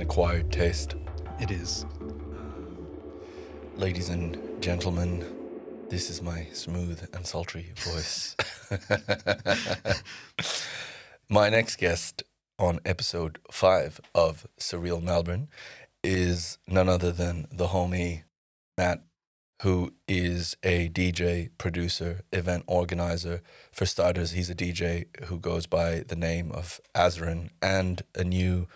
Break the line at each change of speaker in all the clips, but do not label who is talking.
acquired taste.
It is.
Ladies and gentlemen, this is my smooth and sultry voice. my next guest on episode five of Surreal Melbourne is none other than the homie Matt, who is a DJ, producer, event organizer. For starters, he's a DJ who goes by the name of Azrin and a new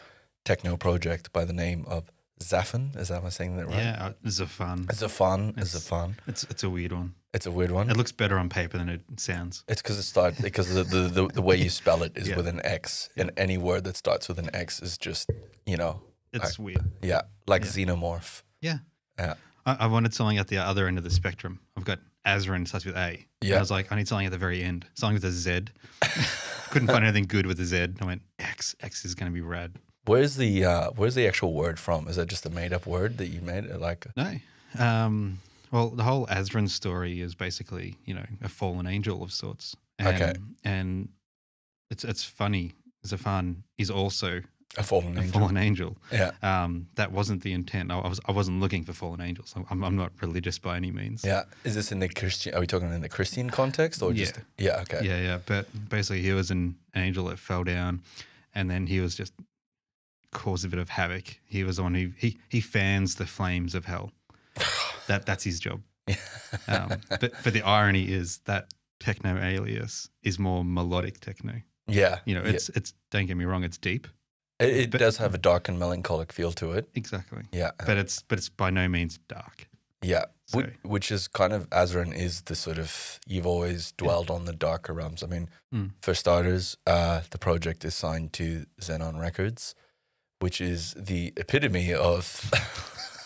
techno project by the name of Zafin. Is that am I saying that right?
Yeah, it's a fun.
It's a fun. It's, a
It's-
fun.
It's it's a weird one.
It's a weird one.
It looks better on paper than it sounds.
It's because it starts because the, the, the, the way you spell it is
Yeah.
with an X, and any word that starts with an X is just you know,
It's weird.
yeah, like
Yeah.
xenomorph.
Yeah.
Yeah.
I, I wanted something at the other end of the spectrum. I've got Azrin starts with A. And
Yeah.
I was like, I need something at the very end. Something with a Z. Couldn't find anything good with a Z. I went X. X is going to be rad.
Where's the uh, where's the actual word from? Is that just a made up word that you made? uh, Like,
No. Um, well, the whole Azrin story is basically, you know, a fallen angel of sorts. And,
Okay.
And it's it's funny. Zafan is also
a fallen
a
angel.
fallen angel.
Yeah.
Um, that wasn't the intent. I, I was I wasn't looking for fallen angels. I'm- I'm, I'm not religious by any means.
Yeah. Is this in the Christian? Are we talking in the Christian context or just? Yeah. okay.
Yeah, yeah. But basically, he was an angel that fell down, and then he was just caused a bit of havoc. He was the one who he he fans the flames of hell. that that's his job. um, but but the irony is that techno alias is more melodic techno.
Yeah.
You know,
Yeah.
it's it's don't get me wrong, it's deep.
it, it
but-
does have a dark and melancholic feel to it.
Exactly.
Yeah.
But it's but it's by no means dark.
Yeah,
So-
which, which is kind of Azrin is the sort of you've always dwelled on the darker realms. I mean,
Mm.
for starters, uh, the project is signed to Xenon Records, which is the epitome of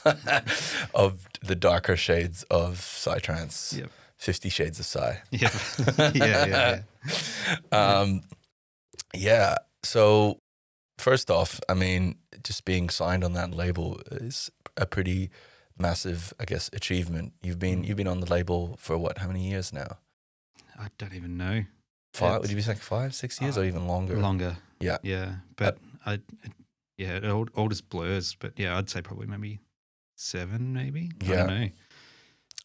of the darker shades of psytrance.
Yep.
Fifty Shades of Psy.
Yeah. yeah, yeah, yeah.
Um, yeah. So, first off, I mean, just being signed on that label is a pretty massive, I guess, achievement. You've
Mm.
been you've been on the label for what? How many years now?
I don't even know.
Five?
It's-
Would you be saying five, six years,
Uh,
or even longer?
Longer.
Yeah. Uh,
Yeah. But I, it, yeah, it all, all just blurs. But yeah, I'd say probably maybe seven, maybe. I
Yeah.
don't know.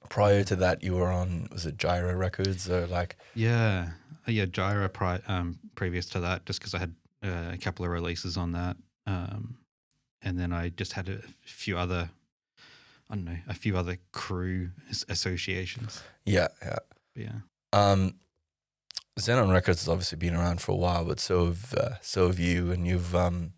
Prior to that, you were on was it Gyra Records or like
Yeah. Uh, Yeah. Gyra pri- um, previous to that, just because I had uh, a couple of releases on that. Um, and then I just had a few other, I don't know, a few other crew as- associations.
yeah, yeah.
But yeah.
Um, Xenon Records has obviously been around for a while, but so have uh, so have you, and you've um,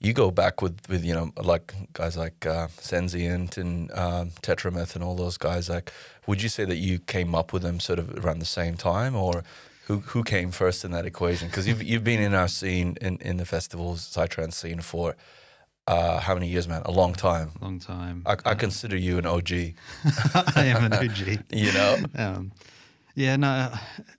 you go back with with you know like guys like uh, Sensient and um, Tetrameth and all those guys. Like, would you say that you came up with them sort of around the same time, or who who came first in that equation? Because you've you've been in our scene in in the festivals psytrance scene for uh, how many years, man? A long time.
Long time.
I, I
Um,
consider you an OG.
I am an OG.
You know?
Um, yeah, no,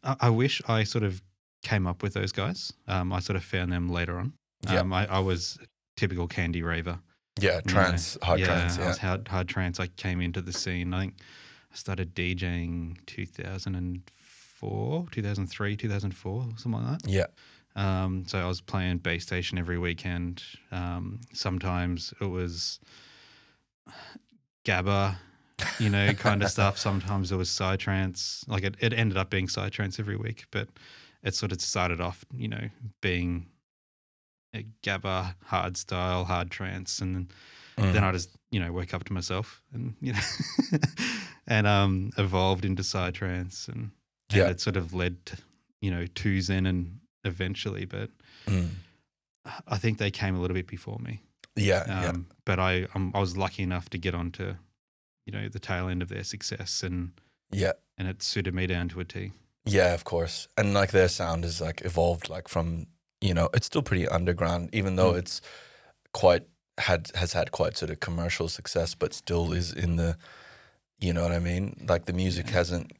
I, I wish I sort of came up with those guys. Um, I sort of found them later on.
Yeah.
Um, I, I was a typical candy raver.
Yeah, trance, hard
yeah,
trance.
I
Yeah,
was hard, hard trance. I came into the scene. I think I started DJing 2004, 2003, 2004, something like that.
yeah.
Um, so I was playing base station every weekend. Um, sometimes it was GABA, you know, kind of stuff. Sometimes it was psytrance. Like it, it ended up being psytrance every week, but it sort of started off, you know, being a GABA hard style, hard trance, and then
Mm.
then I just you know woke up to myself and you know and um evolved into psytrance and, and
Yeah.
it sort of led to, you know to Zen and eventually but
Mm.
I think they came a little bit before me
Yeah,
um,
Uh, yeah,
but I um, I was lucky enough to get onto you know the tail end of their success and
yeah,
and it suited me down to a T
yeah. Of course, and like their sound is like evolved, like from you know, it's still pretty underground, even though
Mm.
it's quite had has had quite sort of commercial success, but still is in the, you know what I mean? Like the music
Yeah.
hasn't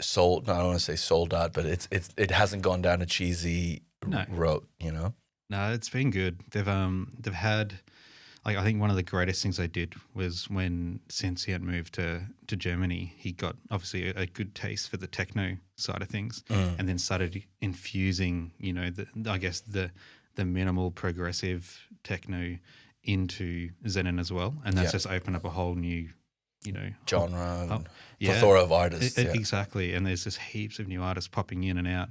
sold. No, I don't want to say sold out, but it's it's it hasn't gone down a cheesy r-
No.
road. You know?
No, it's been good. They've um they've had like I think one of the greatest things they did was when Sensient moved to to Germany, he got obviously a, a good taste for the techno side of things
Mm.
and then started infusing, you know, the I guess the the minimal progressive techno into Zenon as well, and that's
Yeah.
just opened up a whole new, you know,
genre and
Oh,
plethora of
E-
artists.
e-
yeah.
exactly. And there's just heaps of new artists popping in and out.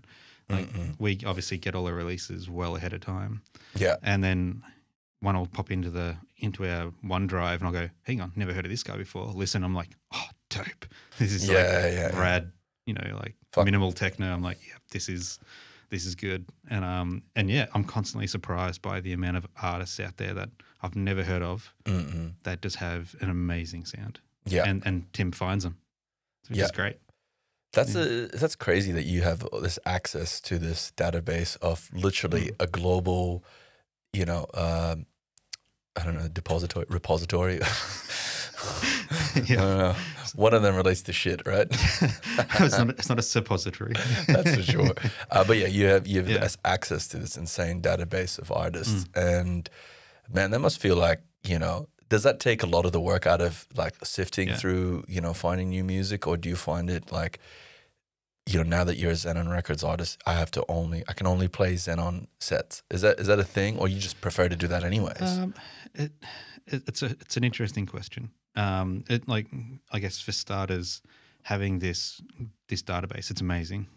Like
Mm-mm.
we obviously get all the releases well ahead of time,
yeah,
and then one will pop into the into our OneDrive, and I'll go, "Hang on, never heard of this guy before." Listen, I'm like, "Oh, dope! This is
Yeah,
like
yeah, yeah.
rad." You know, like
Fuck.
minimal techno. I'm like, "Yep, this is this is good." And um and yeah, I'm constantly surprised by the amount of artists out there that I've never heard of
Mm-mm.
that just have an amazing sound.
yeah.
And and Tim finds them, which
Yeah.
is great.
That's a, that's crazy that you have all this access to this database of literally a global, you know, um, I don't know, depository repository. I
Yeah.
don't know. One of them relates to shit, right?
it's, not, it's not a suppository.
That's for sure. Uh, but yeah, you have you have
Yeah. Mm.
this access to this insane database of artists, and man, that must feel like you know. Does that take a lot of the work out of like sifting
Yeah.
through you know finding new music, or do you find it like you know now that you're a Xenon Records artist, I have to only I can only play Xenon sets. Is that is that a thing, or you just prefer to do that anyways?
Um, it, it, it's a it's an interesting question. Um, it like I guess for starters, having this this database, it's amazing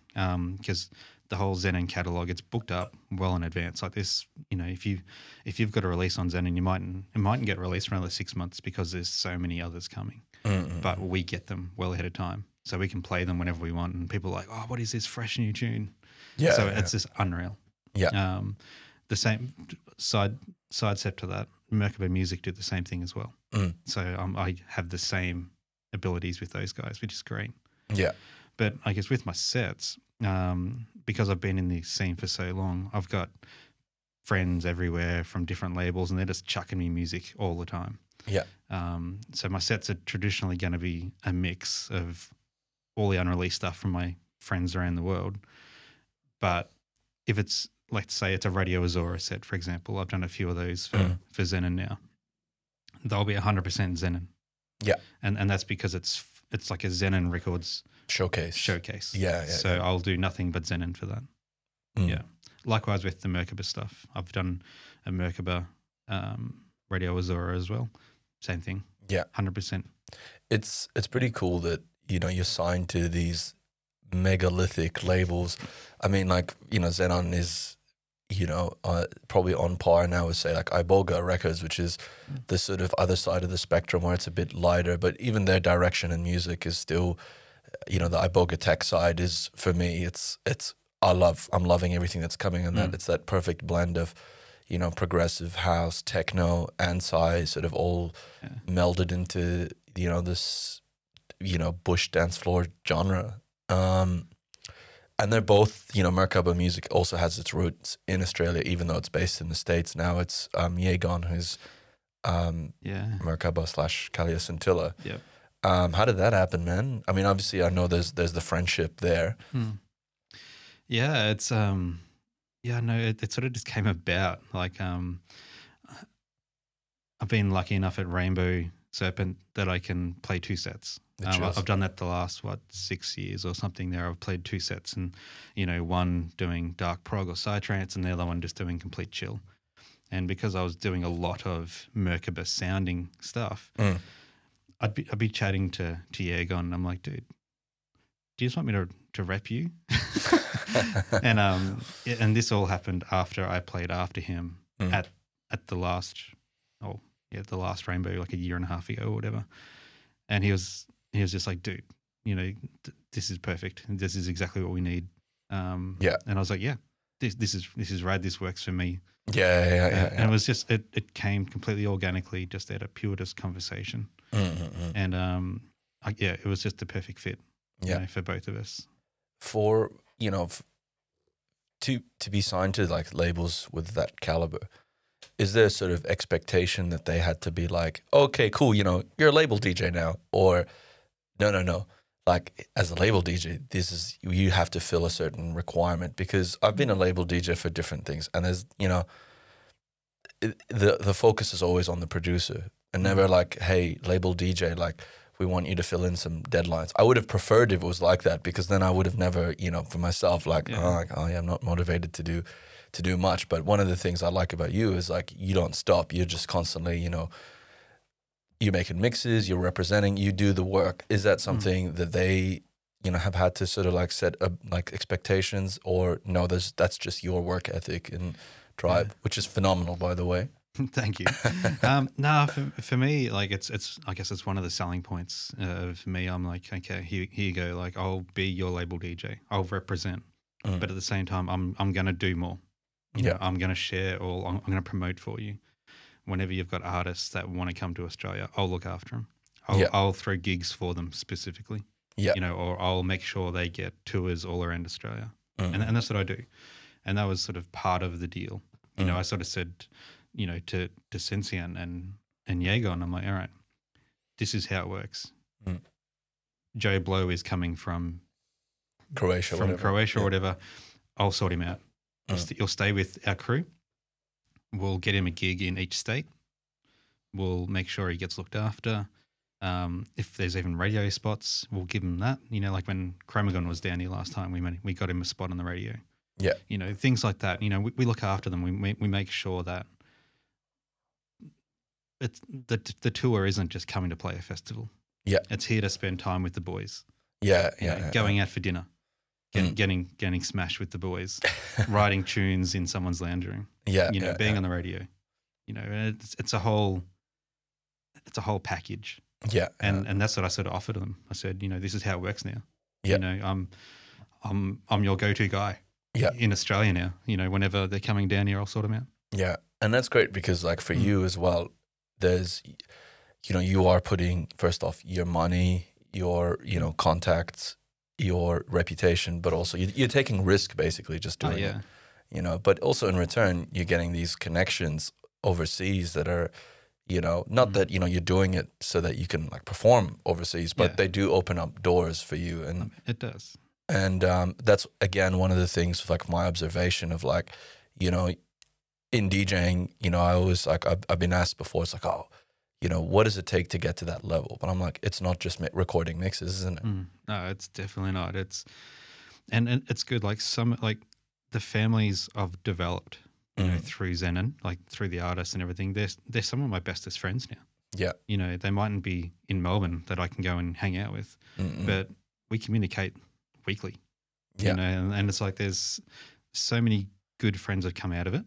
because the whole Zenon catalog, it's booked up well in advance. Like this, you know, if you if you've got a release on Zenon, you mightn't it mightn't get released for another six months because there's so many others coming.
Mm-mm.
But we get them well ahead of time, so we can play them whenever we want. And people are like, oh, what is this fresh new tune?
yeah,
so
yeah.
it's just unreal.
Yeah.
Um, the same side side step to that, Merkaba Music did the same thing as well.
Mm.
So um, I have the same abilities with those guys, which is great.
yeah,
But I guess with my sets, um, because I've been in the scene for so long, I've got friends everywhere from different labels, and they're just chucking me music all the time.
Yeah.
Um, so my sets are traditionally going to be a mix of all the unreleased stuff from my friends around the world. But if it's let's say it's a Radio Azora set, for example, I've done a few of those for
Mm.
for Zenon now. They'll be 100% Zenon.
Yeah.
And and that's because it's it's like a Zenon Records
showcase.
showcase.
Yeah, yeah,
So I'll do nothing but Zenon for that.
Mm.
Yeah. Likewise with the Merkaba stuff. I've done a Merkaba um, Radio Azora as well. Same thing.
Yeah.
Hundred percent.
it's it's pretty cool that you know you're signed to these megalithic labels. I mean, like you know, Xenon is you know uh, probably on par now with say like Iboga Records, which is the sort of other side of the spectrum where it's a bit lighter. But even their direction in music is still, you know, the Iboga tech side is for me. It's it's I love I'm loving everything that's coming in that. It's that perfect blend of. You know, progressive house, techno, and sci, sort of all melded into you know this you know bush dance floor genre um and they're both you know merkaba music also has its roots in australia even though it's based in the states now it's um yegon who's um
Yeah.
merkaba slash kalia scintilla
Yep.
um how did that happen man i mean obviously i know there's there's the friendship there
Hmm. Yeah, it's um yeah, no, it, it sort of just came about. Like um I've been lucky enough at Rainbow Serpent that I can play two sets.
It
Um, I-
just-
I've done that the last what six years or something. There, I've played two sets, and you know, one doing dark prog or psytrance, and the other one just doing complete chill. And because I was doing a lot of Merkaba sounding stuff,
Mm.
I'd be I'd be chatting to to Yegon, and I'm like, dude, do you just want me to to rep you? and um, yeah, and this all happened after I played after him
Mm.
at at the last, oh yeah, the last Rainbow like a year and a half ago or whatever. And he was he was just like, dude, you know, th- this is perfect. This is exactly what we need. Um,
Yeah.
And I was like, yeah, this this is this is rad. This works for me.
yeah yeah
And-
yeah,
And it
yeah.
was just it it came completely organically, just out of pure just conversation.
Mm, mm, mm.
And um, I, yeah, it was just the perfect fit. you
Yeah.
know, for both of us.
for you know f- to to be signed to like labels with that caliber is there a sort of expectation that they had to be like okay cool you know you're a label dj now or no no no like as a label dj this is you have to fill a certain requirement because i've been a label dj for different things and there's you know it- the the focus is always on the producer and never like hey label dj like we want you to fill in some deadlines i would have preferred if it was like that because then i would have never you know for myself like
Yeah.
oh, like, oh yeah i'm not motivated to do to do much. But one of the things I like about you is like you don't stop. You're just constantly, you know, you're making mixes, you're representing, you do the work. Is
Mm.
that something that they, you know, have had to sort of like set up like expectations or no, there's that's just your work ethic and drive, which is phenomenal by the way.
Thank you. um, no, for, for me, like it's it's. I guess it's one of the selling points uh, for me. I'm like, okay, here, here you go. Like, I'll be your label DJ. I'll represent,
Mm.
but at the same time, I'm I'm gonna do more. You
Yeah.
know, I'm gonna share or I'm, I'm gonna promote for you. Whenever you've got artists that want to come to Australia, I'll look after them. I'll,
Yeah.
I'll throw gigs for them specifically.
Yeah.
You know, or I'll make sure they get tours all around Australia
Mm.
and, and that's what I do. And that was sort of part of the deal. You know,
Mm.
I sort of said, you know, to to Sensian and and Yegon, I'm like, all right, this is how it works.
Mm.
Joe Blow is coming from
Croatia,
from
whatever.
Croatia
Yeah.
or whatever. I'll sort him out. You'll,
Mm.
st- you'll stay with our crew. We'll get him a gig in each state. We'll make sure he gets looked after. Um, if there's even radio spots, we'll give him that. You know, like when Chromagon was down here last time, we made, we got him a spot on the radio.
Yeah.
You know, things like that. You know, we, we look after them. We, we, we make sure that it's, the, the tour isn't just coming to play a festival.
Yeah.
It's here to spend time with the boys
Yeah,
you
yeah,
know,
yeah,
going out for dinner, get,
Mm.
getting getting smashed with the boys, writing tunes in someone's lounge room,
yeah,
you know,
yeah,
being
yeah.
on the radio, you know, and it's, it's a whole it's a whole package,
yeah,
and and that's what I sort of offered them. I said, you know, this is how it works now.
Yeah.
You know, I'm I'm I'm your go-to guy.
Yeah.
In Australia now, you know, whenever they're coming down here, I'll sort them out.
Yeah, and that's great because like for
Mm.
you as well, there's, you know, you are putting first off your money, your you know contacts, your reputation, but also you, you're taking risk basically just
Oh
doing it.
yeah,
You know, but also in return you're getting these connections overseas that are, you know, not
Mm.
that you know you're doing it so that you can like perform overseas, but
Yeah.
they do open up doors for you and
it does.
and um, that's again one of the things like my observation of like you know in djing you know i always like i've, I've been asked before it's like oh you know what does it take to get to that level but i'm like it's not just mi- recording mixes isn't it
Mm. No, it's definitely not. It's and, and it's good. Like some like the families I've developed you know,
Mm.
through Zenon, like through the artists and everything, they're they're some of my bestest friends now.
Yeah.
You know, they mightn't be in Melbourne that I can go and hang out with,
Mm-mm.
but we communicate weekly.
Mm. Yeah.
You know, and, and it's like there's so many good friends that come out of it.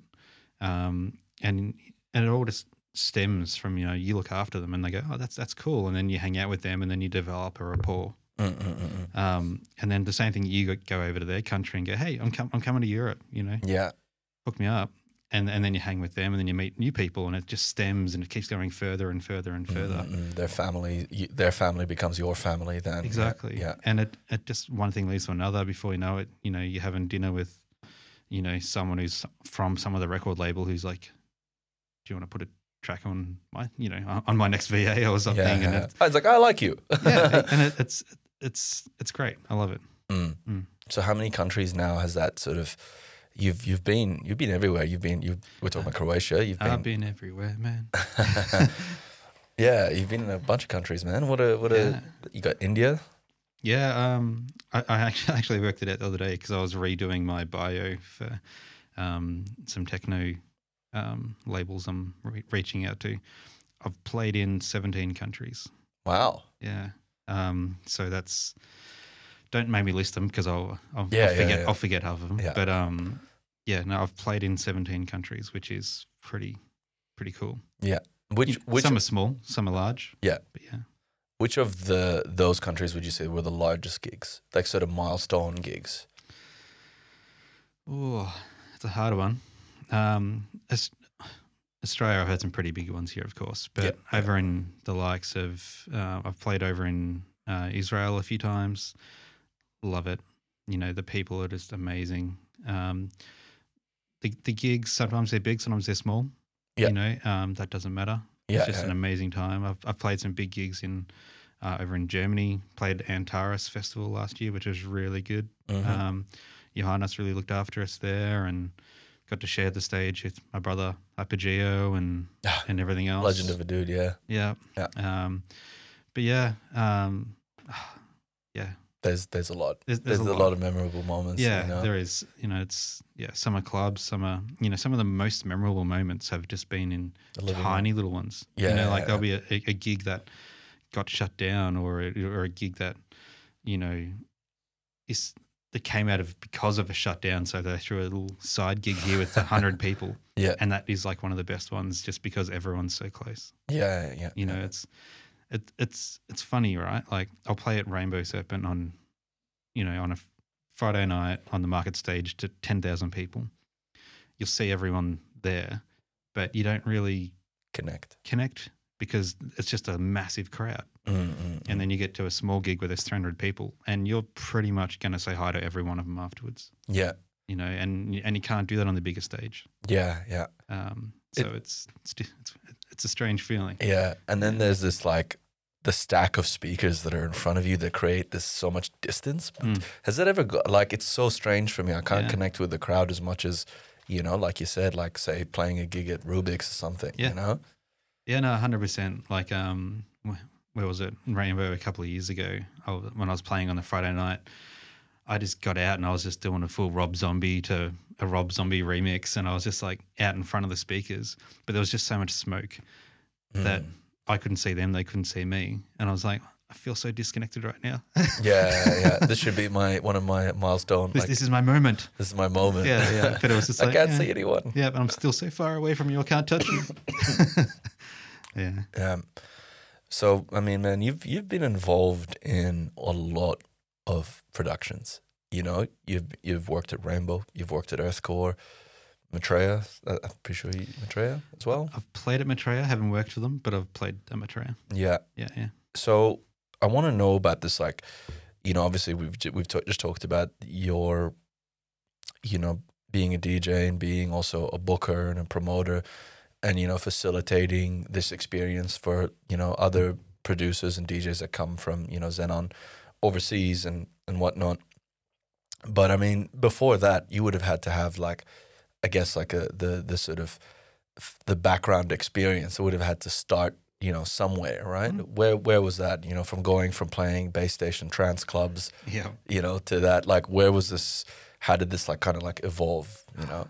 Um, and and it all just stems from, you know, you look after them and they go, Oh, that's that's cool. And then you hang out with them and then you develop a rapport.
mm, Mm-mm-mm-mm.
Um, and then the same thing you go- go over to their country and go, Hey, I'm com- I'm coming to Europe, you know
yeah
hook me up and and then you hang with them and then you meet new people and it just stems and it keeps going further and further and further
Mm-mm-mm. Mm, their family you, their family becomes your family then Mm-hmm. Yeah.
exactly
yeah
and it, it just one thing leads to another before you know it you know you're having dinner with you know someone who's from some other record label who's like do you want to put a track on my you know on- on my next va or something
yeah,
and
yeah.
it's
I was like i like you
yeah and it, it's it's it's great i love it
Mm.
Mm.
So how many countries now has that sort of you've you've been you've been everywhere. You've been you we're talking about Croatia. You've
i've
been
been everywhere man
yeah, you've been in a bunch of countries, man. What a what
yeah.
a you got India.
Yeah, um, I, I actually actually worked it out the other day because I was redoing my bio for um, some techno um, labels I'm re- reaching out to. I've played in 17 countries.
Wow.
Yeah, um, so that's don't make me list them because I'll I'll,
Yeah, yeah,
I'll forget
yeah.
I'll forget half of them.
Yeah.
But um, yeah, no, I've played in 17 countries, which is pretty pretty cool.
Which
You-
which
some are small, some are large.
Yeah.
but yeah.
which of the those countries would you say were the largest gigs? Like sort of milestone gigs.
Oh, it's a hard one. Um, Aus- Australia, I've had some pretty big ones here, of course, but
Yep, yep.
over in the likes of, uh, I've played over in uh, Israel a few times. Love it. You know, the people are just amazing. Um, the, the gigs, sometimes they're big, sometimes they're small.
Yeah.
You know, um, that doesn't matter.
Yeah.
it's just
yeah.
an amazing time. I've, I've played some big gigs in uh, over in Germany, played Antares Festival last year, which was really good.
Mhm.
Um, Johannes really looked after us there and got to share the stage with my brother Apogeo and
Ah,
and everything else.
Legend of a dude, yeah.
yeah,
Yeah.
Um, but yeah, um, yeah,
There's there's a lot.
There's,
There's, a lot. of memorable moments. you
yeah,
know?
there is. You know, it's yeah. Some are clubs. Some are you know. Some of the most memorable moments have just been in
The living
tiny little ones. you
Yeah.
know, like there'll be a, a a gig that got shut down, or a, or a gig that you know is that came out of because of a shutdown. So they threw a little side gig here with a hundred people,
Yeah.
and that is like one of the best ones, just because everyone's so close.
Yeah, yeah.
You know,
yeah.
it's it, it's it's funny, right? Like I'll play at Rainbow Serpent on, you know, on a Friday night on the market stage to ten thousand people. You'll see everyone there, but you don't really
connect.
connect because it's just a massive crowd.
Mm-mm.
And then you get to a small gig where there's three hundred people, and you're pretty much going to say hi to every one of them afterwards.
yeah,
You know, and and you can't do that on the bigger stage.
yeah, yeah,
Um,
It-
so it's, it's it's it's a strange feeling.
yeah. And then there's this like the stack of speakers that are in front of you that create this so much distance. But
Mm.
Has that ever got like it's so strange for me? I can't
Yeah.
connect with the crowd as much as you know, like you said, like say playing a gig at Rubik's or something.
Yeah.
You know.
Yeah, no, hundred percent. Like, um, wh- where was it? Rainbow a couple of years ago. I, was- when I was playing on the Friday night, I just got out and I was just doing a full Rob Zombie to a Rob Zombie remix, and I was just like out in front of the speakers. But there was just so much smoke that I couldn't see them; they couldn't see me, and I was like, I feel so disconnected right now.
Yeah, yeah. this should be my one of my milestone.
This,
like
this is my moment.
this is my moment.
Yeah, yeah. But it was just
I
like,
can't
eh.
see anyone.
Yeah, but I'm still so far away from you, I can't touch you. yeah.
Um, so I mean, man, you've you've been involved in a lot of productions. You know, you've you've worked at Rainbow, you've worked at Earthcore, Maitreya. uh, I'm pretty sure you, Maitreya as well.
I've played at Maitreya, haven't worked for them, but I've played at Maitreya.
Yeah.
Yeah, yeah.
So I want to know about this. Like, you know, obviously we've ju- we've ta- just talked about your, you know, being a DJ and being also a booker and a promoter, and you know, facilitating this experience for you know other producers and DJs that come from you know Xenon overseas and and whatnot. But I mean, before that, you would have had to have like, I guess like a the the sort of f- the background experience. It would have had to start, you know, somewhere, right?
Mm-hmm.
Where where was that? You know, from going from playing base station trance clubs,
Yeah.
you know, to that like, where was this? How did this like kind of like evolve? You know?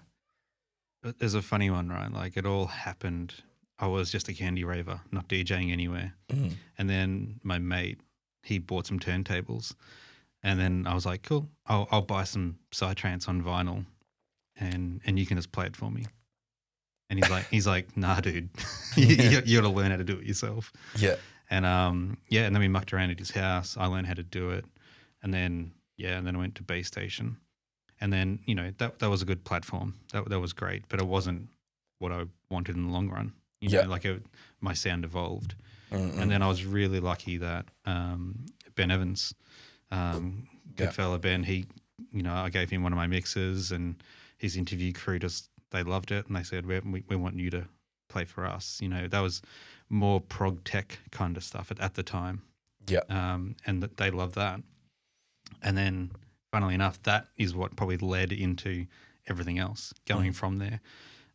But There's a funny one, right? Like it all happened. I was just a candy raver, not DJing anywhere.
Mm.
And then my mate, he bought some turntables. And then I was like, cool, I'll, I'll buy some Psytrance on vinyl and, and you can just play it for me. And he's like, he's like, nah, dude, you, you, you gotta learn how to do it yourself.
Yeah,
And um, yeah, and then we mucked around at his house. I learned how to do it, and then yeah, and then I went to base station, and then you know that that was a good platform. That that was great, but it wasn't what I wanted in the long run. You
Yeah.
know, like it, my sound evolved,
Mm, mm.
and then I was really lucky that um, Ben Evans, um, good
Yeah.
fella Ben, he you know I gave him one of my mixes, and his interview crew just they loved it, and they said we we, we want you to play for us. You know, that was more prog tech kind of stuff at, at the time.
Yeah.
Um, and th- they love that. And then, funnily enough, that is what probably led into everything else going
Mm.
from there.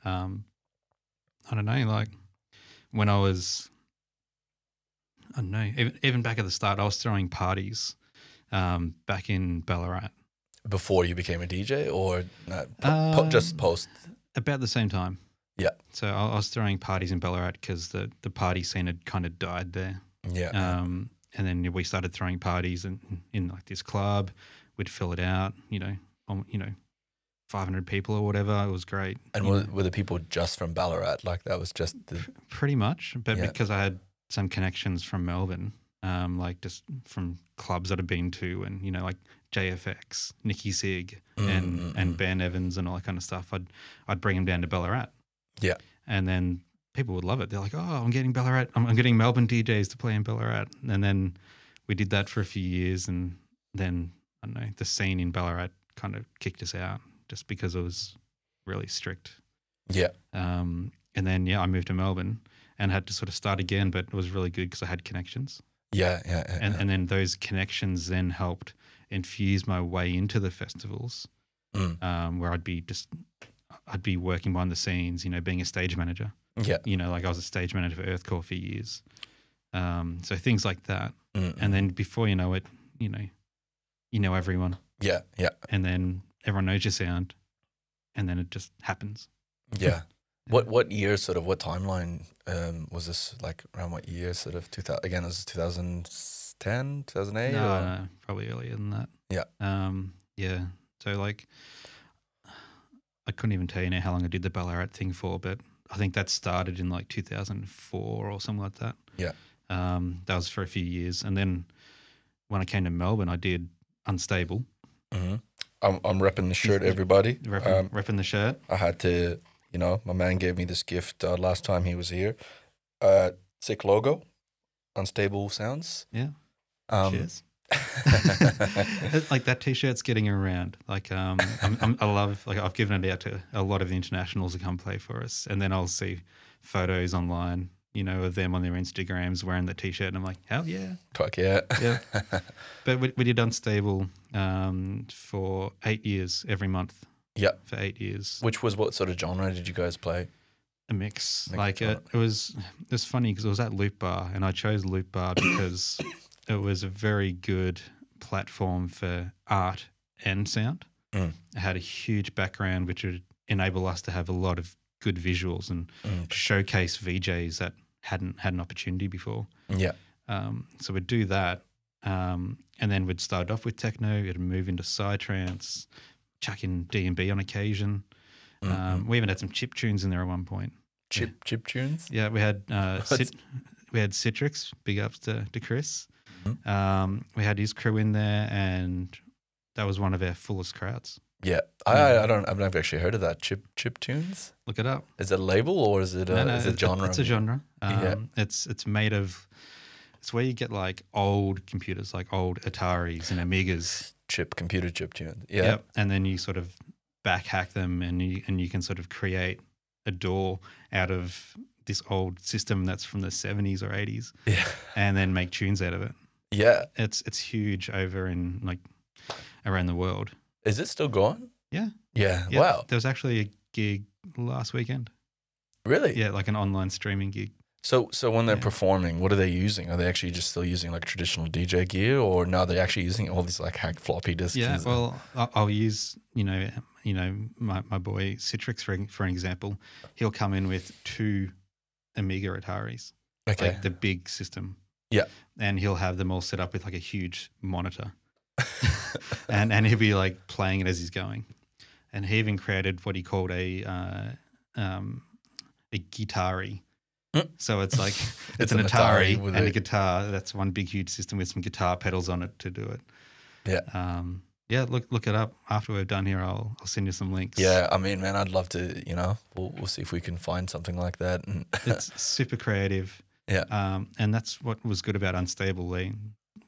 Um, I don't know, like when I was, I don't know, even, even back at the start, I was throwing parties um, back in Ballarat
before you became a DJ, or no, po- po- just
Um,
post?
about the same time.
Yeah.
So I, I was throwing parties in Ballarat because the, the party scene had kind of died there.
Yeah,
Um, and then we started throwing parties in, in like this club. We'd fill it out, you know, on, you know, 500 people or whatever. It was great.
and
you
were,
know,
were the people just from Ballarat? Like that was just the
pretty much. But
Yeah.
because I had some connections from Melbourne, um, like just from clubs that I've been to and, you know, like JFX, Nikki Sig and,
Mm, mm,
and
mm.
Ben Evans and all that kind of stuff. I'd, I'd bring them down to Ballarat.
Yeah.
And then people would love it. They're like, oh, I'm getting Ballarat. I'm, I'm getting Melbourne DJs to play in Ballarat. And then we did that for a few years. And then, I don't know, the scene in Ballarat kind of kicked us out just because it was really strict.
yeah,
Um, and then, yeah, I moved to Melbourne and had to sort of start again, but it was really good because I had connections.
yeah, yeah, yeah,
And,
yeah.
and then those connections then helped infuse my way into the festivals
Mm.
um, where I'd be just, I'd be working behind the scenes, you know, being a stage manager
yeah,
you know, like I was a stage manager for Earthcore for years. Um, so things like that.
Mm, mm.
And then before you know it, you know, you know everyone,
Yeah, yeah,
and then everyone knows your sound, and then it just happens.
yeah. what what year sort of what timeline um, was this like around what year sort of 2000 again was it 2010 2008
No,
or-
no, probably earlier than that.
uh, Yeah.
Um. Yeah. So like, I couldn't even tell you now how long I did the Ballarat thing for, but I think that started in like 2004 or something like that.
Yeah.
Um. That was for a few years, and then when I came to Melbourne, I did Unstable,
Mhm. I'm I'm repping the shirt everybody
repping,
um,
repping the shirt.
I had to you know my man gave me this gift uh, last time he was here uh, sick logo unstable sounds
Yeah.
um,
Cheers. It's like that t-shirt's getting around. Like um, I'm, I'm, I love like I've given it out to a lot of internationals to come play for us, and then I'll see photos online, you know, of them on their Instagrams wearing the t-shirt, and I'm like, hell yeah,
Fuck yeah
yeah. but we, we did unstable um, for eight years, every month.
Yeah.
for eight years,
which was what sort of genre did you guys play
a mix.
Mix
like
of
it, it was, it was funny because it was at Loop Bar, and I chose Loop Bar because it was a very good platform for art and sound.
Mm.
It had a huge background, which would enable us to have a lot of good visuals and
Mm.
showcase VJs that hadn't had an opportunity before.
yeah
Um, so we'd do that, um, and then we'd start off with techno. It'd move into psytrance, chuck in D and B on occasion. Um, we even had some chip tunes in there at one point.
Mm-hmm. chip chip tunes
Yeah, we had uh,
What's-
Cit- we had Citrix. Big ups to, to Chris.
Mhm.
Um, we had his crew in there, and that was one of our fullest crowds.
yeah I,
Hmm.
I I don't I've never actually heard of that chip chip tunes
Look it up.
Is it a label or is it a,
No, no,
is it genre?
It's a genre. Um,
Yeah.
It's it's made of. It's where you get like old computers, like old Ataris and Amigas.
Chip computer chip tune. Yeah.
Yep. And then you sort of backhack them and you, and you can sort of create a door out of this old system that's from the 70s or 80s
Yeah.
and then make tunes out of it.
Yeah.
It's it's huge over in like around the world.
Is it still going?
Yeah.
Yeah.
Yeah,
Wow.
There was actually a gig last weekend.
Really?
Yeah, like an online streaming gig.
So so when they're
Yeah.
performing, what are they using? Are they actually just still using like traditional DJ gear or no, they're actually using all these like hack floppy disks?
Yeah,
and-
well, I- I'll use you know you know my, my boy Citrix for, for an example. He'll come in with two Amiga Ataris.
okay.
like the big system.
Yeah.
And he'll have them all set up with like a huge monitor. and and he'll be like playing it as he's going. And he even created what he called a uh, um, a guitari.
Mm.
So it's like it's,
It's
an,
an
Atari,
Atari with
and a
a-
guitar. That's one big huge system with some guitar pedals on it to do it.
Yeah.
Um, yeah. Look look it up after we're done here. I'll I'll send you some links.
yeah, I mean, man, I'd love to, you know, we'll, we'll see if we can find something like that. And
it's super creative.
Yeah.
Um, and that's what was good about Unstable. They,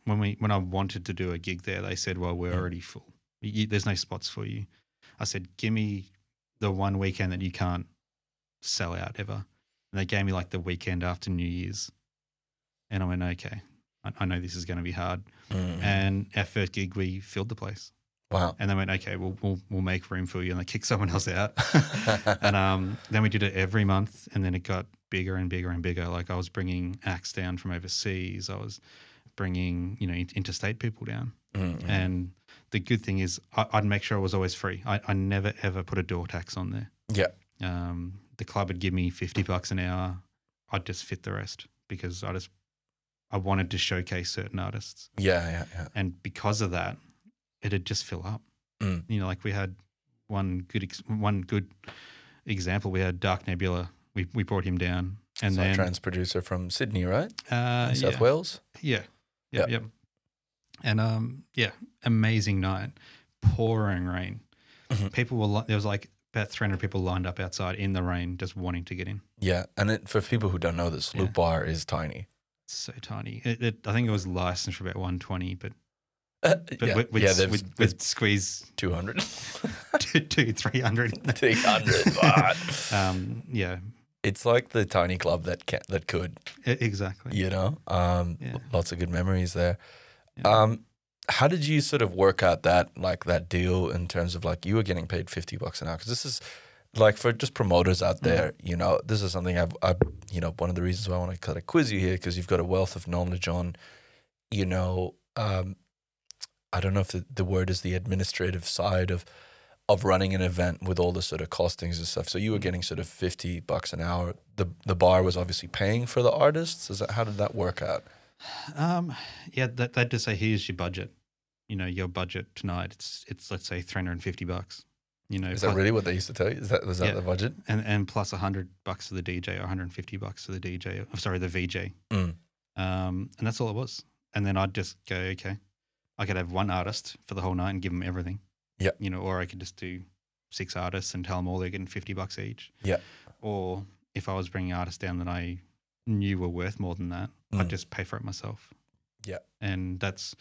when we when I wanted to do a gig there, they said, "Well, we're already full. You, there's no spots for you." I said, "Give me the one weekend that you can't sell out ever." And they gave me like the weekend after New Year's, and I went, "Okay, I, I know this is going to be hard."
Mm.
And our first gig, we filled the place,
wow.
and they went, "Okay, we'll we'll, we'll make room for you," and they kicked someone else out. and um, then we did it every month, and then it got bigger and bigger and bigger. Like I was bringing acts down from overseas. I was bringing you know in- interstate people down.
Mm.
And the good thing is, I, I'd make sure I was always free. I, I never ever put a door tax on there.
Yeah.
Um, the club would give me fifty bucks an hour. I'd just fit the rest because I just I wanted to showcase certain artists
yeah, yeah, yeah.
and because of that, it'd just fill up.
Mm.
You know, like we had one good ex- one good example. We had Dark Nebula. We we brought him down, and
Psytrance
then
producer from Sydney, right?
uh,
South
yeah,
Wales.
yeah, yeah, yeah, and um, yeah, amazing night, pouring rain.
Mhm.
People were li- there was like about three hundred people lined up outside in the rain, just wanting to get in.
Yeah, and it, for people who don't know this,
Yeah.
Loop Bar is tiny.
It's so tiny. It, it, I think it was licensed for about one twenty, but but
yeah,
we'd, we'd,
yeah, there's,
we'd, we'd squeeze
200.
two, two three hundred.
300, but
um, yeah,
it's like the tiny club that can, that could,
e- exactly.
you know. Um,
Yeah.
Lots of good memories there.
Yeah.
Um, how did you sort of work out that like that deal in terms of like you were getting paid fifty bucks an hour? Because this is like for just promoters
Mm.
out there, you know, this is something I've, I've you know, one of the reasons why I want to kind of quiz you here because you've got a wealth of knowledge on, you know, um, I don't know if the, the word is the administrative side of of running an event with all the sort of costings and stuff. So you
Mm.
were getting sort of fifty bucks an hour. The the bar was obviously paying for the artists. Is that how did that work out?
Um, yeah, that, they'd just say, here's your budget. You know, your budget tonight, it's, it's let's say 350 bucks. You know,
Is that
plus-
really what they used to tell you? Is that was that
Yeah.
the budget?
and, and plus 100 bucks to the DJ or 150 bucks to the DJ, I'm sorry, the VJ.
Mm.
Um, and that's all it was. And then I'd just go, okay, I could have one artist for the whole night and give them everything.
Yeah.
You know, or I could just do six artists and tell them all they're getting 50 bucks each.
Yeah.
Or if I was bringing artists down that I knew were worth more than that,
Mm.
I'd just pay for it myself.
Yeah.
And that's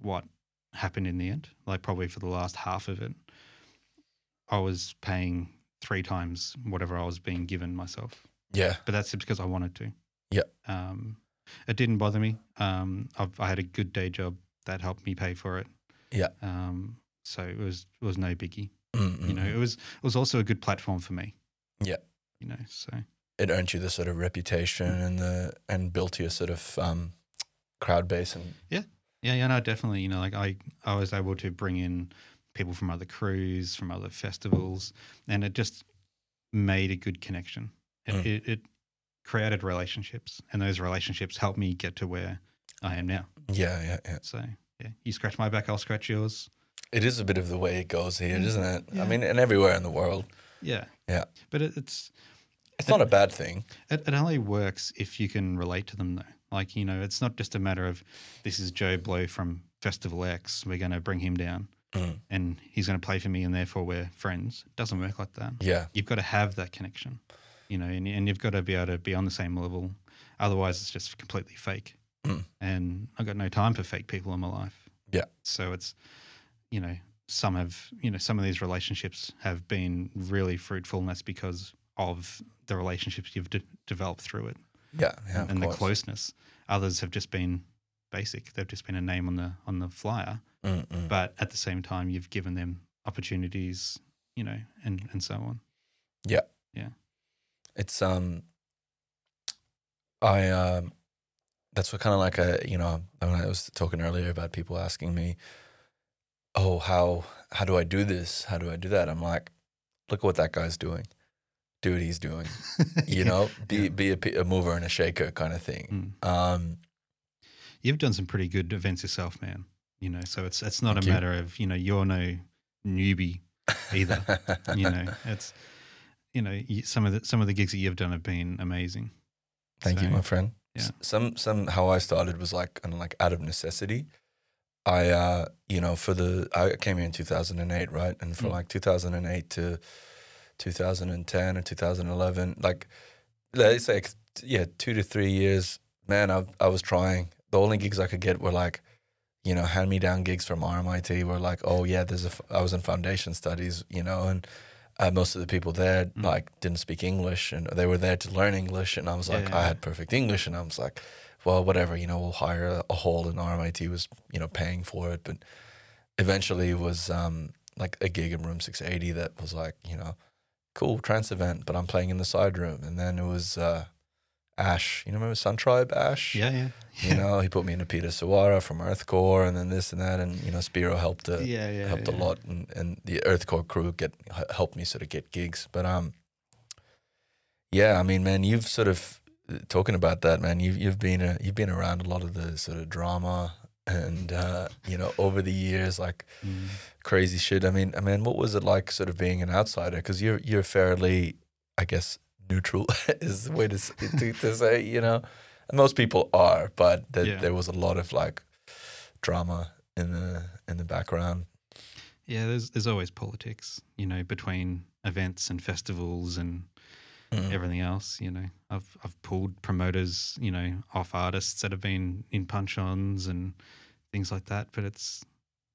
what happened in the end. Like, probably for the last half of it, I was paying three times whatever I was being given myself
Yeah.
but that's because I wanted to.
Yeah.
Um, it didn't bother me. Um, I've, I had a good day job that helped me pay for it.
Yeah.
Um, so it was it was no biggie.
mm
You know, it was it was also a good platform for me.
Yeah.
You know, so
it earned you the sort of reputation and the and built you a sort of um, crowd base and
yeah, yeah, no, definitely. You know, like I I was able to bring in people from other crews, from other festivals, and it just made a good connection. It,
Mm.
it, it created relationships, and those relationships helped me get to where I am now.
yeah, yeah, yeah.
So yeah, you scratch my back, I'll scratch yours.
It is a bit of the way it goes here,
Mm.
isn't it?
Yeah.
I mean, and everywhere in the world,
Yeah,
Yeah.
But it, it's
it's not a bad thing.
it, it only works if you can relate to them, though. Like you know, it's not just a matter of this is Joe Blow from Festival X. We're going to bring him down,
Mm.
and he's going to play for me, and therefore we're friends. It doesn't work like that.
Yeah,
You've got to have that connection, you know, and, and you've got to be able to be on the same level. Otherwise, it's just completely fake.
Mm.
And I've got no time for fake people in my life.
Yeah.
So it's, you know, some have, you know, some of these relationships have been really fruitful, and that's because of the relationships you've de- developed through it
yeah, yeah. of
and the
course.
closeness. Others have just been basic; they've just been a name on the on the flyer.
Mm, mm.
But at the same time, you've given them opportunities, you know, and and so on.
it's um i um that's what kind of like a you know when i was talking earlier about people asking me oh how how do i do this how do i do that i'm like look what that guy's doing do what he's doing you know be
Yeah.
be a, p- a mover and a shaker kind of thing
Mm.
um
you've done some pretty good events yourself, man. You know, so it's it's not
Thank
a
you.
matter of you know you're no newbie either. you know, it's you know you, some of the some of the gigs that you've done have been amazing.
Thank you,
So,
my friend. S-
yeah.
Some some how I started was like and like out of necessity. I uh you know for the I came here in 2008 right and from
Mm.
like 2008 to 2010 or 2011 like let's say yeah two to three years man I I was trying the only gigs I could get were like you know hand me down gigs from RMIT were like oh yeah there's a f- I was in foundation studies you know and uh, most of the people there
Mm.
like didn't speak English and they were there to learn English and I was like
Yeah.
I had perfect English and I was like well whatever you know we'll hire a, a hall and RMIT was you know paying for it but eventually it was um like a gig in room 680 that was like you know cool trance event but I'm playing in the side room and then it was uh Ash you know remember Sun Tribe Ash
Yeah, yeah,
you know he put me into Peter Sawara from Earthcore and then this and that and you know Spiro helped uh,
yeah, yeah,
helped
yeah.
a lot, and, and the Earthcore crew get h- helped me sort of get gigs. But um, yeah, I mean, man, you've sort of talking about that, man. You've you've been a, you've been around a lot of the sort of drama, and uh, you know, over the years, like
Mm.
crazy shit. I mean, I mean, what was it like, sort of being an outsider? Because you're you're fairly, I guess, neutral is the way to s- to, to say. You know, and most people are, but there,
Yeah.
there was a lot of like drama in the in the background.
Yeah, there's there's always politics, you know, between events and festivals and
Mm.
everything else. You know, I've I've pulled promoters, you know, off artists that have been in punch-ons and things like that. But it's,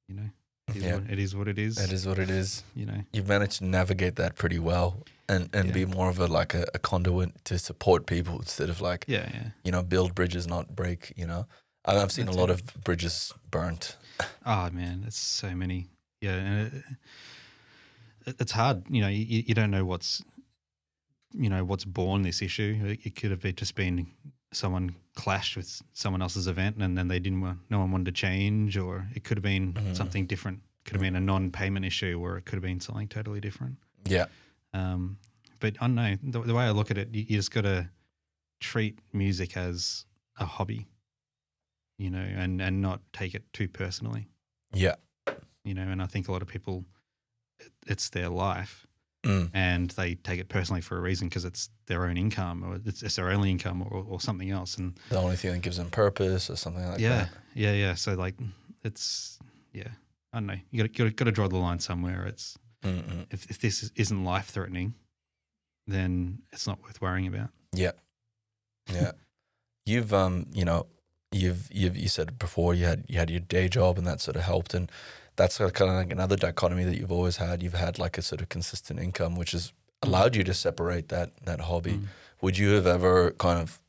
you know, it is,
Yeah.
what, it is what it is.
That is what it is.
You know,
You've managed to navigate that pretty well and, and
Yeah.
be more of a like a, a conduit to support people instead of like,
yeah, yeah.
you know, build bridges, not break, you know. And I've seen a
That's
lot
it.
of bridges burnt.
Oh man, it's so many. Yeah, and it, it's hard. You know, you, you don't know what's, you know, what's born this issue. It, it could have been just been someone clashed with someone else's event and then they didn't want, no one wanted to change or it could have been
Mhm.
something different could have been a non-payment issue or it could have been something totally different
Yeah.
um, but I don't know the, the way I look at it you, you just got to treat music as a hobby you know and and not take it too personally
Yeah.
you know and I think a lot of people it- it's their life
Mm.
and they take it personally for a reason because it's their own income or it's, it's their only income or, or something else and
The only thing that gives them purpose or something like
yeah,
that.
yeah, yeah. So like, it's yeah. I don't know. You got to got to draw the line somewhere. It's
Mm-mm.
if, if this is- isn't life threatening, then it's not worth worrying about.
Yeah. you've um, you know, you've you've you said before you had you had your day job and that sort of helped and that's kind of like another dichotomy that you've always had. You've had like a sort of consistent income which has allowed you to separate that that hobby.
Mm.
Would you have ever kind of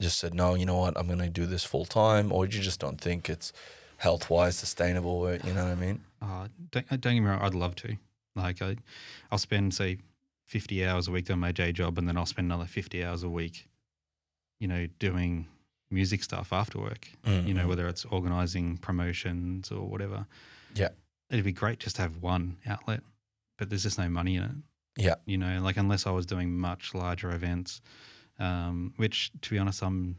just said, No, you know what, I'm gonna do this full time or you just don't think it's health wise sustainable or you know what I mean?
Uh, don't, uh, don't get me wrong. I'd love to. Like, I, I'll spend say fifty hours a week doing my day job, and then I'll spend another fifty hours a week, you know, doing music stuff after work. you
Mm-hmm.
know, whether it's organizing promotions or whatever.
Yeah.
It'd be great just to have one outlet, but there's just no money in it.
Yeah.
You know, like unless I was doing much larger events, um, which to be honest, I'm,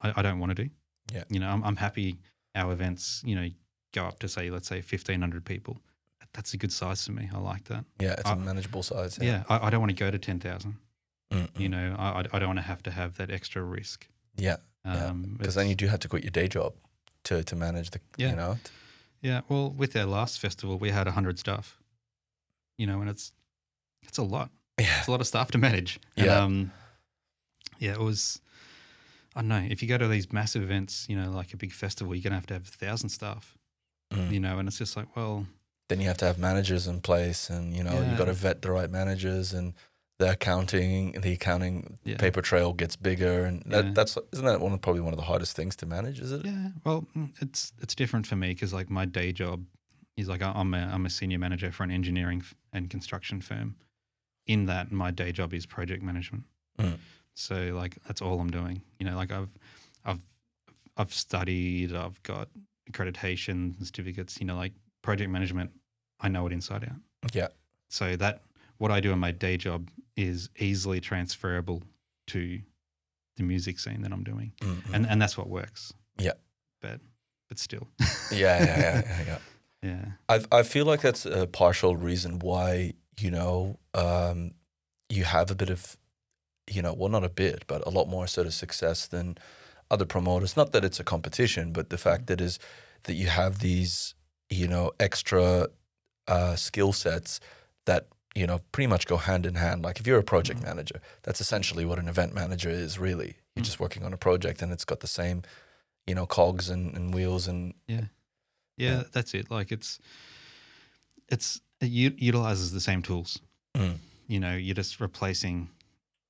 I, I don't want to do.
Yeah.
You know, I'm, I'm happy our events, you know, go up to say, let's say 1,500 people. That's a good size for me. I like that.
yeah, it's
I-
a manageable size.
Yeah. I, I don't want to go to 10,000.
Mm-mm.
You know, I, I- I don't want to have to have that extra risk. Um,
Yeah, Yeah. because then
it's-
you do have to quit your day job to to manage the
Yeah.
you know.
Yeah, well, with our last festival, we had hundred staff. You know, and it's it's a lot.
Yeah.
It's a lot of staff to manage. And,
Yeah.
um, yeah, it was. I don't know. If you go to these massive events, you know, like a big festival, you're gonna have to have a thousand staff.
Mm.
You know, and it's just like, well,
Then you have to have managers in place, and you know
Yeah.
you've got to vet the right managers, and the accounting, the accounting
Yeah.
paper trail gets bigger, and that,
Yeah.
that's isn't that one of, probably one of the hardest things to manage, is it?
yeah, well, mm, it's it's different for me because like my day job is like I- I'm a I'm a senior manager for an engineering f- and construction firm. In that, my day job is project management.
Mm.
So like that's all I'm doing. You know, like I've I've I've studied, I've got accreditation certificates, you know, like project management, I know it inside out.
Yeah.
So that what I do in my day job is easily transferable to the music scene that I'm doing.
Mm-mm.
And and that's what works.
Yeah.
But but still.
yeah, yeah, yeah, yeah, yeah.
yeah.
I I feel like that's a partial reason why you know um, you have a bit of you know well not a bit but a lot more sort of success than other promoters. Not that it's a competition, but the fact that is that you have these you know extra uh, skill sets that you know pretty much go hand in hand. Like if you're a project
Mhm.
manager, that's essentially what an event manager is really. You're
Mm.
just working on a project, and it's got the same you know cogs and, and wheels and
Yeah,
Yeah.
that's it. Like it's it's it u- utilizes the same tools.
Mm.
You know, you're just replacing.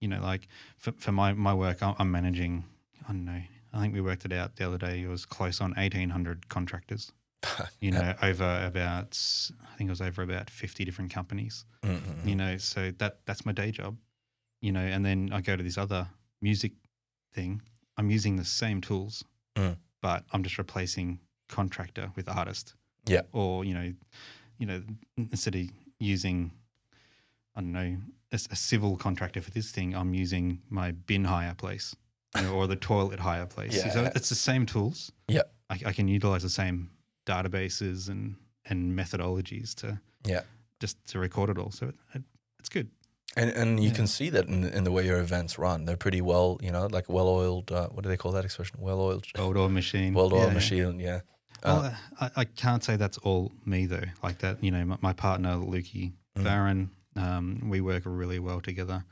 You know, like for, for my my work, I'm, I'm managing. I don't know. I think we worked it out the other day. It was close on 1,800 contractors. You know, over about I think it was over about 50 different companies.
Mm-mm.
You know, so that that's my day job. You know, and then I go to this other music thing. I'm using the same tools,
Mm.
but I'm just replacing contractor with artist.
Yeah.
Or you know, you know, instead of using, I don't know, a, a civil contractor for this thing, I'm using my bin hire place you know, or the toilet hire place. So
Yeah.
it's the same tools.
Yeah.
I, I can utilize the same databases and and methodologies to
Yeah.
just to record it all. So it, it, it's good.
And and you
Yeah.
can see that in, in the way your events run. They're pretty well, you know, like well oiled. Uh, what do they call that expression? Well oiled,
Old oil machine.
well oiled
Yeah.
machine. Yeah. Uh,
Well, I, I can't say that's all me though. Like that, you know, my, my partner Lukey
Mm.
Barron, um, we work really well together.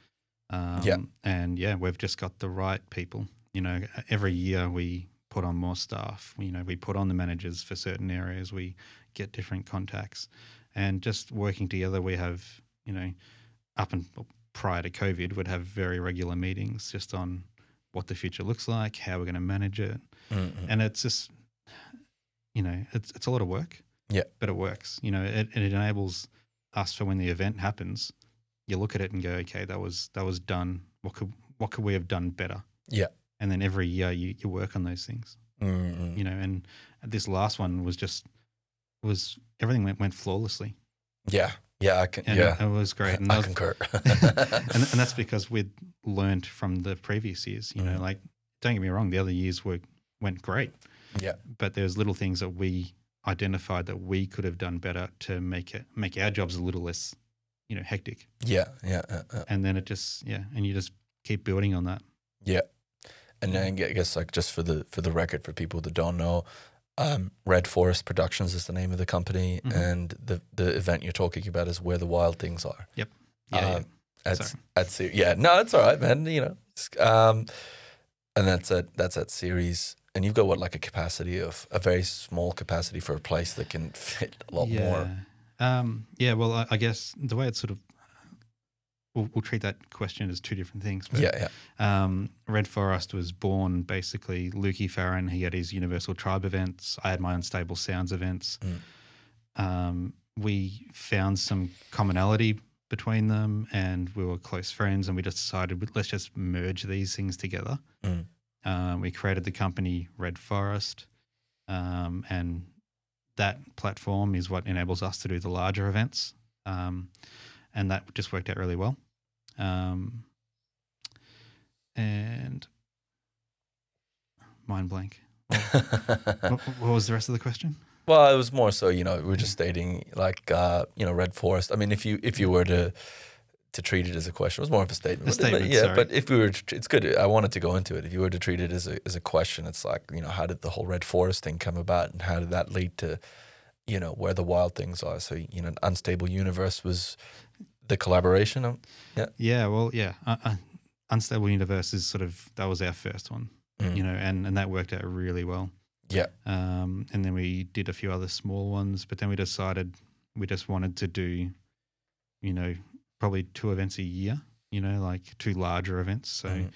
Um,
Yeah.
And yeah, we've just got the right people. You know, every year we put on more staff. You know, we put on the managers for certain areas. We get different contacts, and just working together, we have you know, up and prior to COVID, would have very regular meetings just on what the future looks like, how we're going to manage it,
Mm-mm.
and it's just you know it's it's a lot of work
Yeah.
but it works you know it, it enables us for when the event happens you look at it and go okay that was that was done what could what could we have done better
Yeah.
and then every year you, you work on those things
Mm,
you know and this last one was just was everything went, went flawlessly
Yeah. Yeah. I can.
and
yeah.
it, it was great and, that
I
was-
concur.
and, and that's because we'd learned from the previous years you know
Mhm.
like don't get me wrong the other years were went great
Yeah.
but there's little things that we identified that we could have done better to make it make our jobs a little less you know hectic
yeah. Yeah. Uh, uh.
and then it just yeah and you just keep building on that
And then I guess like just for the for the record for people that don't know, um, Red Forest Productions is the name of the company,
Mhm.
and the the event you're talking about is where the wild things are.
yeah,
Uh,
yeah.
At,
Sorry.
at Se- yeah, no, it's all right, man. You know, it's, um, and that's at that's at series, and you've got what like a capacity of a very small capacity for a place that can fit a lot more.
Um, yeah, well, I, I guess the way it's sort of, we'll, we'll treat that question as two different things. But,
Yeah, yeah,
Um, Red Forest was born basically Lukey Farron. He had his Universal Tribe events. I had my Unstable Sounds events. Um, we found some commonality between them, and we were close friends. And we just decided let's just merge these things together.
Mm.
Um, we created the company Red Forest, um, and that platform is what enables us to do the larger events. Um, and that just worked out really well. Um, and mind blank. What, what was the rest of the question?
Well, it was more so, you know, we were just stating like, uh, you know, Red Forest. I mean, if you if you were to to treat it as a question, it was more of a statement.
A
but- but
statement,
yeah.
sorry.
But if we were, to, tr- it's good. I wanted to go into it. If you were to treat it as a as a question, it's like, you know, how did the whole Red Forest thing come about, and how did that lead to, you know, where the wild things are? So, you know, unstable universe was the collaboration. Um,
Yeah, well, yeah. Uh, uh, Unstable Universe is sort of that was our first one,
Mm.
you know, and and that worked out really well.
Yeah.
Um, and then we did a few other small ones, but then we decided we just wanted to do, you know, probably two events a year. You know, like two larger events. So
Mhm.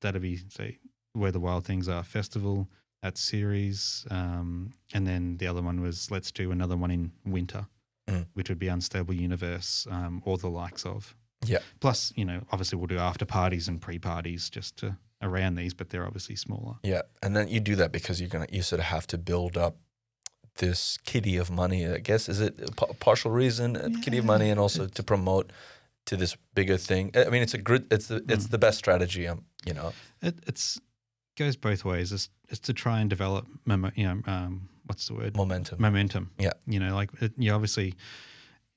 that'd be say where the wild things are festival that series um, and then the other one was let's do another one in winter
Mm.
which would be unstable universe um, or the likes of
Yeah.
plus you know obviously we'll do after parties and pre-parties just to around these but they're obviously smaller
Yeah, and then you do that because you're gonna you sort of have to build up this kitty of money. I guess is it a pa- partial reason uh kitty of
Yeah,
money, and also to promote to this bigger thing. I I mean, it's a grid. It's the it's
Mm.
the best strategy. Um, you know.
it it's goes both ways it's, it's to try and develop memo, you know um, what's the word
Momentum.
momentum.
Yeah.
You know, like it, you obviously,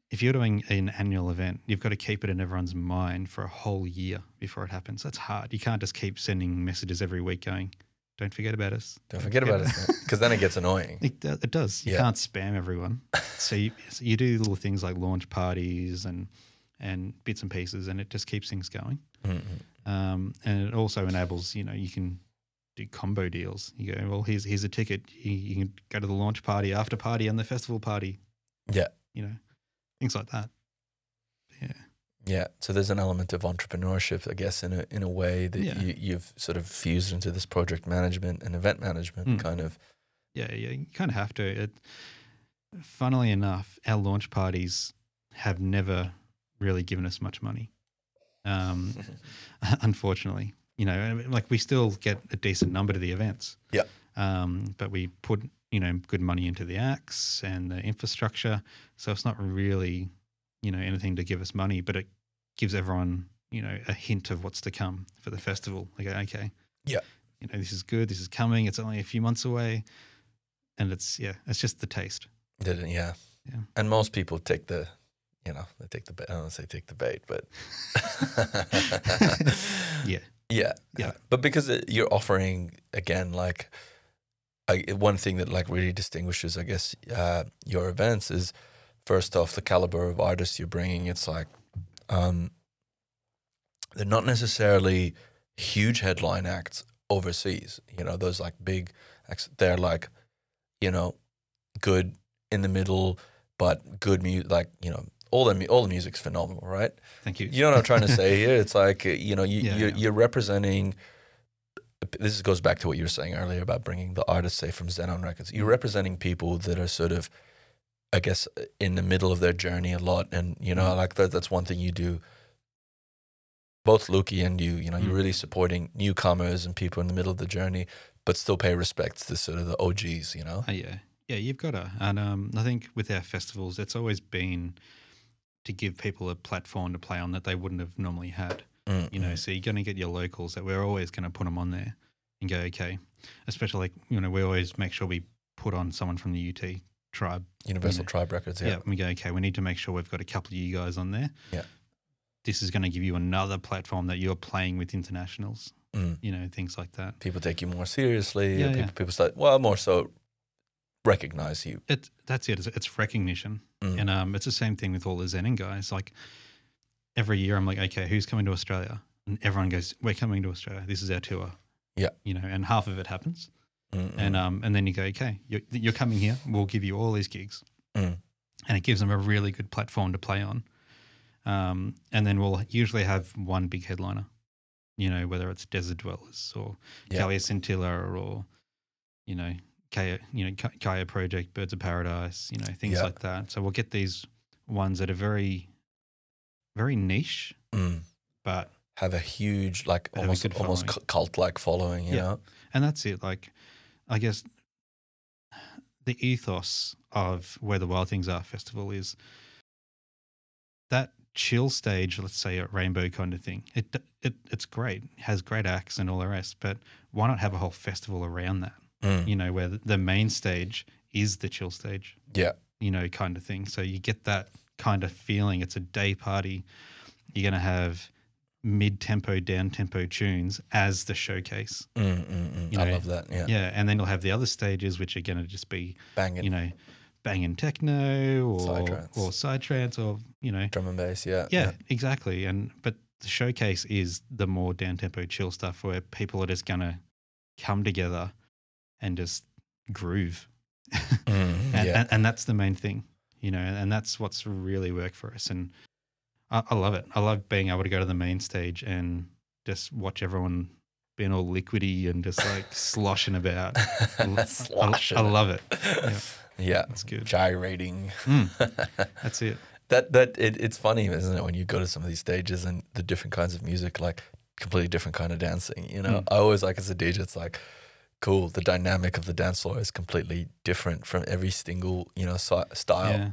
if you're doing an annual event, you've got to keep it in everyone's mind for a whole year before it happens. That's hard. You can't just keep sending messages every week going, don't forget about us.
Don't forget about it, because then it gets annoying.
It, do- it does. You
Yeah.
can't spam everyone. So you, so you do little things like launch parties and, and bits and pieces, and it just keeps things going.
Mm-mm.
Um, and it also enables, you know, you can do combo deals. You go, well, here's here's a ticket. You, you can go to the launch party, after party, and the festival party.
Yeah.
You know, things like that. Yeah.
Yeah, so there's an element of entrepreneurship, I guess, in a in a way that
Yeah.
you, you've sort of fused into this project management and event management
Mm.
kind of.
Yeah. Yeah. You kind of have to. It, funnily enough, our launch parties have never really given us much money. Um, unfortunately. You know, and, like we still get a decent number to the events.
Yeah.
Um, but we put you know good money into the acts and the infrastructure, so it's not really you know anything to give us money, but it gives everyone you know a hint of what's to come for the festival. Like okay,
Yeah.
you know this is good, this is coming. It's only a few months away, and it's yeah, it's just the taste.
Did it, yeah.
Yeah.
And most people take the, you know, they take the, ba- I don't wanna say take the bait, but.
Yeah.
Yeah.
Yeah.
But because it, you're offering, again, like, I, one thing that like really distinguishes, I guess, uh, your events is first off the caliber of artists you're bringing. It's like, um, they're not necessarily huge headline acts overseas. You know, those like big acts, they're like, you know, good in the middle, but good music, like, you know, all the, mu- all the music's phenomenal, right?
Thank you.
You know what I'm trying to say here? It's like, uh, you know, you,
Yeah,
you're,
yeah.
you're representing. This goes back to what you were saying earlier about bringing the artists, say, from Xenon Records.
Mm-hmm.
You're representing people that are sort of, I guess, uh, in the middle of their journey a lot. And, you know,
Mhm.
like that, that's one thing you do both Lukey and you, you know, you're
Mm.
really supporting newcomers and people in the middle of the journey, but still pay respect to sort of the OGs, you know?
Oh, yeah. Yeah, you've got to. And um, I think with our festivals, it's always been to give people a platform to play on that they wouldn't have normally had.
Mm,
You know,
mm.
so you're going to get your locals that we're always going to put them on there and go, okay. Especially like, you know, we always make sure we put on someone from the UT tribe.
Universal
you know.
Tribe Records,
Yeah.
yeah.
And we go, okay, we need to make sure we've got a couple of you guys on there.
Yeah.
This is going to give you another platform that you're playing with internationals,
Mm.
you know, things like that.
People take you more seriously.
Yeah,
people,
yeah.
people start, well, more so recognize you.
It, that's it. It's- It's recognition.
Mm.
And um, it's the same thing with all the Zenon guys. Like every year, I'm like, okay, who's coming to Australia? And everyone goes, we're coming to Australia. This is our tour.
Yeah.
You know, and half of it happens.
Mm, mm.
And um, and then you go, okay, you're, you're coming here. We'll give you all these gigs.
Mm.
And it gives them a really good platform to play on. Um, and then we'll usually have one big headliner, you know, whether it's Desert Dwellers or
Yeah.
Kalia Scintilla or, you know, Kaya, you know, Ka- Kaya Project, Birds of Paradise, you know, things
Yeah.
like that. So we'll get these ones that are very, very niche,
Mm.
but
Have a huge, like
Have a
almost,
good
almost
following.
cult like following, you
Yeah.
know?
and that's it. Like, I guess the ethos of where the Wild Things Are festival is that chill stage, let's say a rainbow kind of thing. It it it's great, has great acts and all the rest, but why not have a whole festival around that?
Mm.
You know, where the- the main stage is the chill stage.
Yeah.
you know, kind of thing. So you get that kind of feeling. It's a day party. You're going to have mid tempo, down tempo tunes as the showcase.
Mm, mm, mm.
You
I
know,
love that. Yeah.
Yeah. And then you'll have the other stages, which are going to just be,
Bang it.
you know, banging techno or
Psytrance.
or psytrance or, you know,
Drum and bass. Uh, Yeah.
yeah, exactly. And, but the showcase is the more down tempo, chill stuff where people are just going to come together and just groove.
Mm,
and,
yeah.
and, and that's the main thing, you know, and that's what's really worked for us. And I, I love it. I love being able to go to the main stage and just watch everyone being all liquidy and just like sloshing about. I lo- I-
Slosh
I,
it.
love it.
yeah.
That's good.
Gyrating.
Mm, that's it.
that that it, it's funny, isn't it, when you go to some of these stages and the different kinds of music, like completely different kind of dancing. You know,
Mm.
I always like as a DJ, it's like cool. The dynamic of the dance floor is completely different from every single you know si- style.
Yeah.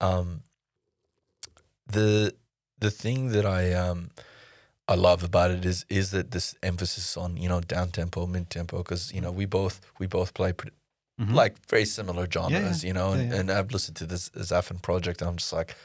um, the the thing that I um, I love about it is is that this emphasis on you know down tempo, mid tempo, because you know we both we both play pre-
Mhm.
like very similar genres, you know,
Yeah,
and,
yeah.
and I've listened to this Zafin project, and I'm just like,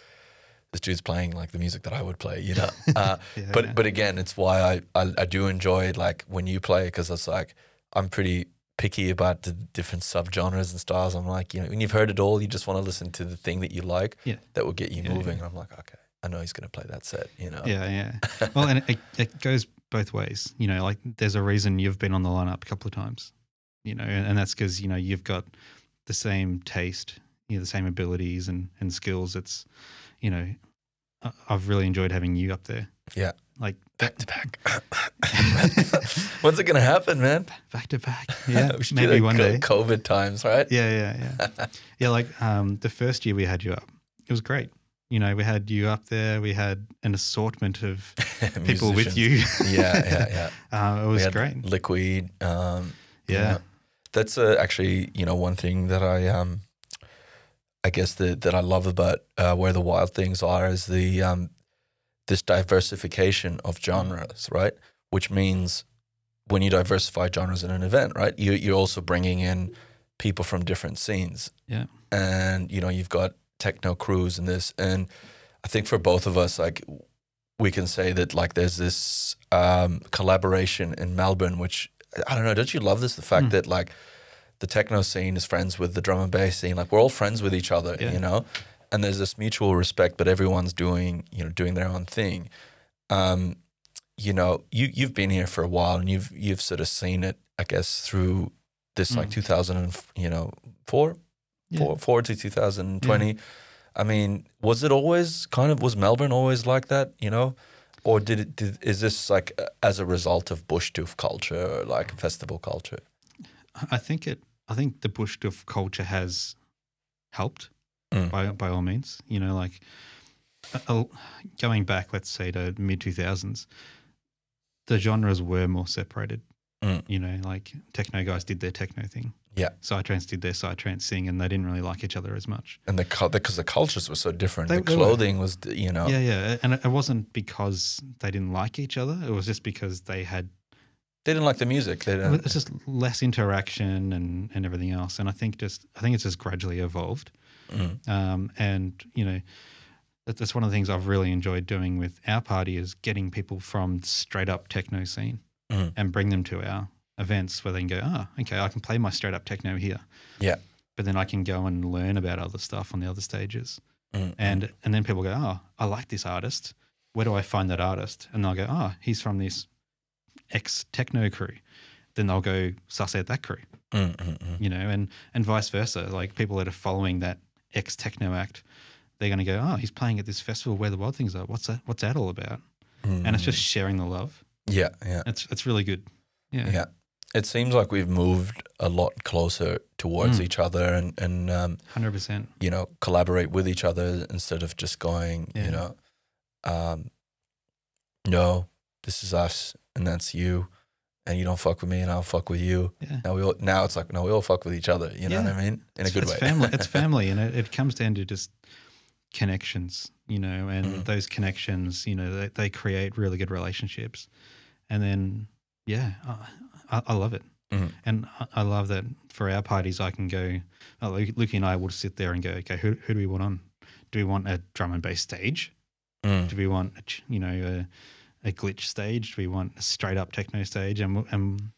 this dude's playing like the music that I would play, you know. Uh,
Yeah,
but
yeah.
but again, it's why I, I I do enjoy like when you play because it's like I'm pretty picky about the different subgenres and styles. I'm like, you know, when you've heard it all, you just want to listen to the thing that you like
Yeah.
that will get you
Yeah,
moving.
yeah.
And I'm like, okay, I know he's gonna play that set, you know.
yeah, yeah. Well, and it, it goes both ways. You know, like there's a reason you've been on the lineup a couple of times. You know, and, and that's because you know you've got the same taste, you know, the same abilities and and skills. It's, you know, I, I've really enjoyed having you up there.
Yeah.
like
Back to back. When's it gonna happen, man?
back to back. Yeah,
We should do
maybe
that
one
co-
day.
COVID times, right?
Yeah, yeah, yeah. yeah, like um, the first year we had you up, it was great. You know, we had you up there. We had an assortment of people with
Musicians.
you.
yeah, yeah, yeah.
Uh, it
We
was
had
great.
Liquid. Um, you
Yeah.
know. that's uh, actually you know one thing that I um, I guess that that I love about uh, where the wild things are is the um, this diversification of genres, right? Which means when you diversify genres in an event, right, you you're also bringing in people from different scenes.
Yeah.
and you know you've got techno crews and this, and I think for both of us, like we can say that like there's this um, collaboration in Melbourne, which I don't know. Don't you love this? The fact
Mm.
that like the techno scene is friends with the drum and bass scene. Like we're all friends with each other,
Yeah.
you know. And there's this mutual respect, but everyone's doing you know doing their own thing. Um, you know, you you've been here for a while, and you've you've sort of seen it, I guess, through this like
Mm.
2000 and f- you know four,
Yeah.
four, four to 2020. I mean, was it always kind of was Melbourne always like that? You know, or did it? Did, is this like uh, as a result of bush tooth culture or like festival culture?
I think it. I think the bush doof culture has helped
Mm.
by by all means. You know, like uh, going back, let's say to mid two thousands, the genres were more separated.
Mm.
You know, like techno guys did their techno thing.
Yeah.
Psytrance did their psytrance thing, and they didn't really like each other as much.
and the because the, 'cause the cultures were so different.
They
the
were.
clothing was, d- you know,
Yeah, yeah, and it it wasn't because they didn't like each other. It was just because they had
they didn't like the music. They
Well,
didn't.
it's just less interaction and, and everything else. And I think just I think it's just gradually evolved.
Mm.
Um, and you know, that, that's one of the things I've really enjoyed doing with our party is getting people from straight up techno scene
Mm.
and bring them to our events where they can go, ah, okay, I can play my straight up techno here.
Yeah.
But then I can go and learn about other stuff on the other stages.
Mm,
And and then people go, oh, I like this artist. Where do I find that artist? And they'll go, oh, he's from this ex techno crew. Then they'll go suss out that crew,
mm, mm, mm.
you know, and and vice versa. Like people that are following that ex techno act, they're going to go, oh, he's playing at this festival where the wild things are. What's that? What's that all about? And it's just sharing the love.
mm. yeah, yeah,
It's it's really good. Yeah.
yeah. It seems like we've moved a lot closer towards
Mm.
each other, and and um,
hundred percent.
you know, collaborate with each other instead of just going,
Yeah.
you know, um, no, this is us and that's you, and you don't fuck with me and I'll fuck with you.
Yeah.
Now we all now it's like no, we all fuck with each other. You know what I mean? In
it's,
a good
it's
way.
Family, it's family, and it, it comes down to just connections, you know, and
Mm.
those connections, you know, they, they create really good relationships. And then, yeah, I, I, I love it.
Mhm.
And I, I love that for our parties, I can go, oh, Lu- Lucky and I will sit there and go, okay, who, who do we want on? Do we want a drum and bass stage?
Mm,
Do we want, a, ch- you know, a, a glitch stage? Do we want a straight up techno stage? And, w- and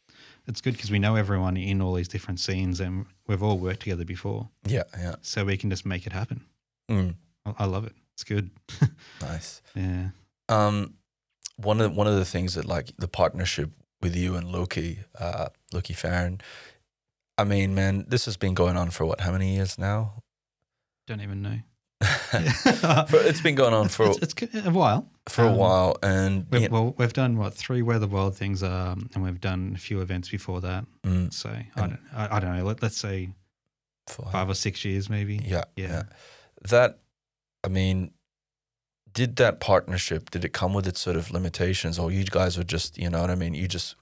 it's good because we know everyone in all these different scenes and we've all worked together before
yeah, yeah.
so we can just make it happen.
Mm,
I, I love it. It's good.
nice.
Yeah.
Um, one of one of the things that like the partnership with you and Loki, uh, Loki Farron. I mean, man, this has been going on for what? How many years now?
Don't even know.
For- it's been going on for
it's, it's good- a while.
for a
um,
while, and
We've,
yeah,
Well, we've done what three where the wild things are, and we've done a few events before that.
mm,
So I don't, I, I don't know. Let, let's say
for-
five or six years, maybe.
yeah,
Yeah.
yeah. That, I mean, did that partnership? Did it come with its sort of limitations, or you guys were just, you know what I mean? You just,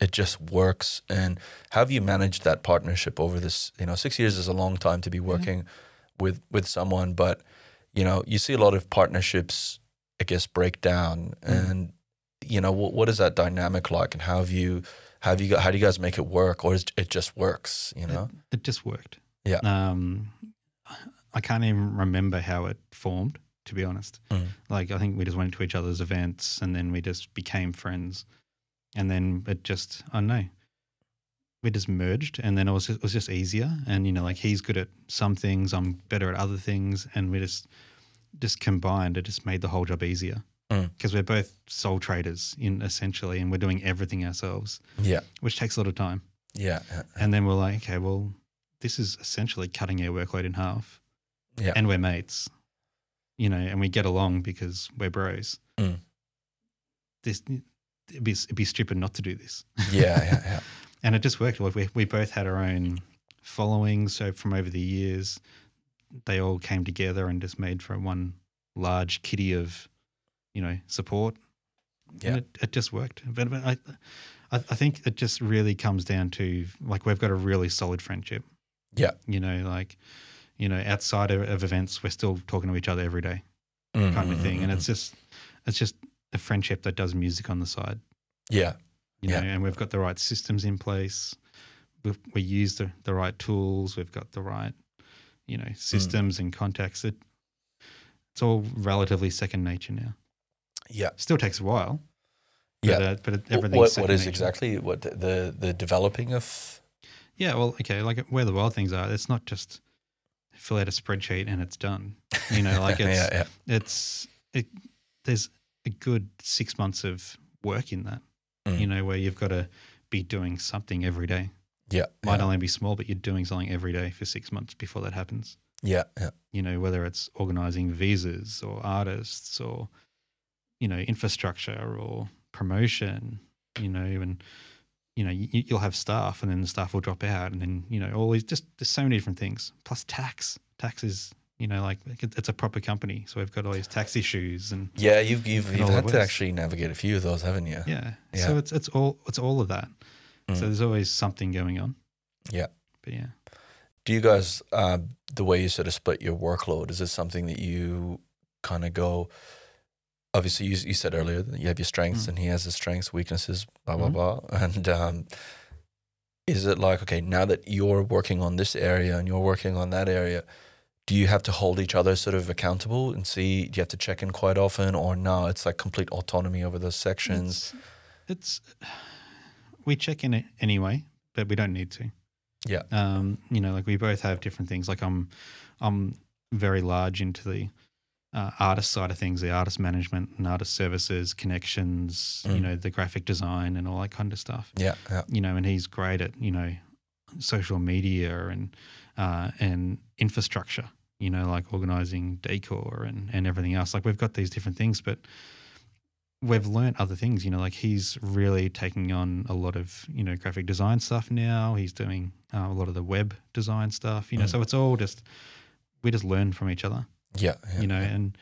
it just works. And how have you managed that partnership over this? You know, six years is a long time to be
Mm-hmm.
working with with someone, but you know, you see a lot of partnerships, I guess, break down.
Mm.
And you know, what what is that dynamic like? And how have you? Have you got, how do you guys make it work, or is it just works? You know,
It, it just worked.
Yeah.
Um, I can't even remember how it formed, to be honest.
Mm.
Like I think we just went to each other's events, and then we just became friends, and then it just I don't know. We just merged, and then it was just, it was just easier. And you know, like he's good at some things, I'm better at other things, and we just just combined. It just made the whole job easier
Mm.
because we're both sole traders in essentially, and we're doing everything ourselves,
yeah,
which takes a lot of time.
yeah, yeah.
And then we're like, okay, well, this is essentially cutting our workload in half.
Yeah.
And we're mates, you know, and we get along because we're bros.
Mm.
This, it'd be, it'd be stupid not to do this.
yeah, yeah, yeah.
And it just worked. Like we, we both had our own following. So from over the years, they all came together and just made for one large kitty of, you know, support.
Yeah.
And it, it just worked. But, but I, I, I think it just really comes down to like we've got a really solid friendship.
Yeah.
You know, like, you know, outside of, of events, we're still talking to each other every day
Mm,
kind of
mm,
thing.
mm,
And
mm.
it's just, it's just a friendship that does music on the side
yeah,
you
Yeah.
know, and we've got the right systems in place. We've, we use the, the right tools. We've got the right, you
Hmm.
know, systems and contacts. It, it's all relatively second nature now.
yeah.
Still takes a while. But,
Yeah.
uh, but it,
Wh-
everything's
What, what
second
is
nature.
exactly what the- the the developing of?
Yeah. Well, okay. Like where the wild things are, it's not just fill out a spreadsheet and it's done. You know, like it's
yeah, yeah,
it's it, there's a good six months of work in that.
Mm.
You know, where you've got to be doing something every day.
yeah,
might
yeah,
only be small, but you're doing something every day for six months before that happens.
yeah, yeah,
You know, whether it's organizing visas or artists or, you know, infrastructure or promotion, you know, and, you know, you, you'll have staff and then the staff will drop out and then, you know, all these just, there's so many different things. Plus tax. Tax is you know, like like, it- it's a proper company. So we've got all these tax issues and
Yeah, you've you've,
In
you've
all
had
the
to
ways.
actually navigate a few of those, haven't you?
yeah.
Yeah.
So it's it's all it's all of that.
Mm.
So there's always something going on.
Yeah.
But yeah.
Do you guys uh, the way you sort of split your workload? Is this something that you kind of go? Obviously, you, you said earlier that you have your strengths,
Mm.
and he has his strengths, weaknesses, blah blah blah. And um, is it like okay, now that you're working on this area and you're working on that area, do you have to hold each other sort of accountable and see? Do you have to check in quite often, or no? It's like complete autonomy over those sections.
It's, it's we check in it anyway, but we don't need to.
Yeah.
Um, you know, like we both have different things. Like I'm, I'm very large into the uh, artist side of things, the artist management and artist services, connections. You
Mm.
know, the graphic design and all that kind of stuff.
yeah, yeah,
You know, and he's great at you know, social media and uh, and infrastructure. You know, like organizing decor and and everything else. Like we've got these different things, but we've learnt other things. You know, like he's really taking on a lot of you know graphic design stuff now. He's doing uh, a lot of the web design stuff. You know,
Mm.
so it's all just we just learn from each other.
yeah, yeah.
You know, and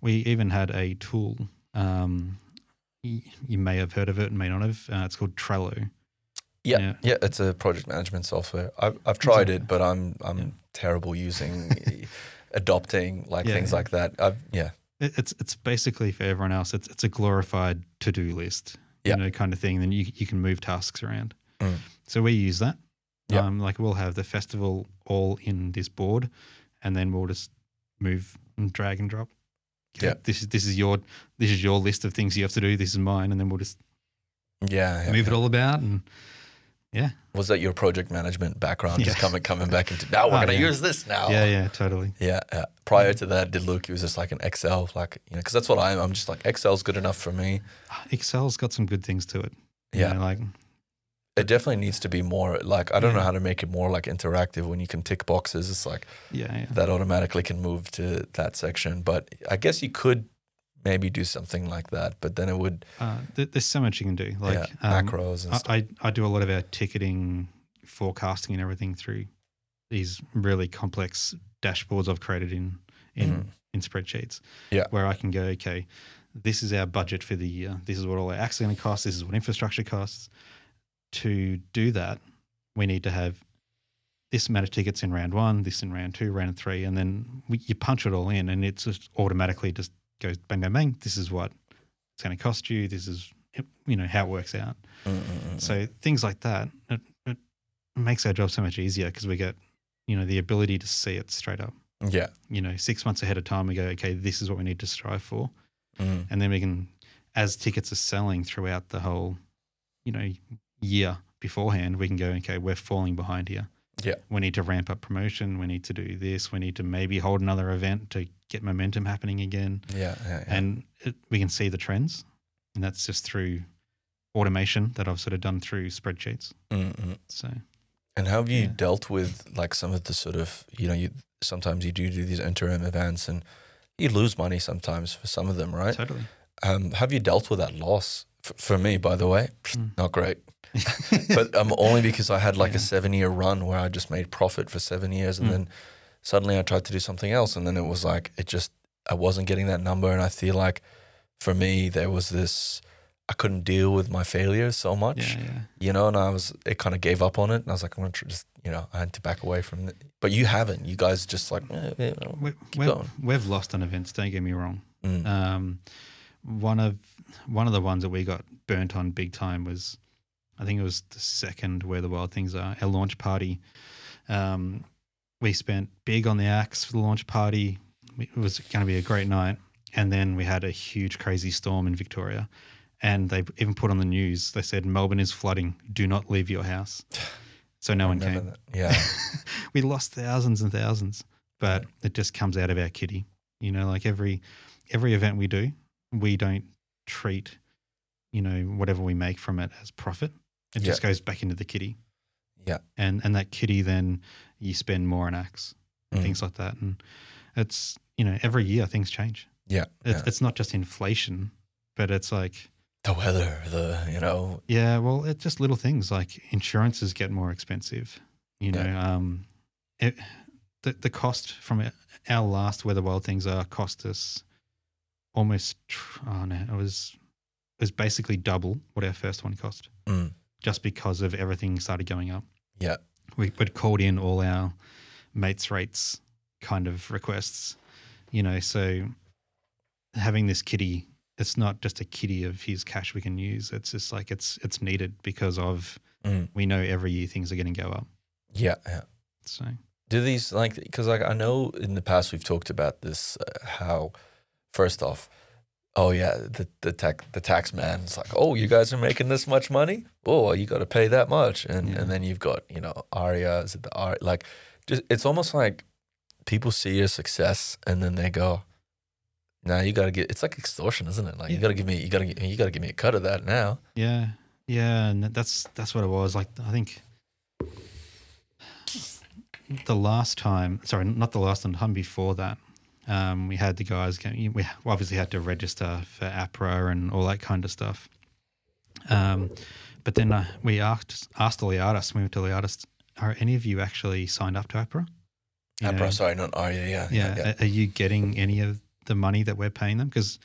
we even had a tool. Um, y- you may have heard of it, and may not have. Uh, it's called Trello.
Yeah, yeah,
Yeah.
it's a project management software. I've I've tried it,
Exactly.
but I'm I'm
Yeah.
terrible using e, adopting like
Yeah,
things
yeah.
like that. I've yeah,
It, it's it's basically for everyone else. It's it's a glorified to do list.
Yeah.
You know, kind of thing. Then you you can move tasks around.
Mm.
So we use that.
Yeah.
Um, like we'll have the festival all in this board, and then we'll just move and drag and drop. Okay,
Yeah.
This is this is your this is your list of things you have to do. This is mine, and then we'll just
yeah. yeah,
move it
yeah.
all about. And
Was that your project management background? Just
Yeah.
coming coming back into now we're
Oh,
gonna
yeah.
use this now.
yeah, yeah, totally.
Yeah, yeah. Prior to that, did Luke? He was just like an Excel, like you know, because that's what I'm. I'm just like Excel's good enough for me.
Excel's got some good things to it. you
Yeah,
know, like
it definitely needs to be more like I don't know
Yeah.
how to make it more like interactive. When you can tick boxes, it's like
yeah, yeah.
that automatically can move to that section. But I guess you could maybe do something like that, but then it would
Uh, th- there's so much you can do. Like
yeah,
um,
macros and
I,
stuff.
I I do a lot of our ticketing, forecasting, and everything through these really complex dashboards I've created in in
Mhm.
in spreadsheets.
Yeah.
where I can go, okay, this is our budget for the year. This is what all our acts are going to cost. This is what infrastructure costs. To do that, we need to have this amount of tickets in round one, this in round two, round three, and then we, you punch it all in, and it just automatically just goes bang, bang, bang. This is what it's going to cost you. This is you know how it works out.
Mm, mm, mm, mm.
So things like that, it, it makes our job so much easier because we get, you know, the ability to see it straight up.
mm. yeah.
You know, six months ahead of time, we go, okay, this is what we need to strive for,
Mm.
and then we can, as tickets are selling throughout the whole, you know, year beforehand, we can go, okay, we're falling behind here.
Yeah.
we need to ramp up promotion. We need to do this. We need to maybe hold another event to get momentum happening again,
Yeah, yeah, yeah.
and it, we can see the trends, and that's just through automation that I've sort of done through spreadsheets.
Mm, mm.
So
And how have you
Yeah.
dealt with like some of the sort of you know you sometimes you do do these interim events and you lose money sometimes for some of them, right?
totally.
Um, have you dealt with that loss? F- for me, by the way,
Mm.
not great. but um, only because I had like a
Yeah.
seven year run where I just made profit for seven years, and
Mm.
then suddenly I tried to do something else, and then it was like it just I wasn't getting that number, and I feel like for me there was this I couldn't deal with my failures so much,
yeah, yeah.
you know, and I was it kind of gave up on it, and I was like I'm gonna tr- just you know I had to back away from it, but you haven't, you guys just like eh, eh, no.
We,
Keep
we've,
going.
we've lost on events. Don't get me wrong.
Mm.
Um, one of one of the ones that we got burnt on big time was, I think it was the second where the wild things are. Our launch party. Um, we spent big on the axe for the launch party. It was going to be a great night, and then we had a huge crazy storm in Victoria, and they even put on the news. They said Melbourne is flooding. Do not leave your house. So no one came.
Remember that. yeah,
we lost thousands and thousands, but it just comes out of our kitty. You know, like every every event we do, we don't treat, you know, whatever we make from it as profit. It just goes back into the kitty.
Yeah.
And and that kitty then you spend more on acts and
Mm.
things like that. And it's you know, every year things change.
yeah,
It's
yeah.
it's not just inflation, but it's like
the weather, the you know,
yeah, well, it's just little things like insurances get more expensive. You know,
Yeah.
um, it, the, the cost from it- our last Where the Wild Things Are cost us almost, tr- oh no, it was, it was basically double what our first one cost
Mm.
just because of everything started going up.
Yeah.
We would called in all our mates rates kind of requests, you know, so having this kitty, it's not just a kitty of his cash we can use. It's just like it's it's needed because of
Mm.
we know every year things are going to go up.
Yeah. Yeah.
So
Do these like because like I know in the past we've talked about this uh, how first off, oh yeah, the the tax the tax man's like, oh, you guys are making this much money, oh, you got to pay that much, and
Yeah.
and then you've got you know Aria, is it the Aria? Like, just it's almost like people see your success and then they go. Now you gotta get. It's like extortion, isn't it? Like you
Yeah.
gotta give me, you gotta, gi- you gotta give me a cut of that now.
Yeah, yeah, and that- that's that's what it was. Like I think the last time, sorry, not the last time, the time before that, um, we had the guys. go- We obviously had to register for APRA and all that kind of stuff. Um, but then uh, we asked asked the Liardis, we went to Liardis, are any of you actually signed up to APRA? You
Yeah.
know,
sorry, not Aria. Yeah,
yeah. Are, are you getting any of the money that we're paying them? Because,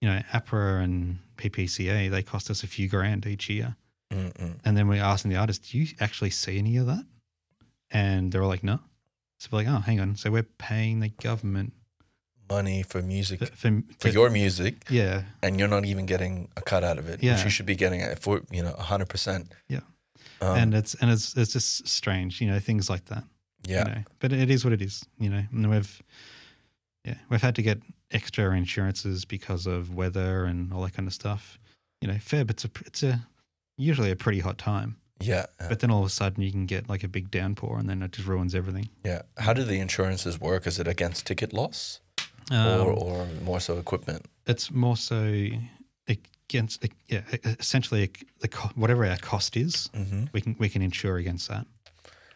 you know, APRA and PPCA, they cost us a few grand each year.
Mm, mm.
And then we're asking the artist, do you actually see any of that? And they're all like, no. So we're like, oh, hang on. So we're paying the government
Money for music,
for, for,
for
to-
your music,
yeah.
and you're not even getting a cut out of it, which
Yeah.
you should be getting at for you know hundred percent.
Yeah.
um,
and uh, it's and it's it's just strange, you know, things like that.
yeah,
You know? But it is what it is, you know. And we've yeah, we've had to get extra insurances because of weather and all that kind of stuff. You know, Feb it's a it's a usually a pretty hot time,
yeah, uh, yeah,
but then all of a sudden you can get like a big downpour and then it just ruins everything.
yeah. How do the insurances work? Is it against ticket loss
Um,
or, or more so equipment?
it's more so against yeah e, essentially the co- whatever our cost is
Mm-hmm.
we can we can insure against that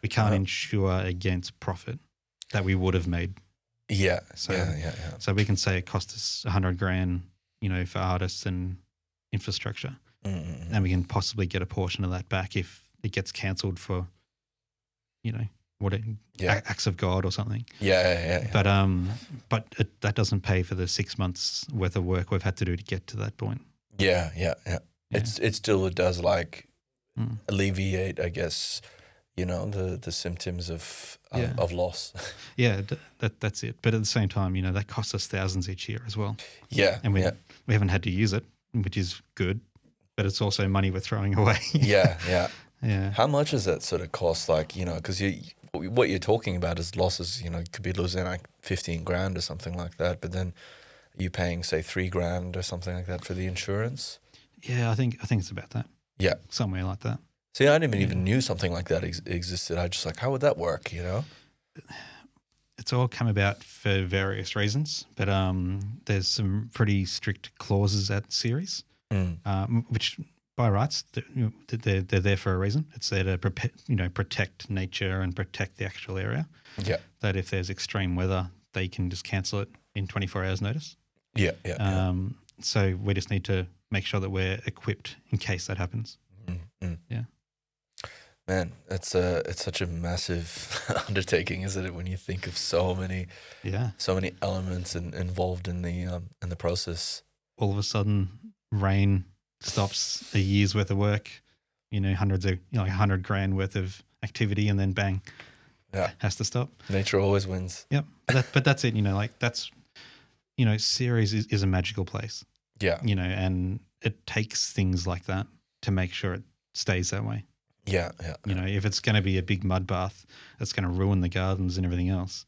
we can't
Oh.
insure against profit that we would have made
Yeah,
So-
yeah, yeah, yeah.
so we can say it cost us 100 grand you know for artists and infrastructure
Mm-mm.
and we can possibly get a portion of that back if it gets cancelled for you know what it,
Yeah.
ac- acts of god or something
yeah, yeah, yeah, yeah.
but um but it, that doesn't pay for the 6 months worth of work we've had to do to get to that point
Yeah, yeah, yeah.
Yeah.
It's it still does like
Mm.
alleviate, I guess, you know, the the symptoms of um,
Yeah.
of loss.
Yeah, th- that that's it. But at the same time, you know, that costs us thousands each year as well,
yeah,
and we
yeah,
we haven't had to use it, which is good. But it's also money we're throwing away.
yeah, yeah.
yeah,
How much is that sort of cost? Like, you know, because you what you're talking about is losses. You know, you could be losing like fifteen grand or something like that, but then you paying say three grand or something like that for the insurance.
yeah. I think I think it's about that.
Yeah.
somewhere like that.
See, I didn't
Mm.
even knew something like that ex- existed. I just like, how would that work? You know?
It's all come about for various reasons, but um, there's some pretty strict clauses at series,
Mm.
um, which by rights th- you know, th- they're they're there for a reason. It's there to prepa- you know protect nature and protect the actual area.
Yeah,
That if there's extreme weather, they can just cancel it in 24 hours notice.
yeah, yeah, yeah.
Um, so we just need to make sure that we're equipped in case that happens.
Mm, mm.
yeah.
Man, it's a it's such a massive undertaking, isn't it? When you think of so many
Yeah.
so many elements in, involved in the um, in the process.
All of a sudden, rain stops a year's worth of work. You know, hundreds of you know, like hundred grand worth of activity, and then bang,
Yeah.
has to stop.
Nature always wins.
Yep. But, that, but that's it. You know, like that's you know, series is, is a magical place.
Yeah,
You know, and it takes things like that to make sure it stays that way.
yeah, yeah.
You know, if it's going to be a big mud bath that's going to ruin the gardens and everything else,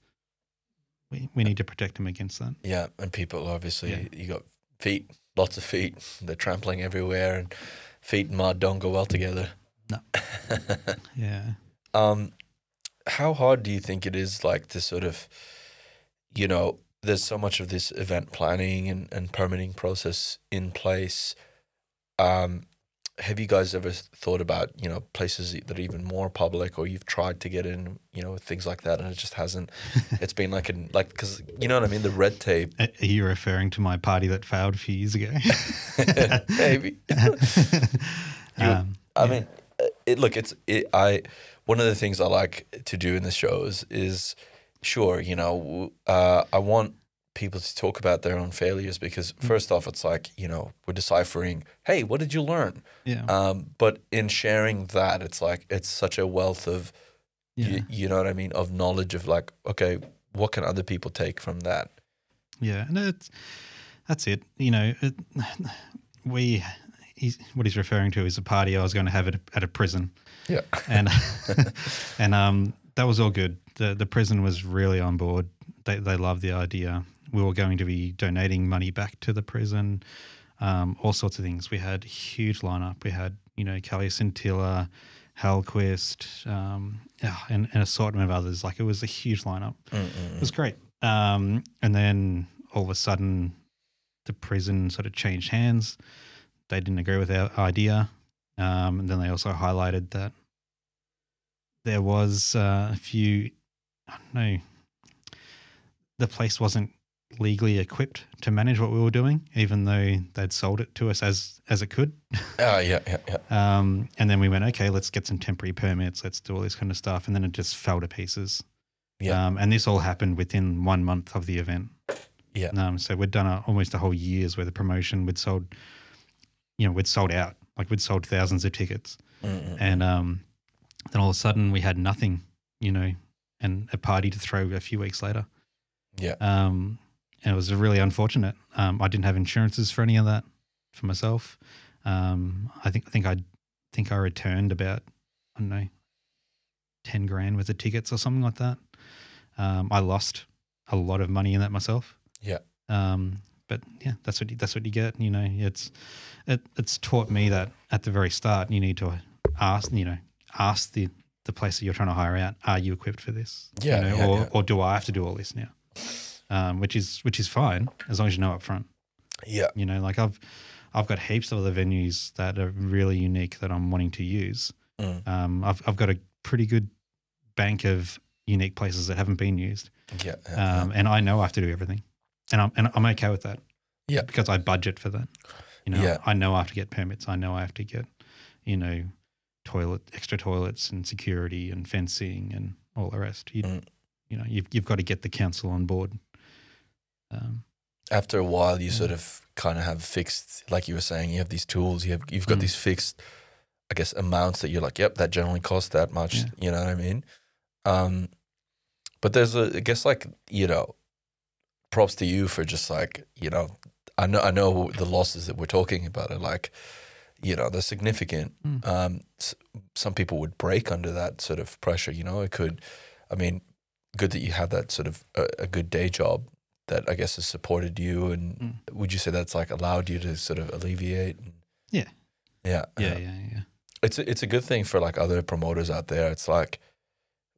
we, we need to protect them against that.
Yeah, and people obviously
Yeah.
you got feet, lots of feet. They're trampling everywhere, and feet and mud don't go well together.
No. Yeah.
um, how hard do you think it is, like to sort of, you know, there's so much of this event planning and, and permitting process in place. Um, have you guys ever thought about you know places that are even more public, or you've tried to get in, you know, things like that, and it just hasn't? it's been like an like because you know what I mean. The red tape
Are are you referring to my party that failed a few years ago?
Maybe. You-
um,
I
Yeah.
mean, uh, it, look, it's it, I. One of the things I like to do in the shows is, sure, you know, w- uh, I want people to talk about their own failures because
Mm.
first off, it's like you know we're deciphering. Hey, what did you learn?
Yeah.
Um, but in sharing that, it's like it's such a wealth of,
yeah.
you, you know what I mean, of knowledge of like, okay, what can other people take from that?
Yeah, and it's that's it. You know, it, we he's, what he's referring to is a party I was going to have at a, at a prison,
Yeah,
and and um that was all good. The the prison was really on board. They they loved the idea. We were going to be donating money back to the prison, um, all sorts of things. We had a huge lineup. We had you know Kelly Scintilla, Halquist, um, ah, and an assortment of others. Like it was a huge lineup.
Mm,
It was great. Um, and then all of a sudden, the prison sort of changed hands. They didn't agree with our idea. Um, and then they also highlighted that there was uh, a few, I don't know, the place wasn't legally equipped to manage what we were doing, even though they'd sold it to us as as it could.
Ah, yeah, yeah, yeah.
Um, and then we went, okay, let's get some temporary permits, let's do all this kind of stuff, and then it just fell to pieces.
Yeah.
Um, and this all happened within one month of the event.
Yeah.
Um, so we'd done a, almost a whole year's worth of promotion. We'd sold, you know, we'd sold out. Like we'd sold thousands of tickets,
Mm-mm.
and um, then all of a sudden we had nothing, you know, and a party to throw a few weeks later.
Yeah.
Um, and it was really unfortunate. Um, I didn't have insurances for any of that for myself. Um, I think I think I think I returned about I don't know ten grand worth of tickets or something like that. Um, I lost a lot of money in that myself.
Yeah.
Um, but yeah, that's what you, that's what you get. You know, it's it, it's taught me that at the very start you need to ask you know ask the the place that you're trying to hire out are you equipped for this? You
Yeah,
know,
yeah,
or
yeah.
or do I have to do all this now? Um, which is which is fine as long as you know up front.
yeah,
You know, like I've I've got heaps of other venues that are really unique that I'm wanting to use.
Mm.
Um, I've I've got a pretty good bank of unique places that haven't been used,
yeah, yeah.
um, and I know I have to do everything, and I'm and I'm okay with that.
Yeah.
because I budget for that. You know,
Yeah.
I know I have to get permits. I know I have to get, you know, toilet extra toilets and security and fencing and all the rest. You
Mm.
you know, you've you've got to get the council on board. Um,
after a while you
Mm.
sort of kind of have fixed like you were saying you have these tools you have you've got
Mm.
these fixed i guess amounts that you're like yep that generally costs that much
Yeah.
you know what i mean um but there's a i guess like you know props to you for just like you know i know i know the losses that we're talking about are like you know they're significant
Mm.
um s- some people would break under that sort of pressure you know it could i mean good that you have that sort of a, a good day job that I guess has supported you, and
Mm.
would you say that's like allowed you to sort of alleviate? And,
Yeah.
yeah,
yeah,
uh,
yeah, yeah.
It's a, it's a good thing for like other promoters out there. It's like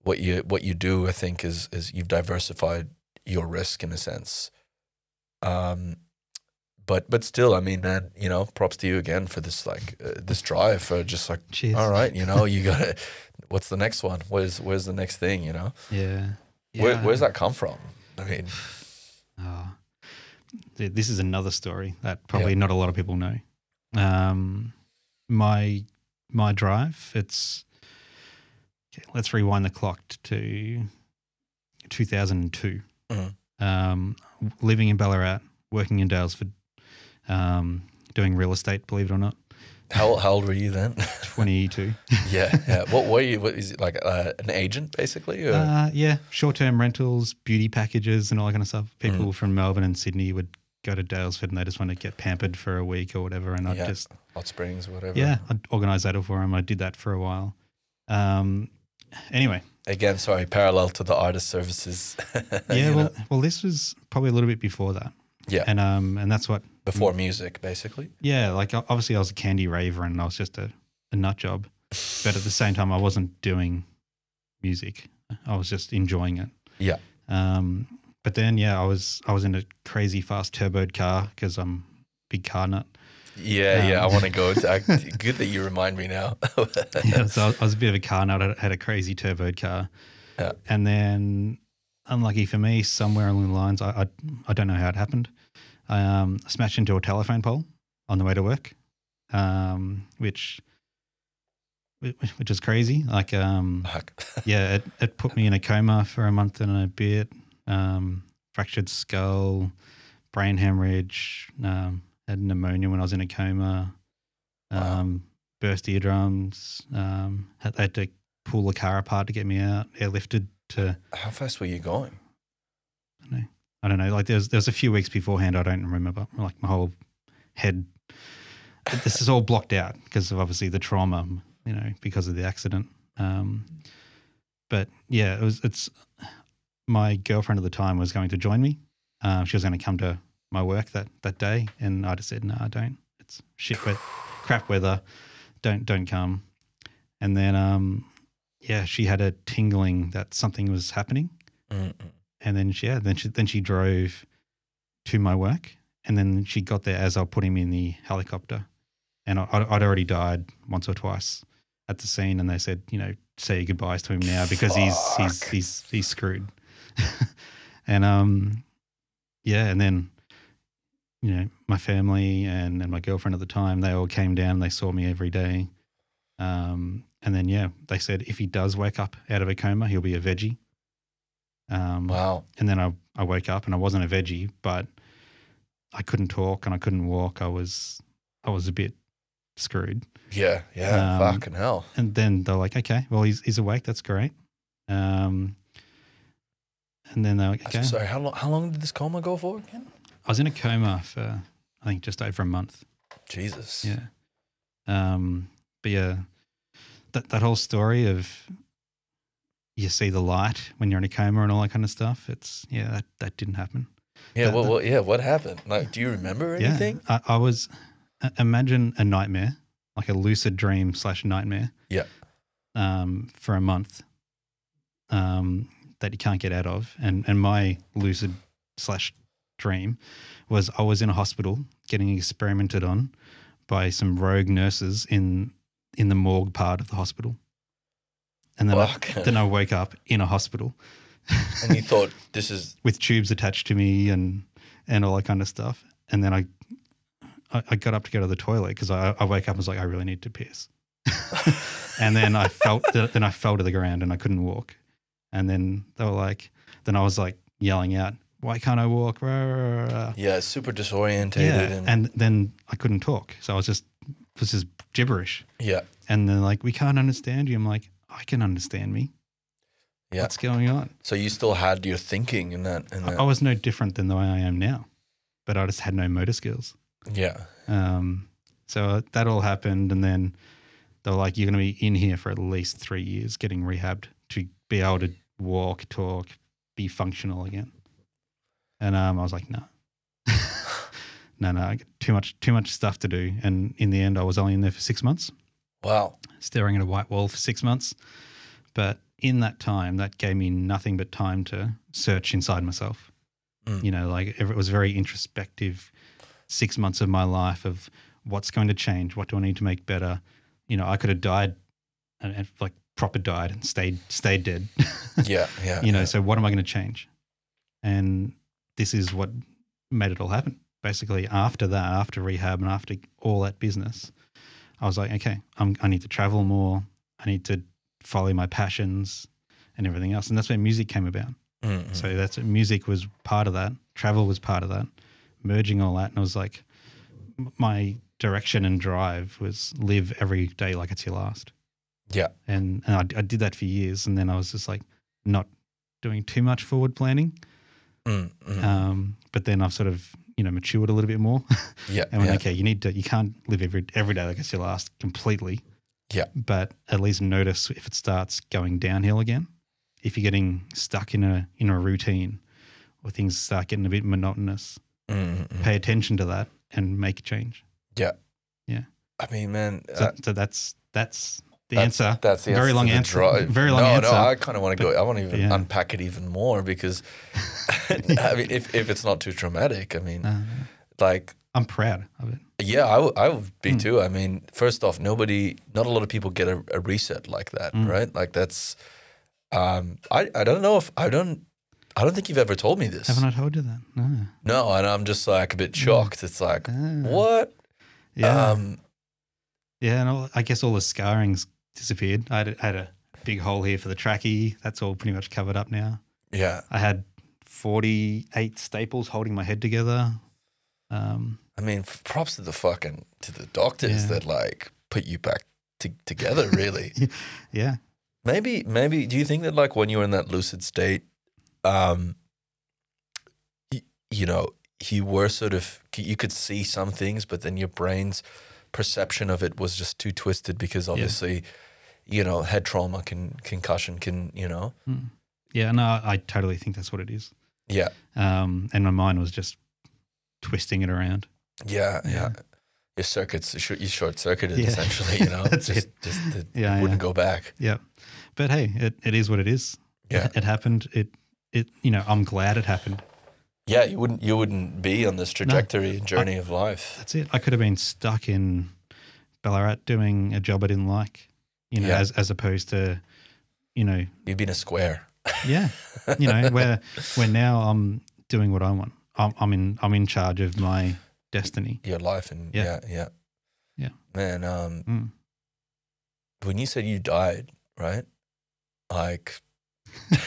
what you what you do. I think is is you've diversified your risk in a sense. Um, but but still, I mean, man, you know, props to you again for this like uh, this drive for just like
Cheers.
all right, you know, you got to What's the next one? Where's where's the next thing? You know,
Yeah.
Where,
Yeah.
where's that come from? I mean,
Oh. Th- This is another story that probably not a lot of people know. Um, my my drive. It's okay, let's rewind the clock t- to 2002.
Mhm.
Um, w- living in Ballarat, working in Dalesford, um, doing real estate. Believe it or not,
how how old were you then?
22.
yeah, yeah. What were you? What is it like? Uh, an agent, basically? Or?
Uh, yeah, short-term rentals, beauty packages, and all that kind of stuff. People
Mm.
from Melbourne and Sydney would go to Dalesford and they just want to get pampered for a week or whatever, and I'd
Yeah.
just
Hot Springs, or whatever.
yeah, I'd organise that all for them. I did that for a while. Um, anyway,
Again, sorry, parallel to the artist services.
yeah,
you
well,
know,
well, this was probably a little bit before that.
Yeah.
and um, and that's what
before music, basically.
yeah, like o- obviously I was a candy raver and I was just a, a nut job, but at the same time I wasn't doing music. I was just enjoying it.
Yeah.
Um, but then yeah, I was I was in a crazy fast turboed car because I'm a big car nut.
Yeah, yeah. I
Um,
want to go. into- I, good that you remind me now.
yeah, so I was, I was a bit of a car nut. I had a crazy turboed car.
Yeah.
And then, unlucky for me, somewhere along the lines, I, I, I don't know how it happened, I um, smashed into a telephone pole on the way to work, um, which wh- which was crazy. Like, um,
Fuck.
yeah, it, it put me in a coma for a month and a bit. Um, fractured skull, brain hemorrhage, um, had pneumonia when I was in a coma,
Wow.
um, burst eardrums, um, had, they had to pull the car apart to get me out, airlifted to,
How fast were you going?
I don't know, like there's there's a few weeks beforehand, I don't remember, like my whole head. This is all blocked out because of obviously the trauma, you know, because of the accident. Um, but yeah, it was. It's my girlfriend at the time was going to join me. Um, she was going to come to my work that that day, and I just said, "No, I don't. It's shit, we- crap weather. Don't don't come." And then, um, yeah, she had a tingling that something was happening,
Mm-mm.
and then she, yeah, then she then she drove to my work, and then she got there as I was putting me in the helicopter, and I, I'd, I'd already died once or twice at the scene, and they said, you know, say your goodbyes to him now because he's he's
Fuck.
he's he's screwed, and um, yeah, and then you know my family and and my girlfriend at the time they all came down, and they saw me every day, um, and then yeah, they said if he does wake up out of a coma, he'll be a veggie. Um,
Wow.
and then I, I woke up and I wasn't a veggie, but I couldn't talk and I couldn't walk. I was I was a bit screwed.
Yeah. Yeah.
Um,
Fucking hell.
And then they're like, okay, well he's he's awake. That's great. Um, and then they're like,
I'm
okay,
so sorry. How long? How long did this coma go for again?
I was in a coma for I think just over a month.
Jesus.
Yeah. Um, but yeah, that that whole story of you see the light when you're in a coma and all that kind of stuff. It's yeah, that that didn't happen.
Yeah.
The-
What,
the-
what? Yeah. What happened? Like, do you remember anything?
Yeah, I, I was uh, imagine a nightmare, like a lucid dream slash nightmare.
Yeah.
Um, for a month, um, that you can't get out of, and and my lucid slash dream was I was in a hospital getting experimented on by some rogue nurses in in the morgue part of the hospital, and then I,
Fuck.
then I woke up in a hospital
and you thought this is
with tubes attached to me and and all that kind of stuff. And then I I, I got up to go to the toilet because I, I wake up and was like, I really need to piss. and then I felt that then I fell to the ground and I couldn't walk. And then they were like, then I was like yelling out, why can't I walk? Rah, rah, rah, rah.
yeah super disorientated
Yeah.
and,
And then I couldn't talk. So I was just this is gibberish.
yeah
And they're like, we can't understand you. I'm like, I can understand me.
Yeah.
What's going on?
so you still had your thinking in that in
I-
that
I was no different than the way I am now, but I just had no motor skills.
yeah
Um, so that all happened, and then they were like, "You're going to be in here for at least three years, getting rehabbed to be able to walk, talk, be functional again." And um, I was like, "No, no, no, I got too much, too much stuff to do." And in the end, I was only in there for six months,
wow
staring at a white wall for six months. But in that time, that gave me nothing but time to search inside myself.
Mm.
You know, like it was very introspective six months of my life of what's going to change, what do I need to make better. You know, I could have died and, and like proper died and stayed stayed dead.
yeah yeah
you know,
yeah.
so what am I going to change? And this is what made it all happen. Basically, after that, after rehab and after all that business, I was like, okay, I'm, I need to travel more. I need to follow my passions and everything else. And that's where music came about.
Mm, mm.
So that's music was part of that. Travel was part of that. Merging all that, and I was like, m- my direction and drive was live every day like it's your last.
Yeah.
And and I, I did that for years, and then I was just like, not doing too much forward planning.
Mm, mm.
Um, but then I've sort of you know matured a little bit more.
yeah
And went,
yeah.
okay, you need to, you can't live every every day like it's your last completely.
Yeah.
But at least notice if it starts going downhill again. If you're getting stuck in a in a routine, or things start getting a bit monotonous,
Mm, mm, mm.
pay attention to that and make a change.
I mean man
So,
uh,
so that's that's the
that's-
answer.
that's the
Very
answer
long
to the
answer.
drive.
Very long
no,
answer.
no I kind of want to go I want to even
yeah.
unpack it even more because I mean if, if it's not too traumatic I mean
Uh,
like
I'm proud of it.
Yeah, I would- I would be
Mm.
too. I mean, first off, nobody, not a lot of people get a, a reset like that,
Mm.
right? Like that's, um, I, I don't know if I don't, I don't think you've ever told me this.
Haven't I told you that? No.
No, and I'm just like a bit shocked. It's like
Ah.
what?
Yeah.
Um,
yeah, and all, I guess all the scarring's disappeared. I had, had a big hole here for the trachee. That's all pretty much covered up now.
Yeah.
I had 48 staples holding my head together. Um,
I mean, f- props to the fucking to the doctors
Yeah.
that like put you back to, together. Really,
yeah.
maybe, maybe. Do you think that like when you were in that lucid state, um, y- you know, you were sort of you could see some things, but then your brain's perception of it was just too twisted because obviously, you know, head trauma can concussion can you know,
Mm. Yeah. No, I, I totally think that's what it is.
yeah,
Um, and my mind was just twisting it around.
yeah, yeah.
Yeah.
Your circuits, you short- you short circuited
Yeah.
essentially. You know,
That's
just
it.
just it
Yeah,
wouldn't
yeah.
go back.
Yeah. But hey, it, it is what it is.
Yeah.
It happened. It, it, you know, I'm glad it happened.
Yeah, you wouldn't you wouldn't be on this trajectory and journey of life.
That's it. I could have been stuck in Ballarat doing a job I didn't like, you know,
Yeah.
as, as opposed to, you know,
You'd be in a square.
yeah, you know, where, where now I'm doing what I want. I'm, I'm in, I'm in charge of my destiny.
Your life and yeah,
Yeah.
yeah.
Yeah.
Man, um
Mm.
when you said you died, right? Like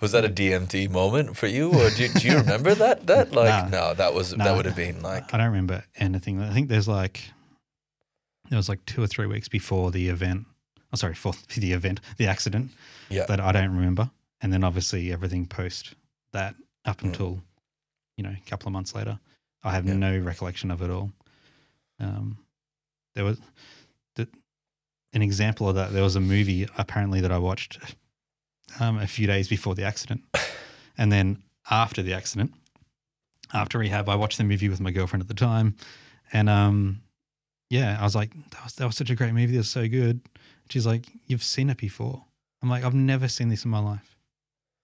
was that a DMT moment for you or do, do you remember that that like no, that was
Nah,
that would have been like
I don't remember anything. I think there's like there was like two or three weeks before the event. Oh, sorry, for the event, the accident.
Yeah.
That I don't remember, and then obviously everything post that up
Mm.
until you know a couple of months later, I have
Yeah.
no recollection of it all. Um, there was the, an example of that. There was a movie apparently that I watched um, a few days before the accident, and then after the accident after rehab, I watched the movie with my girlfriend at the time, and um, yeah, I was like, that was that was such a great movie. That was so good. She's like, you've seen it before. I'm like, I've never seen this in my life.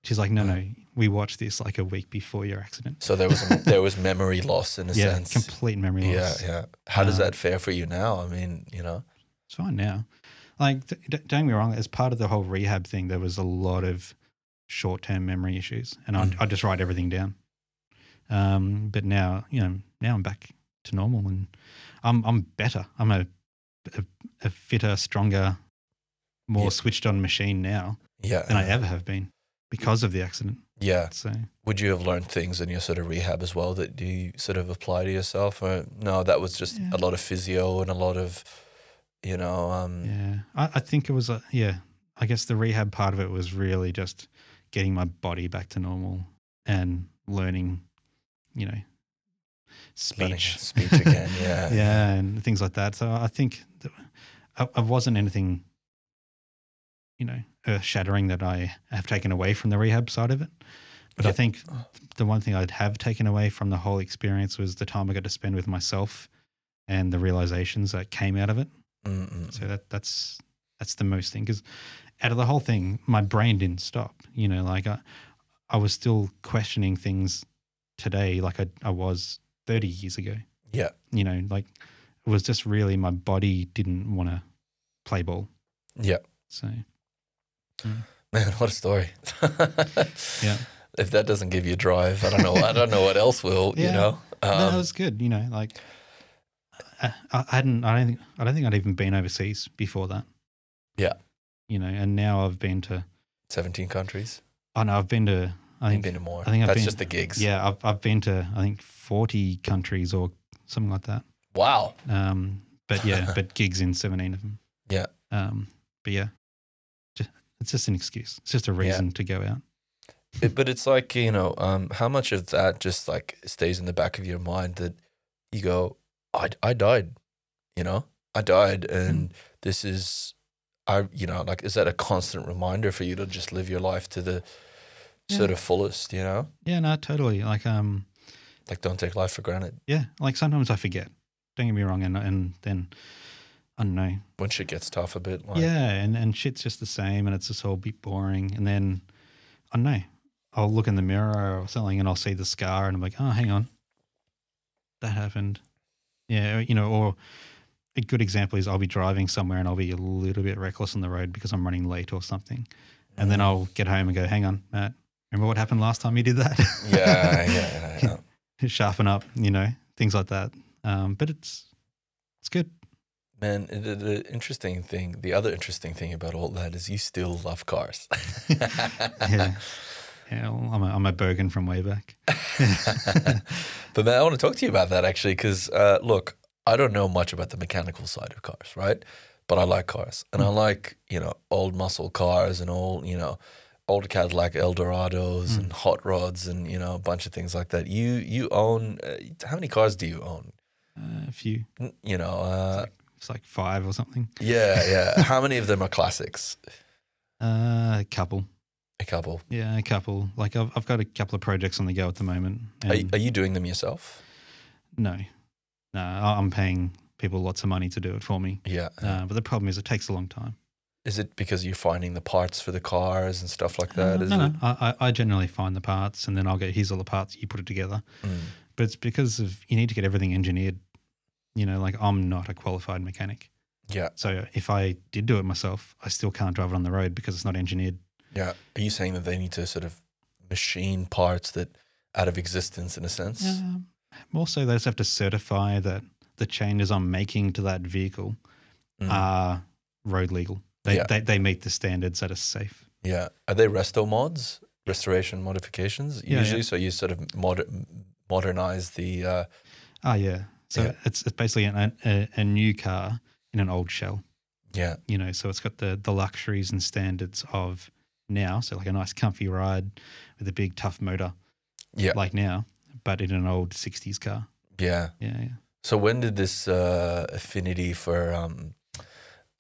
She's like, no, no, we watched this like a week before your accident.
so there was there was memory loss in a
yeah,
sense.
complete memory
yeah,
loss.
yeah. How does
Um,
that fare for you now? I mean, you know.
It's fine now. Like, d- d- don't get me wrong. As part of the whole rehab thing, there was a lot of short-term memory issues, and I'd,
Mm.
I'd just write everything down. Um, but now, you know, now I'm back to normal, and I'm I'm better. I'm a a, a fitter, stronger, more
Yeah. Uh,
switched-on machine now
Yeah.
than I ever have been because of the accident.
Yeah.
So
would you have learned things in your sort of rehab as well that you sort of apply to yourself or no that was just
Yeah.
a lot of physio and a lot of you know um
yeah, I, I think it was a yeah. I guess the rehab part of it was really just getting my body back to normal and learning, you know,
learning
speech,
speech again yeah
yeah, and things like that. So I think that I, I wasn't anything, you know, earth shattering that I have taken away from the rehab side of it. But I
Yeah. Oh.
think the one thing I'd have taken away from the whole experience was the time I got to spend with myself and the realizations that came out of it.
Mm-mm.
So that that's that's the most thing because out of the whole thing, my brain didn't stop. You know, like I I was still questioning things today, like I I was thirty years ago.
Yeah.
You know, like it was just really my body didn't want to play ball.
yeah
So
man what a story
yeah,
if that doesn't give you drive i don't know i don't know what else will you
Yeah.
know
no,
um,
that was good. You know, like I, I hadn't. I don't think. I don't think I'd even been overseas before that.
Yeah.
You know, and now I've been to.
17 countries
I know I've been to. I
you've been
think
to more
I think I've
that's
been-
just the gigs
Yeah, I've, I've been to I think forty countries or something like that.
wow
Um, but yeah, but gigs in seventeen of them.
Yeah.
Um, but yeah, just, it's just an excuse. It's just a reason to go out.
It- but it's like you know um, how much of that just like stays in the back of your mind that you go i, I died you know i died
Mm-hmm.
and this is i you know like is that a constant reminder for you to just live your life to the sort of fullest you know
Yeah, no, totally. Like um,
like don't take life for granted
yeah, like sometimes I forget. Don't get me wrong, and and then I don't know.
when shit gets tough a bit like
Yeah, and and shit's just the same, and it's just all a bit boring. And then I don't know. I'll look in the mirror or something, and I'll see the scar, and I'm like, oh, hang on, that happened. Yeah, uh, you know, or a good example is I'll be driving somewhere and I'll be a little bit reckless on the road because I'm running late or something, and
Mm.
then I'll get home and go, hang on, Matt, remember what happened last time you did that?
yeah yeah, yeah, yeah.
Sharpen up, you know, things like that. Um, but it's it's good.
Man, the, the interesting thing, the other interesting thing about all that is you still love cars.
Yeah. Yeah, well, I'm a, I'm a Bergen from way back.
But man, I want to talk to you about that actually, because uh, look, I don't know much about the mechanical side of cars, right? But I like cars, and
Mm.
I like you know old muscle cars and all you know old Cadillac Eldorados
Mm.
and hot rods and you know a bunch of things like that. You you own uh, how many cars do you own?
Uh, a few,
N- You know, uh,
it's like five or something.
yeah, yeah. how many of them are classics?
Uh, a couple.
A couple.
Yeah, a couple. Like I've, I've got a couple of projects on the go at the moment.
Are,
and-
are you doing them yourself?
No, no, I- I'm paying people lots of money to do it for me.
Yeah.
Uh, but the problem is, it takes a long time.
Is it because you're finding the parts for the cars and stuff like that?
Uh,
Is
no,
it?
no, I, I I generally find the parts, and then I'll go. Here's all the parts. You put it together.
Mm.
But it's because of you need to get everything engineered. You know, like I'm not a qualified mechanic,
Yeah,
so if I did do it myself, I still can't drive it on the road because it's not engineered.
yeah. Are you saying that they need to sort of machine parts that out of existence in a sense?
Um, also, they just have to certify that the changes I'm making to that vehicle
Mm.
are road legal. They,
Yeah.
they they meet the standards that are safe.
Yeah. Are they resto mods, restoration modifications
Yeah,
usually?
yeah.
So you sort of moder- modernize the. Uh,
Ah, yeah. So
Yeah.
it's it's basically an, a, a new car in an old shell,
yeah,
you know. So it's got the the luxuries and standards of now. So like a nice comfy ride with a big tough motor,
Yeah.
like now, but in an old '60s car.
yeah.
Yeah, yeah.
So when did this uh, affinity for um,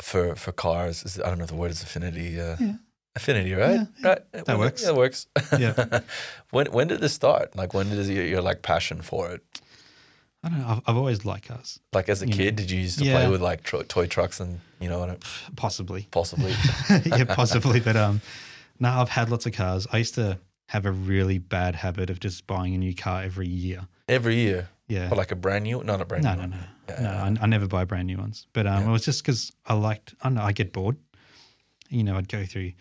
for for cars? Is, I don't know if the word is affinity. Uh,
Yeah.
Affinity, right?
Yeah,
right. When-
works.
That works.
Yeah.
when when did this start? Like when did your, your like passion for it?
I don't know. I've, I've always liked cars,
Like as a
You know.
kid, did you used to
Yeah.
play with like tro- toy trucks and you know and
possibly.
possibly?
yeah, possibly. But um, no, I've had lots of cars. I used to have a really bad habit of just buying a new car every year.
Every year,
Yeah.
but like a brand new, not a brand
No,
new.
no,
one.
no,
Yeah,
no. I, I never buy brand new ones, but um,
Yeah.
it was just because I liked. I don't know. I get bored. You know, I'd go through,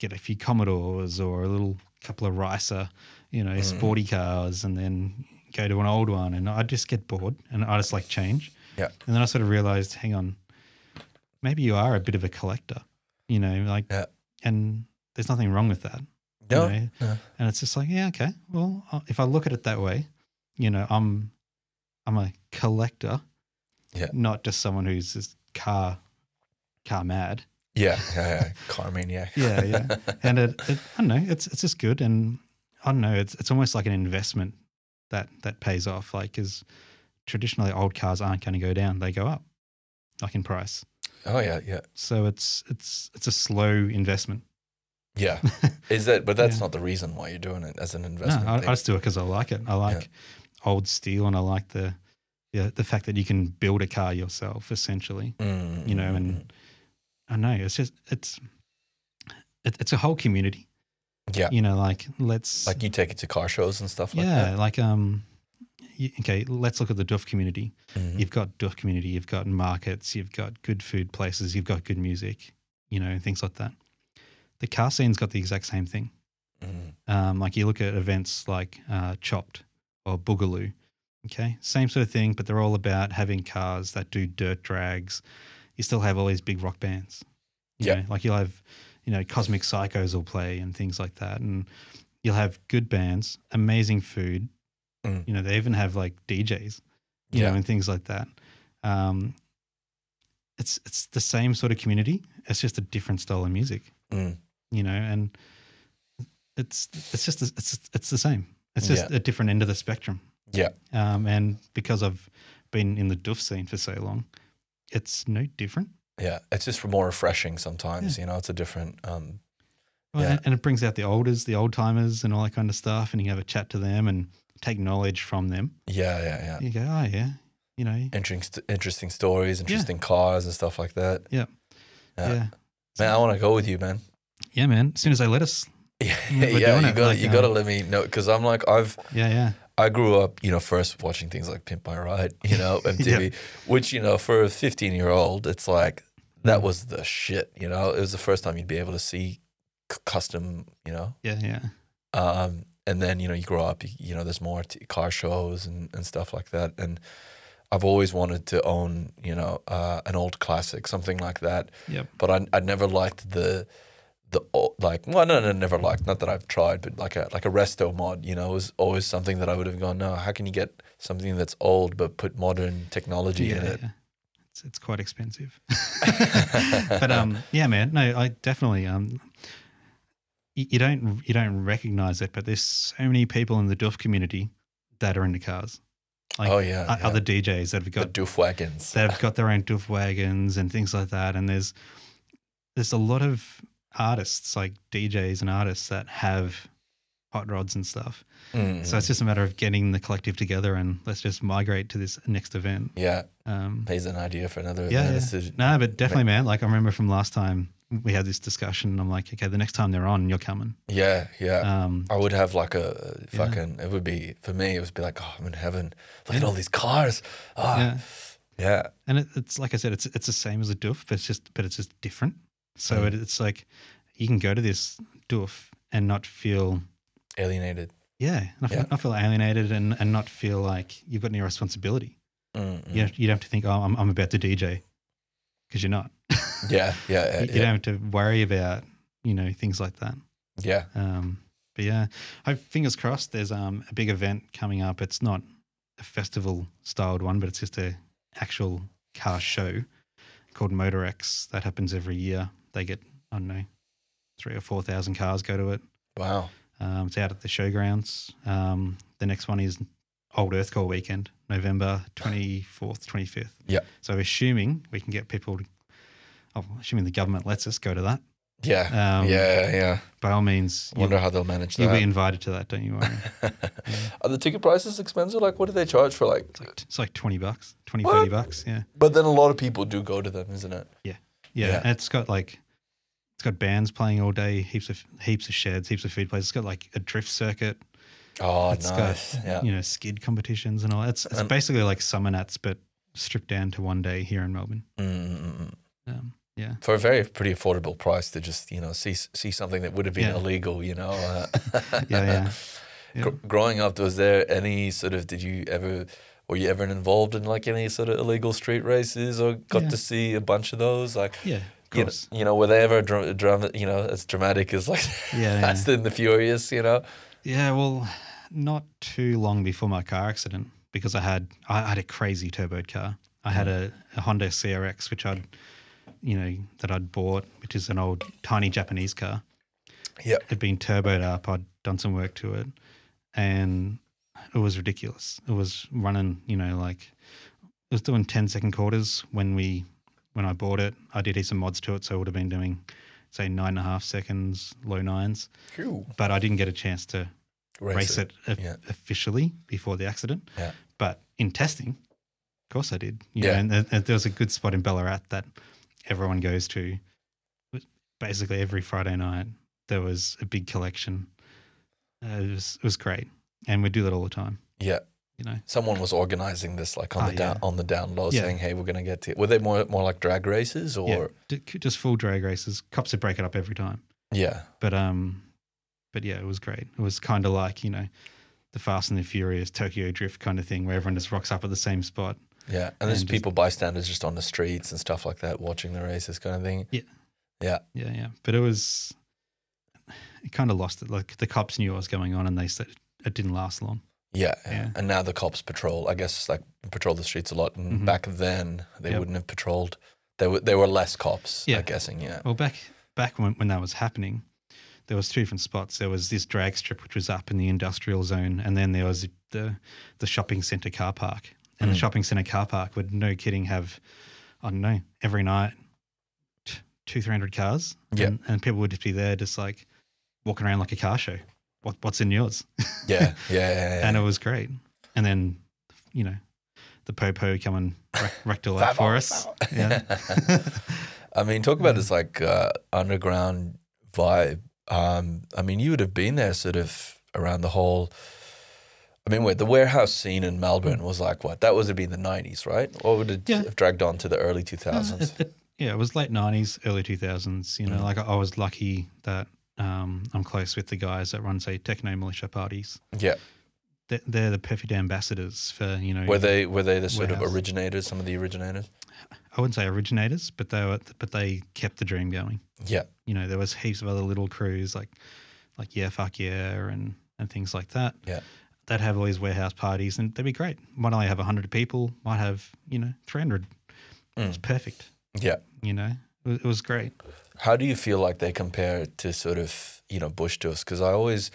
get a few Commodores or a little couple of Ricer, you know,
Mm-hmm.
sporty cars, and then go to an old one, and I just get bored, and I just like change.
Yeah.
And then I sort of realized, hang on, maybe you are a bit of a collector. You know, like,
Yeah.
and there's nothing wrong with that.
No,
You know?
no.
And it's just like, yeah, okay. Well, I- if I look at it that way, you know, I'm I'm a collector,
Yeah.
not just someone who's just car car mad.
Yeah, yeah, yeah. Car maniac.
Yeah, yeah. and it, it, I don't know, it's it's just good, and I don't know, it's it's almost like an investment that that pays off. Like, because traditionally old cars aren't going to go down; they go up, like in price.
Oh yeah, yeah,
So it's it's it's a slow investment.
yeah. Is that? But that's
Yeah.
not the reason why you're doing it as an
No,
investment.
I, I
thing.
just do it because I like it. I like old steel, and I like the yeah, the fact that you can build a car yourself, essentially.
Mm,
You know,
mm,
and I know it's just it's it, it's a whole community.
mm. yeah,
You know, like let's
like you take it to car shows and stuff like
yeah,
that.
like um, y okay, let's look at the Duff community.
Mhm.
You've got Duff community, you've got markets, you've got good food places, you've got good music, you know, and things like that. The car scene's got the exact same thing.
Mm.
Um, like you look at events like uh, Chopped or Boogaloo. Okay, same sort of thing, but they're all about having cars that do dirt drags. You still have all these big rock bands. You
Yeah.
know, like you'll have, you know, Cosmic Psychos will play and things like that, and you'll have good bands, amazing food.
Mm.
You know, they even have like DJs, you
Yeah.
know, and things like that. Um, it's it's the same sort of community. It's just a different style of music
Mm.
you know, and it's it's just it's it's the same. It's just
Yeah.
a different end of the spectrum.
Yeah.
Um, and because I've been in the doof scene for so long, it's no different.
Yeah, it's just more refreshing sometimes. You know, it's a different. Um,
Well,
Yeah.
and, and it brings out the olders, the old timers, and all that kind of stuff. And you can have a chat to them and take knowledge from them.
yeah, yeah, yeah.
You go, oh yeah, you know,
Interesting, interesting stories, interesting cars and stuff like that.
Yeah.
yeah.
yeah,
Man, I want to go with you, man.
yeah, man. As soon as they let us,
Yeah,
We're
yeah.
doing
You got
it,
to
like,
you got to
um,
let me know because I'm like I've
yeah, yeah,
I grew up, you know, first watching things like Pimp My Ride, you know, MTV, which, you know, for a 15 year old, it's like that was the shit, you know. It was the first time you'd be able to see c- custom, you know.
yeah, yeah.
Um, and then, you know, you grow up, you, you know, there's more t- car shows and, and stuff like that. And I've always wanted to own, you know, uh, an old classic, something like that.
Yep.
But I, I never liked the, the o- like. Well, no, no, never liked. Not that I've tried, but like a like a resto mod, you know, was always something that I would have gone. No, how can you get something that's old but put modern technology in it?
It's, it's quite expensive. but um, yeah, man. No, I definitely um, you, you don't you don't recognize it, but there's so many people in the Doof community that are into cars. Like
oh yeah,
o-
yeah.
other DJs that have
the
got
doof wagons.
they've got their own doof wagons and things like that. And there's there's a lot of artists like DJs and artists that have hot rods and stuff.
Mm.
So it's just a matter of getting the collective together and let's just migrate to this next event.
yeah,
Um,
here's an idea for another.
yeah,
man.
yeah.
uh, This is-
no, but definitely, man. Like I remember from last time we had this discussion. And I'm like, okay, the next time they're on, you're coming.
yeah, yeah.
Um,
I would have like a
Yeah.
fucking. It would be for me. It would be like, oh, I'm in heaven. Look at all these cars. Ah,
yeah,
yeah.
and it, it's like I said, it's it's the same as a doof, but it's just but it's just different. So
Mm.
it, it's like you can go to this doof and not feel
alienated.
Yeah, and I feel,
Yeah.
not feel alienated and, and not feel like you've got any responsibility.
Mm,
You, don't, you don't have to think, oh, I'm, I'm about to DJ because you're not.
mm. Yeah, yeah,
you,
yeah,
you
yeah,
don't have to worry about, you know, things like that.
yeah.
Um, but yeah, I, fingers crossed there's um, a big event coming up. It's not a festival styled one, but it's just a actual car show called Motor X that happens every year. They get, I don't know, three or 4,000 cars go to it.
Wow.
Um, it's out at the showgrounds. Um, the next one is Old Earth Call weekend, November 24th, 25th.
Yeah.
So, assuming we can get people, to, oh, assuming the government lets us go to that,
Yeah,
Um,
yeah, yeah.
by all means,
I
you,
wonder how they'll manage
will be
that.
invited to that, don't you worry.
Are the ticket prices expensive? Like, what do they charge for? Like,
It's like, it's like 20 bucks, 20,
What?
30 bucks. Yeah.
but then a lot of people do go to them, isn't it?
yeah.
Yeah.
And it's got like, it's got bands playing all day, heaps of heaps of sheds, heaps of food places. It's got like a drift circuit.
Oh,
It's
nice.
got
yeah. Um,
you know skid competitions and all. It's it's
And-
basically like summer nats, but stripped down to one day here in Melbourne.
Mm, mm, mm, mm.
Um, yeah,
For a very pretty affordable price to just you know see see something that would have been
Yeah.
illegal, you know. Uh,
yeah, yeah. yeah.
Gr- growing up, was there any sort of did you ever were you ever involved in like any sort of illegal street races or got
Yeah.
to see a bunch of those? Like,
Yeah, of
you know,
course.
you know, were they ever dra- drama? You know, as dramatic as like
Yeah,
Fast and the Furious, you know.
Yeah, well, not too long before my car accident, because I had I had a crazy turboed car. I had
Mm.
a, a Honda CRX, which I'd you know that I'd bought, which is an old tiny Japanese car.
Yeah.
it'd been turboed up. I'd done some work to it, and it was ridiculous. It was running, you know, like it was doing 10 second quarters when we when I bought it. I did E some mods to it, so it would have been doing say nine and a half seconds, low nines. But I didn't get a chance to
Race,
race, it, o-
Yeah.
officially before the accident.
Yeah.
But in testing, of course I did. You
Yeah.
Know, and there, there- there was a good spot in Ballarat that everyone goes to. Basically, every Friday night, there was a big collection. Uh, it, was, it was great. And we do that all the time,
Yeah.
you know?
Someone was organizing this like on
Ah,
the down
yeah.
on the down low
Yeah.
saying, Hey, we're gonna get to were they more more like drag races
Yeah.
or
D- Just full drag races. Cops would break it up every time.
yeah.
But, um, but yeah, it was great. It was kind of like, you know, the Fast and the Furious Tokyo Drift kind of thing where everyone just rocks up at the same spot.
Yeah. And there's
And just-
people bystanders just on the streets and stuff like that, watching the races kind of thing.
Yeah, yeah. But it was, it kind of lost it. Like the cops knew what was going on and they said it didn't last long.
Yeah, yeah.
Yeah.
And now the cops patrol. I guess like patrol the streets a lot. And
Mhm.
back then they
Yep.
wouldn't have patrolled. There were there were less cops,
Yeah.
I'm guessing, yeah.
Well, back back when, when that was happening, there was two different spots. There was this drag strip, which was up in the industrial zone. And then there was the, the shopping centre car park. And the
Mm.
shopping centre car park would, no kidding, have, I don't know, every night, t- two, 300 cars.
Yeah.
And, and people would just be there just like walking around like a car show. What, what's in yours?
Yeah, yeah, yeah. yeah.
and it was great. And then, you know, the popo come and wreck- wrecked all that for us. uh, Yeah.
I mean, talk about
Yeah.
this like uh, underground vibe. Um, I mean, you would have been there sort of around the whole. I mean, wait, the warehouse scene in Melbourne was like what? That would have been the 90s, right? Or would it
Yeah.
have dragged on to the early 2000s?
It- it- yeah, it was late nineties, early two thousands. You know,
Mm.
like I, I was lucky that um, I'm close with the guys that run say techno militia parties.
yeah.
They're, they're the perfect ambassadors for you know.
Were they were they the sort
Warehouse.
of originators? Some of the originators.
I wouldn't say originators, but they were, but they kept the dream going.
Yeah.
You know, there was heaps of other little crews like like yeah, fuck yeah, and and things like that.
Yeah.
they'd have all these warehouse parties, and they'd be great. Might only have hundred people, might have you know three hundred. It's perfect.
Yeah.
You know, it was, it was great.
How do you feel like they compare to sort of you know bush to us? Because I always,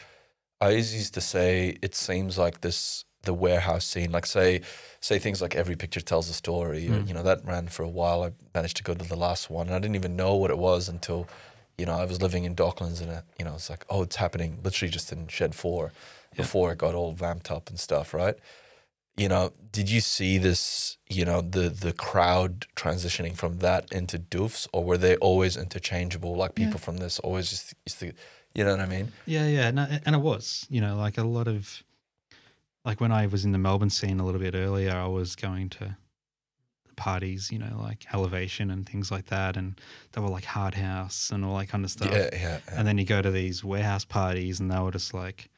I always used to say it seems like this the warehouse scene. Like say, say things like every picture tells a story. Or, you know that ran for a while. I managed to go to the last one, and I didn't even know what it was until, you know, I was living in Docklands, and I, you know it's like oh it's happening literally just in shed four, before it got all vamped up and stuff, right? you know, did you see this, you know, the the crowd transitioning from that into doofs, or were they always interchangeable? Like people from this always just used to, you know what I mean?
Yeah, yeah, and I, and it was, you know, like a lot of, like when I was in the Melbourne scene a little bit earlier, I was going to parties, you know, like Elevation and things like that, and they were like Hard House and all that kind of stuff.
Yeah, yeah, yeah.
And then you go to these warehouse parties, and they were just like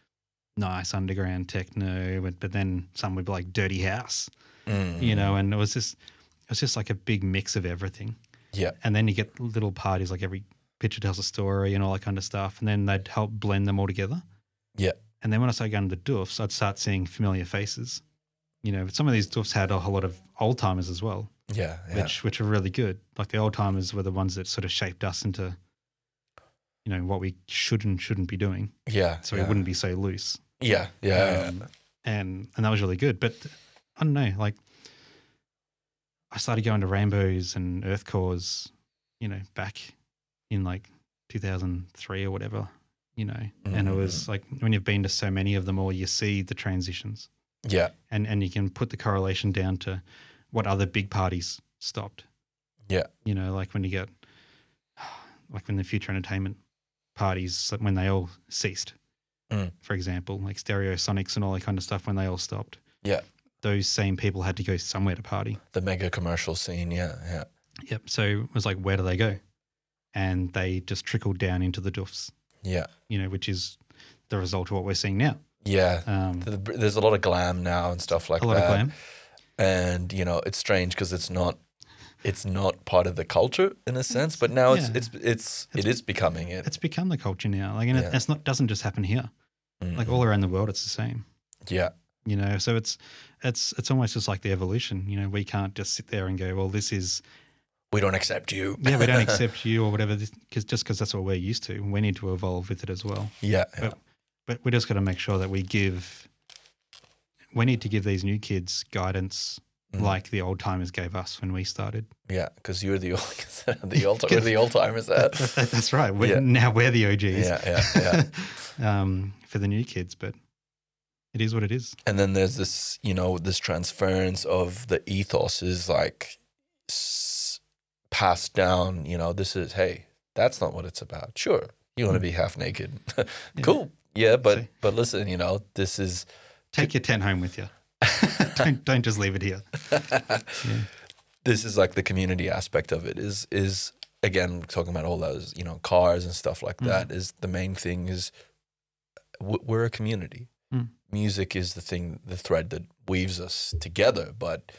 nice underground techno, but, but then some would be like Dirty House,
Mm,
you know, and it was just, it was just like a big mix of everything
yeah,
and then you get little parties like every picture tells a story and all that kind of stuff and then they'd help blend them all together
Yeah.
and then when i started going to the doofs i'd start seeing familiar faces you know but some of these doofs had a whole lot of old timers as well
yeah, yeah.
which which are really good like the old timers were the ones that sort of shaped us into you know what we should and shouldn't be doing
yeah,
so
yeah.
we wouldn't be so loose
Yeah, yeah,
um, and and that was really good. But I don't know, like I started going to Rainbows and Earth Cores, you know, back in like 2003 or whatever, you know, and it was like when you've been to so many of them all, you see the transitions,
yeah,
and and you can put the correlation down to what other big parties stopped.
Yeah.
you know, like when you get like when the future entertainment parties like when they all ceased
Mm.
for example, like Stereosonics and all that kind of stuff when they all stopped.
Yeah.
Those same people had to go somewhere to party.
The mega commercial scene. Yeah, yeah,
Yep. So it was like, where do they go? And they just trickled down into the doofs,
yeah,
you know, which is the result of what we're seeing now.
yeah.
Um,
Th- There's a lot of glam now and stuff like
a lot
that.
of glam.
and you know it's strange because it's not it's not part of the culture in a sense but now it's
yeah.
it's it's it is becoming it
It's become the culture now. Like, and it
Yeah.
it's not, doesn't just happen here.
Mm.
Like all around the world, it's the same.
yeah
you know so it's it's it's almost just like the evolution you know we can't just sit there and go well this is
we don't accept you
yeah we don't accept you or whatever because just because that's what we're used to we need to evolve with it as well
yeah yeah,
But- but we just got to make sure that we give we need to give these new kids guidance
Mm.
like the old timers gave us when we started
yeah because you're the old the old we're the old timers there
That- that- that's right we're,
Yeah.
now we're the og's
yeah yeah yeah
um, for the new kids but it is what it is
and then there's this you know this transference of the ethos is like s- passed down you know this is hey that's not what it's about sure you want to
Mm.
be half naked cool yeah but
So-
but listen you know this is
take your tent home with you don't don't just leave it here
this is like the community aspect of it is is again talking about all those you know cars and stuff
Mm.
like that is the main thing is w- we're a community
Mm.
music is the thing the thread that weaves us together but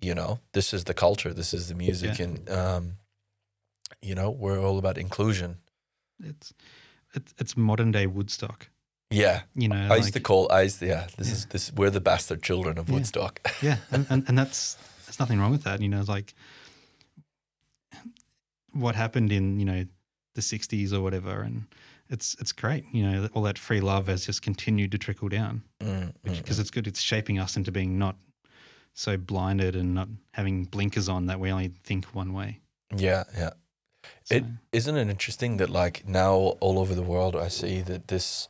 you know this is the culture this is the music
Yeah.
and um you know we're all about inclusion
it's it's, it's modern day Woodstock.
yeah
You know,
i
like,
used to call i used yeah this is this we're the bastard children of
Yeah.
woodstock
yeah, and, and, and that's there's nothing wrong with that. You know, it's like what happened in you know the '60s or whatever, and it's it's great. You know, all that free love has just continued to trickle down
Mm, mm.
because it's good. It's shaping us into being not so blinded and not having blinkers on that we only think one way.
yeah yeah
So,
It- isn't it interesting that like now all over the world I see that this,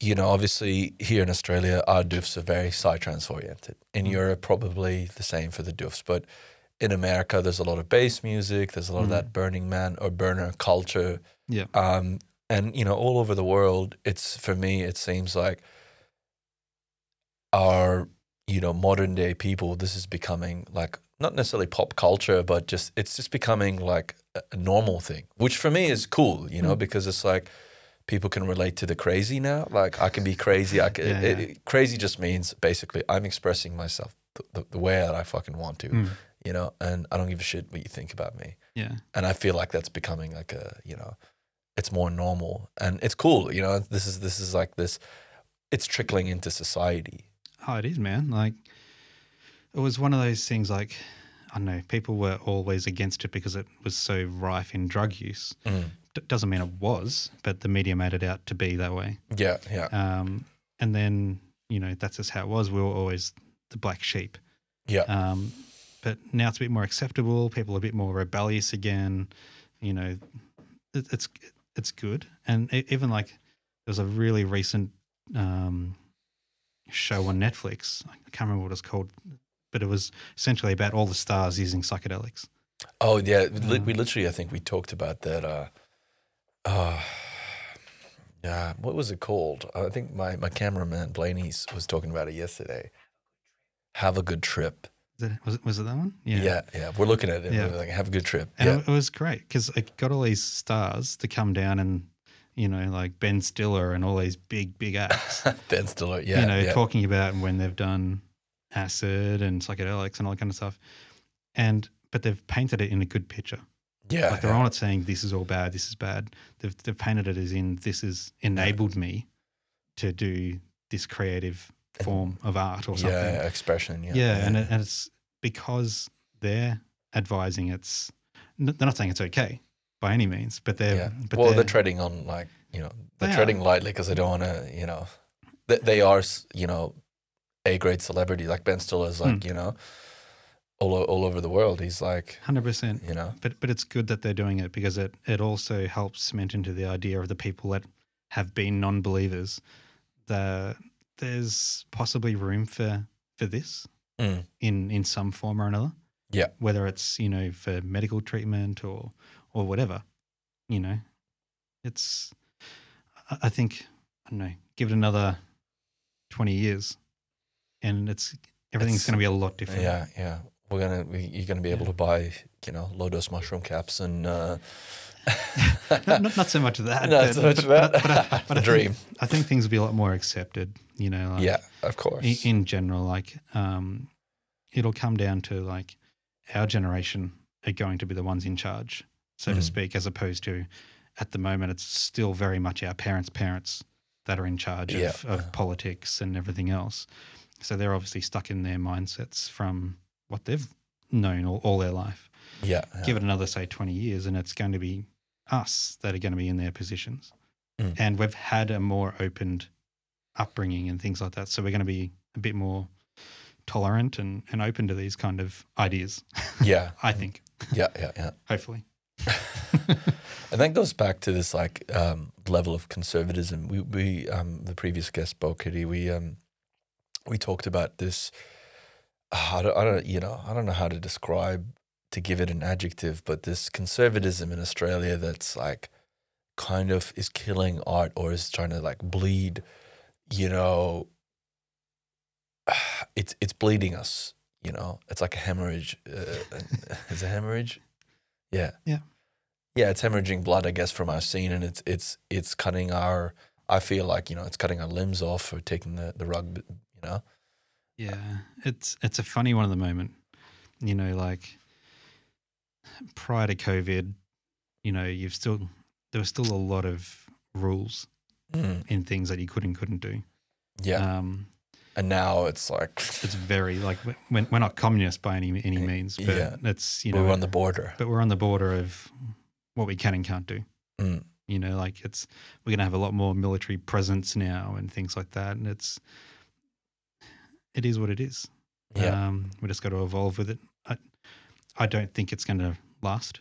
you know, obviously here in Australia our doofs are very psytrance oriented. In Europe, probably the same for the doofs, but in America there's a lot of bass music. There's a lot of that Burning Man or burner culture,
yeah,
um, and you know all over the world. It's for me, it seems like our you know modern day people. This is becoming like not necessarily pop culture, but just
Hmm.
it's just becoming like a a normal thing, which for me is cool, you know, because it's like people can relate to the crazy now. Like I can be crazy. I can,
Yeah,
it,
yeah.
it- crazy just means basically I'm expressing myself th- the, the way that I fucking want to,
Mm.
you know, and I don't give a shit what you think about me.
Yeah.
And I feel like that's becoming like a, you know, it's more normal and it's cool. You know, this is, this is like this, it's trickling into society.
Oh, it is, man. Like, it was one of those things. Like, I don't know, people were always against it because it was so rife in drug use. D- doesn't mean it was, but the media made it out to be that way.
Yeah. Yeah.
Um, and then you know that's just how it was. We were always the black sheep.
Yeah.
Um, but now it's a bit more acceptable. People are a bit more rebellious again. You know, it, it's it's good. And e even like there was a really recent um, show on Netflix. I can't remember what it's called, but it was essentially about all the stars using psychedelics.
Oh yeah, li- we
Um,
literally I think we talked about that. Uh, uh, yeah, what was it called? I think my my cameraman Blaney s- was talking about it yesterday. Have a good trip.
Is that, was it was it that one?
Yeah, yeah, we're looking at it.
Yeah.
We're like, have a good trip.
And
yeah,
it, it was great because it got all these stars to come down and, you know, like Ben Stiller and all these big, big acts,
Ben Stiller. Yeah,
you know,
yeah.
talking about when they've done acid and psychedelics and all that kind of stuff. And, but they've painted it in a good picture.
yeah,
Like they're on it saying, this is all bad, this is bad. They've, they've painted it as in, this has enabled me to do this creative form of art or
yeah,
something.
yeah, expression. Yeah,
Yeah, and, it, and it's because they're advising it's. n- They're not saying it's okay by any means, but they're.
yeah.
Um, But
well,
they're,
they're treading on like you know they're
They
treading lightly because they don't want to you know they, they are s- you know a grade celebrity like Ben Stiller is
Hmm.
like you know all o- all over the world. He's like
hundred percent.
you know
But but it's good that they're doing it because it it also helps cement into the idea of the people that have been non-believers. The there's possibly room for for this
Mm.
in in some form or another.
Yeah.
whether it's you know for medical treatment or or whatever, you know, it's. I- I think I don't know. Give it another twenty years, and it's everything's
It's-
going to be a lot different.
yeah yeah we're gonna we, you're gonna be able to buy you know low dose mushroom caps and uh,
not, not, not so much of that.
No,
but-
so much
but-
of that.
But, but, I- but I
Dream.
Think, uh, I think things will be a lot more accepted, you know, like,
yeah of course
in, in general. Like, um, it'll come down to like our generation are going to be the ones in charge, so to
Mm.
speak, as opposed to at the moment, it's still very much our parents' parents that are in charge
Yeah. uh-huh.
of, of politics and everything else. So they're obviously stuck in their mindsets from what they've known all, all their life
yeah, yeah.
give it another say 20 years and it's going to be us that are going to be in their positions
Mm.
and we've had a more opened upbringing and things like that so we're going to be a bit more tolerant and, and open to these kind of ideas
yeah
i think
yeah yeah yeah
hopefully
and that goes back to this like um, level of conservatism. We we um, the previous guest, Bo Kitty, we um, we talked about this. Ah, I don't, I don't you know I don't know how to describe to give it an adjective, but this conservatism in Australia that's like kind of is killing art or is trying to like bleed, you know. It's it's bleeding us, you know. It's like a hemorrhage. Uh, it's a hemorrhage. Yeah.
Yeah.
Yeah, it's hemorrhaging blood, I guess, from our scene, and it's it's it's cutting our. I feel like you know it's cutting our limbs off or taking the the rug, b- you know.
yeah it's it's a funny one at the moment you know like prior to covid you know you've still there were still a lot of rules in things that you could and couldn't do
Mm, Yeah,
um
and now it's like
it's very like we- we're, we're not communist by any any means, but
Yeah.
it's you
we're
know,
on the border.
but we're on the border of what we can and can't do.
Mm.
You know, like it's we're gonna have a lot more military presence now and things like that, and it's it is what it is.
Yeah,
Um, we just got to evolve with it. I, I don't think it's going to last,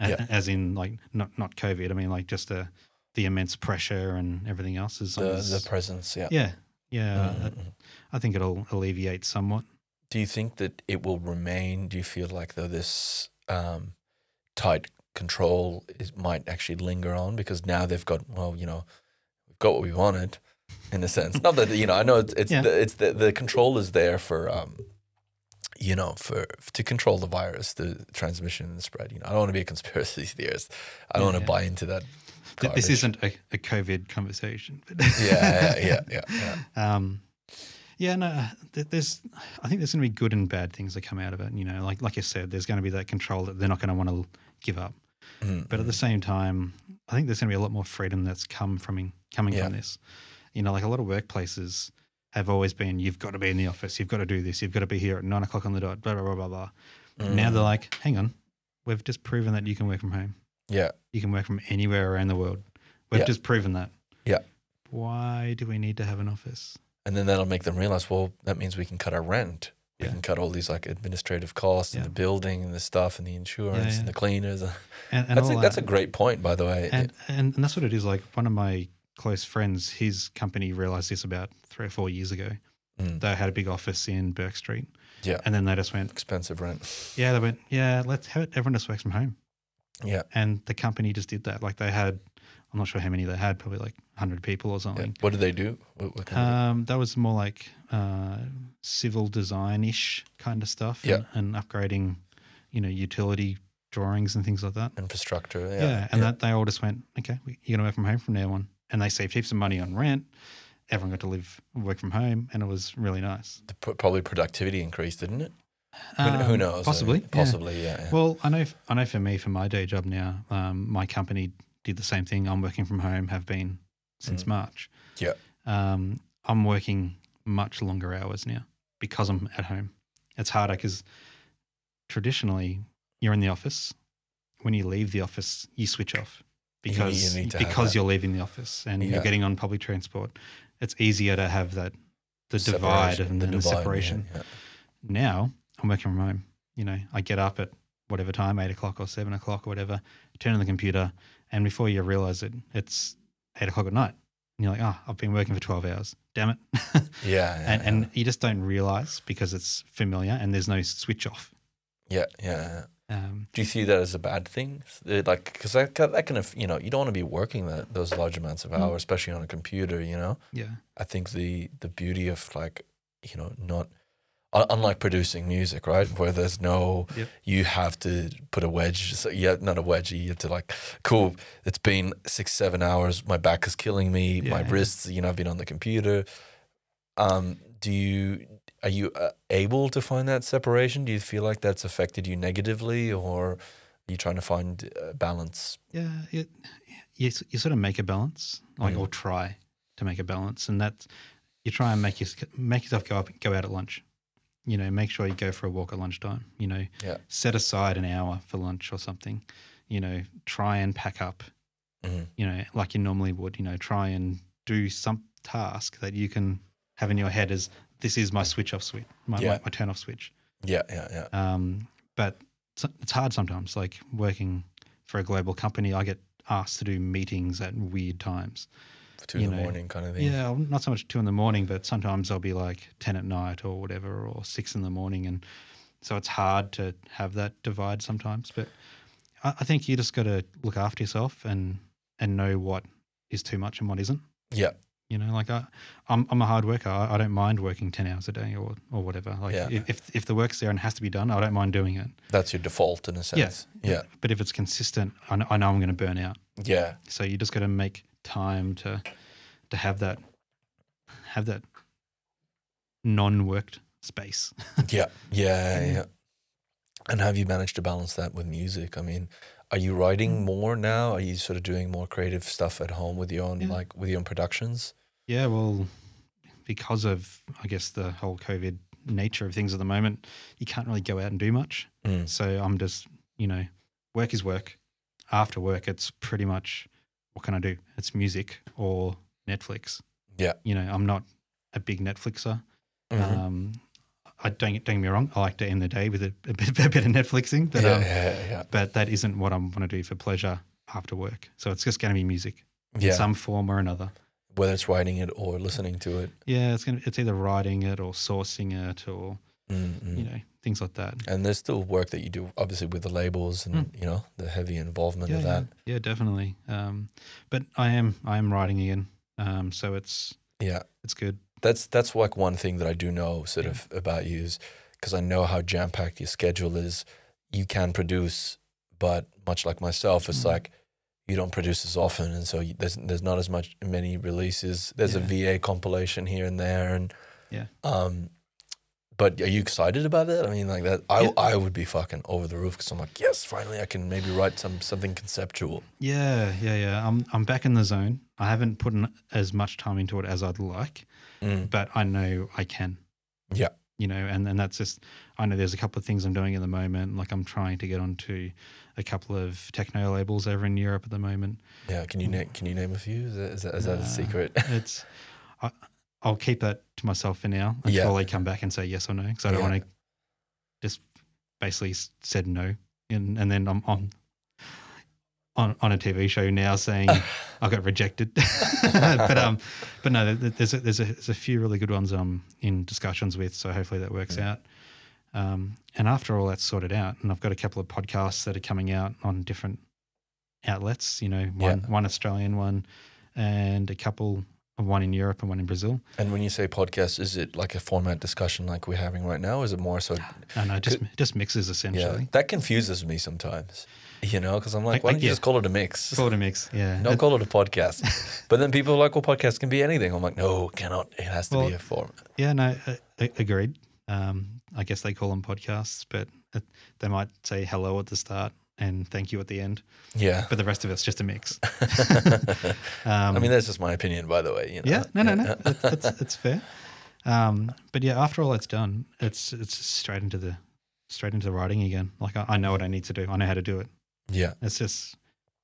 A-
Yeah.
as in like not not COVID. I mean, like just the the immense pressure and everything else is.
the
is-
the presence. Yeah.
yeah, yeah.
Mm, mm,
I,
mm.
I think it'll alleviate somewhat.
Do you think that it will remain? Do you feel like though this um, tight control is, might actually linger on because now they've got well, you know, we've got what we wanted in a sense. Not that you know, I know it's it's
Yeah.
the, it's the, the control is there for um, you know for to control the virus, the transmission and the spread. You know, I don't want to be a conspiracy theorist. I don't
Yeah,
want to
yeah.
buy into that
Th- this
Garbage.
isn't a, a COVID conversation. But
Yeah, yeah, yeah, yeah.
Um, yeah, no, th- there's. I think there's going to be good and bad things that come out of it. You know, like like I said, there's going to be that control that they're not going to want to give up.
Mm,
But at the same time, I think there's going to be a lot more freedom that's come from coming
Yeah.
from this. You know, like a lot of workplaces have always been, you've got to be in the office, you've got to do this, you've got to be here at nine o'clock on the dot, blah blah blah blah blah. Now
mm.
they're like, hang on, we've just proven that you can work from home.
yeah,
You can work from anywhere around the world. We've
Yeah.
just proven that.
Yeah.
Why do we need to have an office?
and then that'll make them realize, well, that means we can cut our rent. We
Yeah.
can cut all these like administrative costs and
Yeah.
the building and the stuff and the insurance
yeah.
and the cleaners.
And, and
That's a,
all
that's a
that.
great point, by the way.
and, and and that's what it is. Like one of my close friends, his company realized this about three or four years ago.
Mm.
They had a big office in Burke Street.
Yeah.
And then they just went,
Expensive rent.
yeah, they went, yeah, let's have it. Everyone just works from home.
Yeah.
And the company just did that. Like they had, I'm not sure how many they had, probably like 100 people or
Yeah.
something.
What do they do? What, what kind of-
Um, that was more like uh, civil design ish kind of stuff
Yeah.
and, and upgrading, you know, utility drawings and things like that.
infrastructure. Yeah.
Yeah. and that they all just went, okay, we- you're going to work from home from now on. And they saved heaps of money on rent. Everyone got to live, work from home, and it was really nice.
The pro- probably productivity increased, didn't it? Who, kn- who
Um,
knows? I mean,
Possibly. yeah.
Possibly, yeah. yeah.
Well, I know, f- I know for me, for my day job now, um, my company did the same thing. I'm working from home, have been since
Mm.
March.
Yeah.
Um, I'm working much longer hours now because I'm at home. It's harder because traditionally you're in the office. When you leave the office, you switch off
You need-
because
you need to have
because
that.
you're leaving the office and
Yeah.
you're getting on public transport. It's easier to have that the divide
Separation,
and then the,
divide, yeah,
separation
yeah.
now I'm working from home. You know, I get up at whatever time, eight o'clock or seven o'clock or whatever, turn on the computer, and before you realize it, it's eight o'clock at night. And you're like, oh, I've been working for 12 hours. Damn it.
Yeah, yeah,
and,
yeah.
and you just don't realize because it's familiar and there's no switch off.
yeah, yeah, yeah.
Um,
Do you see that as a bad thing? Uh, Like, because that, ca- that kind of, you know, you don't want to be working that, those large amounts of
Mm.
hours, especially on a computer, you know?
yeah.
I think the the beauty of like you know not un- unlike producing music right where there's no
Yep.
you have to put a wedge so yeah not a wedge you have to like cool it's been six seven hours my back is killing me my
Yeah.
wrists you know I've been on the computer um do you are you uh, able to find that separation do you feel like that's affected you negatively or are you trying to find uh, balance
Yeah. It, you, s- you sort of make a balance, like,
Mm.
or try to make a balance. And that's, you try and make, your, make yourself go up, go out at lunch. You know, make sure you go for a walk at lunchtime. You know,
yeah
set aside an hour for lunch or something. You know, try and pack up,
Mhm.
you know, like you normally would, you know, try and do some task that you can have in your head as this is my switch off switch, my,
Yeah.
my, my turn off switch.
yeah yeah yeah
Um, but so- it's hard sometimes, like working for a global company, I get asked to do meetings at weird times.
two
You
in the
know,
morning kind of thing
Yeah, well, not so much two in the morning, but sometimes I'll be like 10 at night or whatever, or six in the morning. And so it's hard to have that divide sometimes. But I, I think you just got to look after yourself and, and know what is too much and what isn't.
yeah
You know, like I, I'm, I'm a hard worker. I, I don't mind working 10 hours a day or, or whatever. Like
Yeah.
if, if, if the work's there and has to be done, I don't mind doing it.
that's your default in a
Yeah.
sense yeah
But if it's consistent, I know, I know I'm going to burn out.
Yeah,
So you just got to make time to to have that have that non-worked space.
yeah, yeah,
Yeah.
yeah. And have you managed to balance that with music? I mean, are you
Mm.
writing more now? Are you sort of doing more creative stuff at home with your own,
Yeah.
like with your own productions?
Yeah, well, because of I guess the whole COVID nature of things at the moment, you can't really go out and do much.
Mm.
So I'm just, you know, work is work. After work, it's pretty much what can I do? It's music or Netflix.
Yeah.
You know, I'm not a big Netflixer.
Mhm.
Um, I don't get, don't get me wrong. I like to end the day with a, a, bit, a bit of Netflixing, but
yeah,
um,
yeah, yeah,
but that isn't what I want to do for pleasure after work. So it's just going to be music
yeah.
in some form or another.
Whether it's writing it or listening to it,
Yeah, it's going to, it's either writing it or sourcing it or
mm mm.
you know things like that.
and there's still work that you do, obviously with the labels and you know the heavy involvement
Mm. Yeah,
of that.
yeah, yeah, definitely. Um, but I am I am writing again, um, so it's
Yeah,
it's good.
that's that's like one thing that I do know sort
Yeah.
of about you is because I know how jam packed your schedule is. You can produce, but much like myself, it's
Mm.
like you don't produce as often, and so you, there's there's not as much many releases. There's a VA compilation here and there, and
Yeah.
Um, but are you excited about that? I mean, like that, I
Yeah.
I would be fucking over the roof because I'm like, yes, finally I can maybe write some something conceptual.
Yeah, yeah, yeah. I'm I'm back in the zone. I haven't put in as much time into it as I'd like,
Mm.
but I know I can.
Yeah.
You know, and, and that's just I know there's a couple of things I'm doing at the moment. Like I'm trying to get onto a couple of techno labels over in Europe at the moment.
Yeah, can you name can you name a few? Is that is that, is that
Mm. Nah.
a secret?
It's I I'll keep that to myself for now until
Yeah.
they come back and say yes or no. Because I don't
Yeah.
want to just basically s- said no, and and then I'm on on on a TV show now saying I got rejected. but um, but no, there- there's a, there's a, there's a few really good ones um in discussions with. So hopefully that works out. Um, and after all that's sorted out, and I've got a couple of podcasts that are coming out on different outlets. You know, one one Australian one, and a couple one in Europe and one in Brazil.
And when you say podcast, is it like a format discussion like we're having right now? Is it more so?
No, no, just just mixes essentially.
Yeah, that confuses me sometimes. You know, because I'm like,
I-
why
I
don't you
get-
just call it a mix?
Call it a mix. Yeah.
Don't call it a podcast. but then people are like, well, podcast can be anything. I'm like, no, it cannot. It has to
Well-
be a format.
Yeah, no, a- a- agreed. Um, I guess they call them podcasts, but it, they might say hello at the start and thank you at the end.
Yeah.
But the rest of it's just a mix. Um,
I mean, that's just my opinion, by the way. You know?
Yeah, no, no, no, that- that's it's fair. Um, but yeah, after all that's done, it's it's straight into the straight into the writing again. Like I, I know what I need to do. I know how to do it.
Yeah.
It's just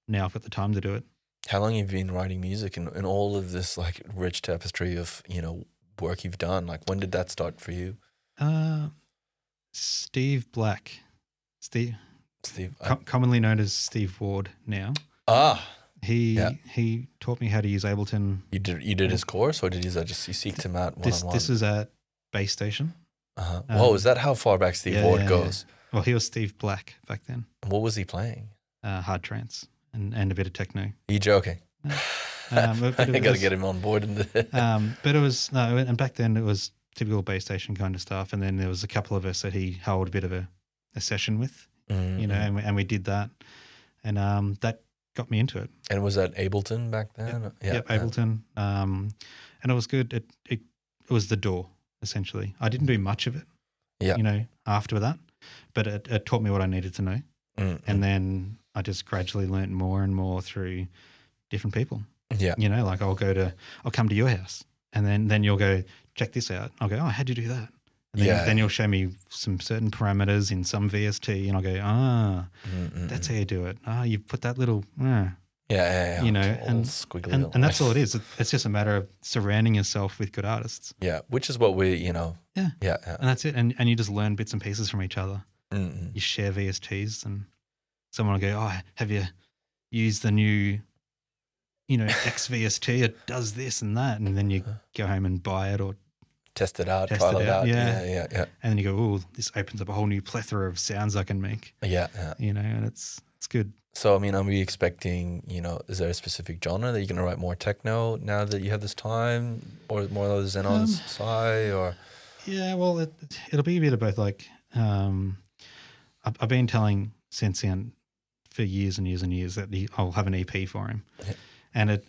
now I've got the time to do it.
How long have you been writing music and, and all of this like rich tapestry of, you know, work you've done? Like, when did that start for you,
Uh, Steve Black, Steve,
Steve? I-
com- commonly known as Steve Ward now.
ah,
He
Yeah.
he taught me how to use Ableton.
you did you did his course or did you just you seeked him out one
This
on one?
this is at base station.
Uh-huh. Whoa,
Um,
is that how far back Steve
yeah,
Ward
yeah, yeah.
goes?
Well, he was Steve Black back then.
And What was he playing?
Uh, hard trance and, and a bit of techno.
Are you joking?
Um, but- but
I
it
gotta
was-
get him on board. In the
Um, but it was no, and back then it was typical base station kind of stuff. And then there was a couple of us that he held a bit of a, a session with,
Mm-hmm.
you know, and we, and we did that, and um, that got me into it.
and was that Ableton back then? Yeah,
yep,
yeah.
Ableton. Um, and it was good. It, it it was the door essentially. I didn't do much of it.
Yeah.
You know, after that, but it, it taught me what I needed to know,
Mm, mm.
and then I just gradually learnt more and more through different people.
yeah,
You know, like I'll go to, I'll come to your house, and then then you'll go check this out. I'll go, oh, how'd you do that? And then,
Yeah.
then you'll show me some certain parameters in some VST, and I'll go, ah,
Mm, mm,
that's
mm.
how you do it. Ah, you put that little, ah.
yeah, yeah, yeah.
you know,
All
and-
squiggly
and,
little
and that's all it
lines.
is. It- It's just a matter of surrounding yourself with good artists,
Yeah, which is what we, you know,
Yeah.
yeah, yeah.
and that's it. And and you just learn bits and pieces from each other.
Mm, mm.
You share VSTs, and someone will go, "Oh, have you used the new, you know, X VST? It does this and that." And then
Uh-huh.
you go home and buy it, or
Test it out,
Test
trial
it
it
out,
out.
yeah.
Yeah, yeah, yeah,
and then you go, "Oh, this opens up a whole new plethora of sounds I can make."
yeah, yeah.
You know, and it's it's good.
So I mean, are we expecting? You know, is there a specific genre that you're gonna write more techno now that you have this time, or more of the Xenon
Um,
Psy, or
Yeah, well, it, it'll be a bit of both. Like, um, I've, I've been telling Senseon for years and years and years that he, I'll have an EP for him,
Yeah.
and it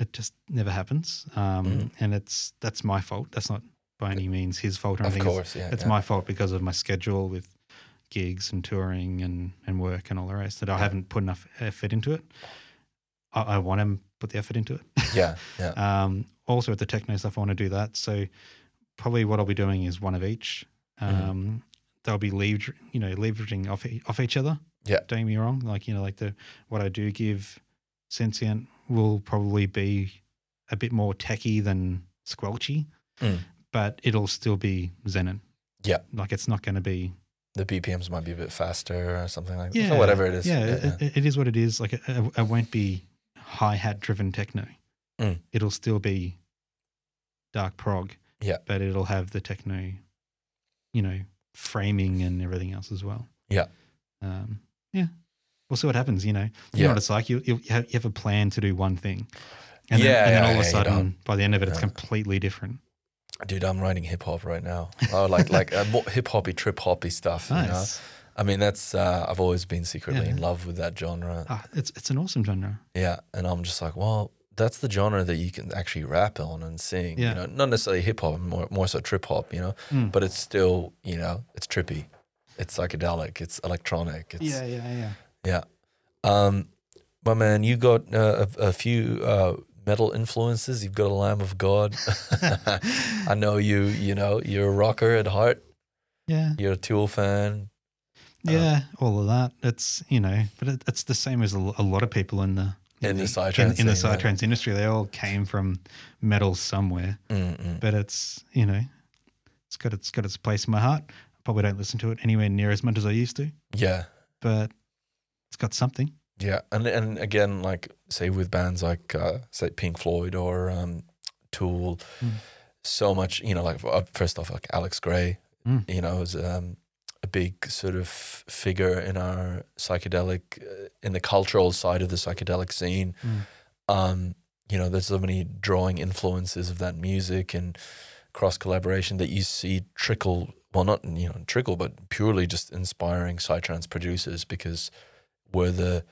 it just never happens. Um, And it's that's my fault. That's not by any means his fault or
Mm-hmm. of
anything. It's-
course, yeah,
it's
yeah.
my fault because of my schedule with gigs and touring and, and work and all the rest that I haven't put enough effort into it. I, I want to put the effort into it.
yeah, yeah.
Um, also with the techno stuff, I want to do that. So probably what I'll be doing is one of each. Um,
Mm-hmm.
They'll be lever- you know leveraging off e- off each other.
Yeah.
Don't get me wrong. Like you know, like the what I do give sentient will probably be a bit more techy than squelchy,
Mm.
but it'll still be Zenon.
Yeah.
Like it's not going to be
the BPMs might be a bit faster or something like that.
yeah
So whatever it is.
Yeah,
yeah, yeah.
it- It, it is what it is. Like it, it it won't be hi hat driven techno.
Mm.
It'll still be dark prog.
Yeah.
but it'll have the techno, you know, framing and everything else as well.
Yeah.
um, yeah. We'll see what happens. You know, you know
Yeah.
what it's like. You you you have, you have a plan to do one thing, and then,
Yeah,
and then
yeah,
all of a
yeah, you
sudden,
don't.
by the end of it, it's
Yeah.
completely different.
Dude, I'm writing hip hop right now. Oh, like like uh, hip hoppy, trip hoppy stuff. You know?
Nice.
I mean, that's uh, I've always been secretly
Yeah.
in love with that genre.
Ah, it's it's an awesome genre.
Yeah, and I'm just like, well, that's the genre that you can actually rap on and sing.
Yeah.
You know, not necessarily hip hop, more more so trip hop. You know,
Mm.
but it's still you know it's trippy, it's psychedelic, it's electronic. It's,
yeah, yeah, yeah.
Um, my man, you got uh, a, a few uh, metal influences. You've got a Lamb of God. I know you. You know, you're a rocker at heart.
Yeah,
You're a Tool fan. Uh,
yeah, all of that. It's you know, but it, it's the same as a, lo- a lot of people in the
In the psytrance
in, in the
scene, yeah.
psytrance industry. They all came from metal somewhere,
Mm-mm.
but it's you know, it's got it's got its place in my heart. Probably don't listen to it anywhere near as much as I used to,
Yeah,
but it's got something.
yeah, and and again, like say with bands like uh, say Pink Floyd or um, Tool,
Mm.
so much. You know, like uh, first off, like Alex Gray.
Mm.
You know, is um, a big sort of figure in our psychedelic, uh, in the cultural side of the psychedelic scene.
Mm.
um, you know, there's so many drawing influences of that music and cross collaboration that you see trickle. Well, not you know trickle, but purely just inspiring psytrance producers because we're the,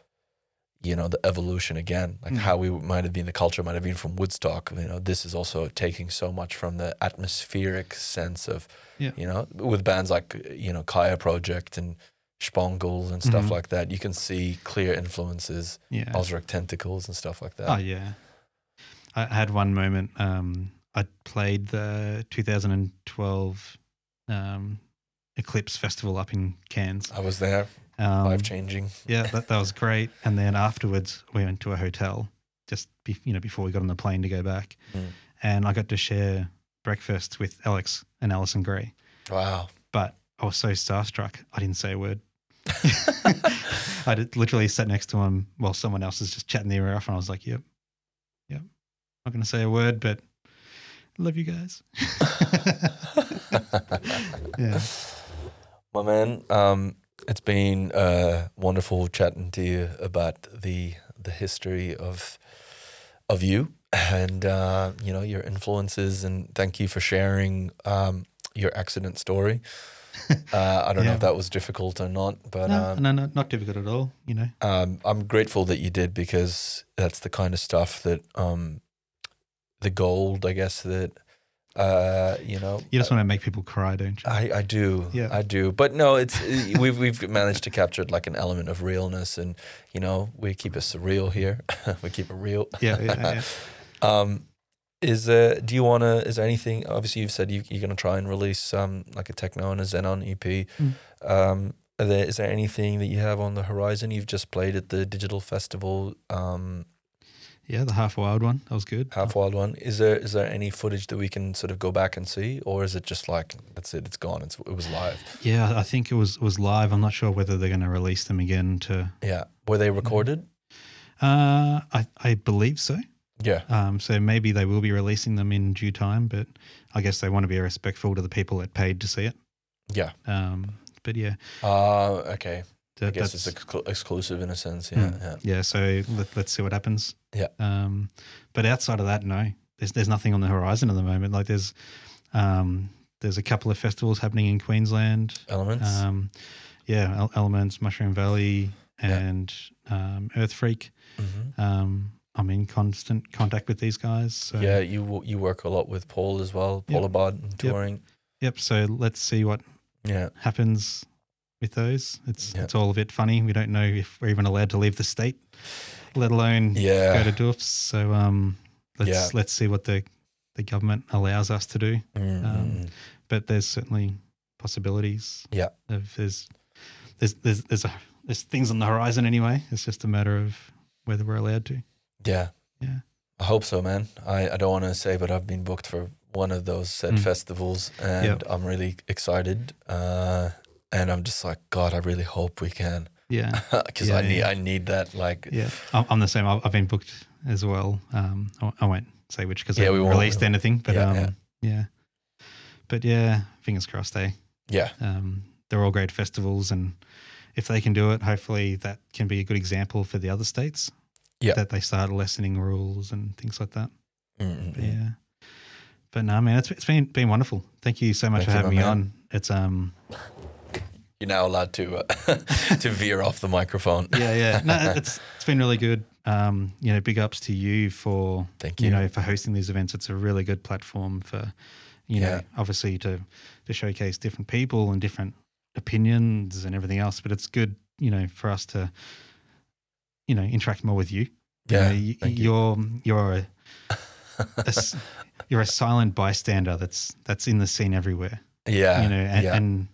you know, the evolution again. Like
Mm.
how we might have been, the culture might have been from Woodstock. You know, this is also taking so much from the atmospheric sense of,
Yeah.
you know, with bands like you know Kaya Project and Spangle and stuff
Mhm.
like that. You can see clear influences,
Yeah.
Osric Tentacles and stuff like that.
Oh yeah, I I had one moment. Um, I played the 2012 um, Eclipse Festival up in Cairns.
I was there,
Um,
life changing.
yeah, that, that was great. And then afterwards, we went to a hotel just be, you know before we got on the plane to go back,
Mm.
and I got to share breakfast with Alex and Alison Gray.
Wow.
But I was so starstruck, I didn't say a word. I did, literally sat next to him while someone else was just chatting their ear off, and I was like, "Yep, yep, not going to say a word, but love you guys." yeah,
My man, um, it's been uh, wonderful chatting to you about the the history of of you and uh, you know your influences and thank you for sharing um, your accident story. Uh, I don't know
Yeah.
if that was difficult or not, but
no,
um,
no, no, not difficult at all. You know,
um, I'm grateful that you did because that's the kind of stuff that um, the gold, I guess that uh, you know. uh,
you just want to make people cry, don't you?
I, I do,
Yeah.
I do, but no, it's uh, we've we've managed to capture like an element of realness, and you know we keep it surreal here, we keep it real.
yeah, yeah, yeah.
Um, is there? Do you want to? Is there anything? Obviously, you've said you, you're going to try and release um like a techno and a Xenon EP.
Mm.
Um, are there, is there anything that you have on the horizon? You've just played at the digital festival. Um,
yeah. The half wild one, that was good.
Half Wild One. Is there is there any footage that we can sort of go back and see, or is it just like that's it? It's gone. It's it was live.
Yeah, I think it was was live. I'm not sure whether they're going to release them again. To
Yeah. Were they recorded?
uh, I I believe so.
Yeah.
Um, so maybe they will be releasing them in due time, but I guess they want to be respectful to the people that paid to see it.
Yeah.
Um, but yeah,
Uh, okay.
that,
I guess
that's
it's exclu- exclusive in a sense. Yeah.
Mm.
Yeah.
yeah. So let, let's see what happens.
Yeah.
Um, but outside of that, no, there's there's nothing on the horizon at the moment. Like there's um, there's a couple of festivals happening in Queensland.
Elements.
Um, yeah, El- Elements, Mushroom Valley,
Yeah.
and um, Earth Freak.
Mhm.
Um, I'm in constant contact with these guys. So
Yeah, you wo- you work a lot with Paul as well, Paul
Yep.
Abad and touring.
Yep. So let's see what
Yeah,
happens with those. It's
Yeah.
it's all a bit funny. We don't know if we're even allowed to leave the state, let alone
yeah,
go to Doofs. So um, let's
Yeah.
let's see what the the government allows us to do.
Mm,
um,
mm,
But there's certainly possibilities.
Yeah.
Of there's there's there's there's, a, there's things on the horizon anyway. It's just a matter of whether we're allowed to.
yeah,
yeah.
I hope so, man. I, I don't want to say, but I've been booked for one of those said
Mm.
festivals, and I'm really excited. Uh, and I'm just like, God, I really hope we can,
Yeah.
because
Yeah,
I need
yeah.
I need that. Like,
Yeah, I'm I'm the same. I've I've been booked as well. Um, I won't- I won't say which because
Yeah,
I
we
haven't
won't.
released anything, but
Yeah,
um,
yeah.
yeah. But yeah, fingers crossed. Eh?
yeah,
Um, they're all great festivals, and if they can do it, hopefully that can be a good example for the other states.
Yeah.
that they start lessening rules and things like that.
Mm, mm,
But
mm.
yeah, but no, man, it's, it's been been wonderful. Thank you so much
Thank
for
you,
having
my
me
man.
on. It's um,
You're now allowed to uh, to veer off the microphone.
yeah, yeah. No, it's it's been really good. Um, you know, big ups to you for
Thank
you.
you.
know for hosting these events. It's a really good platform for you know
Yeah.
obviously to to showcase different people and different opinions and everything else. But it's good you know for us to you know interact more with you. You
Yeah,
know, you,
thank you.
you're you're a, a s- you're a silent bystander that's that's in the scene everywhere.
Yeah.
you know, and,
Uh, yeah.
and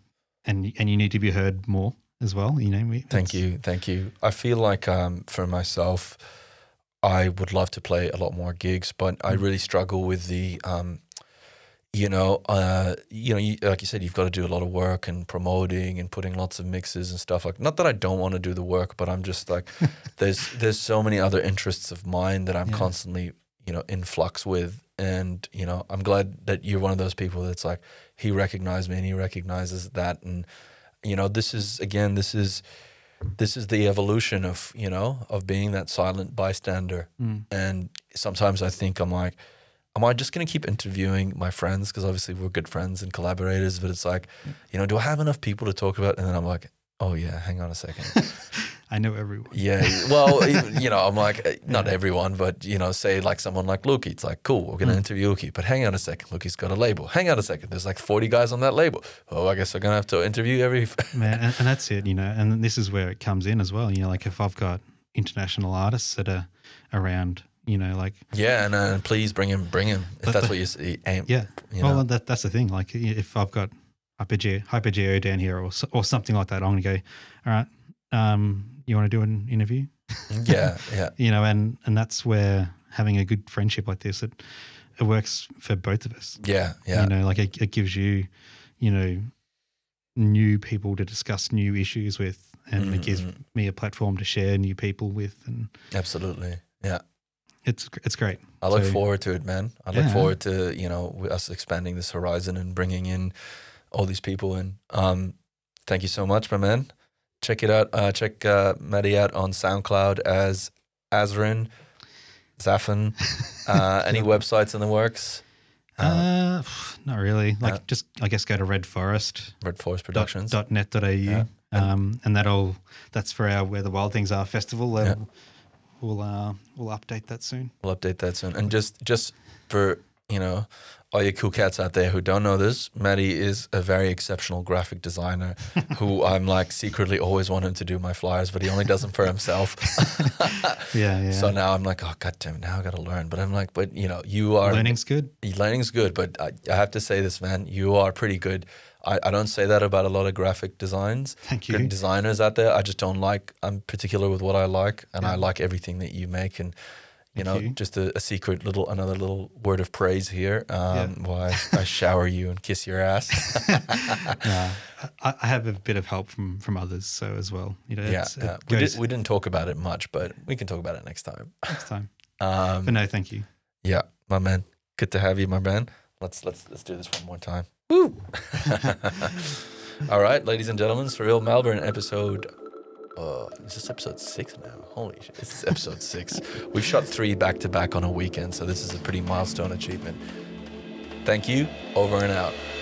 and and you need to be heard more as well. You know, we,
Thank
it's-
you, thank you. I feel like um, for myself, I would love to play a lot more gigs, but I really struggle with the, um, you know, uh, you know, you, like you said, you've got to do a lot of work and promoting and putting lots of mixes and stuff. Like, not that I don't want to do the work, but I'm just like, there's there's so many other interests of mine that I'm
Yeah.
constantly, you know, in flux with. And you know, I'm glad that you're one of those people that's like, he recognized me and he recognizes that, and you know, this is again, this is this is the evolution of you know of being that silent bystander
Mm.
and sometimes i think i'm like am i just going to keep interviewing my friends because obviously we're good friends and collaborators but it's like you know do i have enough people to talk about and then i'm like oh yeah hang on a second
I know everyone.
yeah well you know i'm like eh, not
Yeah.
everyone but you know say like someone like Lukey, it's like cool we're going to
Mm.
interview Lukey, but hang on a second Lukey's got a label hang on a second there's like 40 guys on that label oh i guess we're going to have to interview every
Man, and, and that's it, you know. And this is where it comes in as well. You know, like if I've got international artists that are around, you know, like
Yeah, and uh, please bring him, bring him. If
But
that's
the-
what you see, aim.
yeah.
you
well, uh,
know.
that, that's the thing. Like y- if I've got hypergeo, hypergeo down here or s- or something like that, I'm gonna go. All right, um, you want to do an interview?
yeah, yeah,
You know, and and that's where having a good friendship like this, it it works for both of us.
yeah, yeah,
You know, like it, it gives you, you know, new people to discuss new issues with, and it gives
Mhm.
me a platform to share new people with, and
absolutely. Yeah,
it's it's great.
I look
So-
forward to it, man. I look
Yeah.
forward to you know w- us expanding this horizon and bringing in all these people. And um, thank you so much, my man. Check it out. Uh, check uh, Maddie out on SoundCloud as Azrin Zafin. Uh, any websites in the works?
Uh, not really. Like, just I guess go to redforest.net.au,
Red Forest uh, Productions.
au, um, and that'll that's for our where the wild things are festival. Uh, We'll uh, we'll update that soon.
We'll update that soon. And just just for you know all you cool cats out there who don't know this, Maddie is a very exceptional graphic designer who I'm like secretly always want him to do my flyers, but he only does them for himself.
Yeah, yeah.
So now I'm like, oh god damn, it, now I got to learn. But I'm like, but you know, you are
Learning's good.
learning's good, but I, I have to say this, man, you are pretty good. I, I don't say that about a lot of graphic designs.
Thank
Good
you.
designers out there. I just don't like. I'm particular with what I like, and I
Yeah.
like everything that you make. And you
Thank
know,
you.
just a, a secret little, another little word of praise here. Um, Why I, I shower you and kiss your ass.
Uh, I, I have a bit of help from from others, so as well. You know,
yeah,
it's, it
yeah. we,
goes
did, we didn't talk about it much, but we can talk about it next time.
next time.
Um,
But no, thank you.
Yeah, my man. Good to have you, my man. Let's let's let's do this one more time. Woo! All right, ladies and gentlemen, Surreal Melbourne episode. Uh, is this episode six now? Holy shit! This is episode six. We've shot three back to back on a weekend, so this is a pretty milestone achievement. Thank you. Over and out.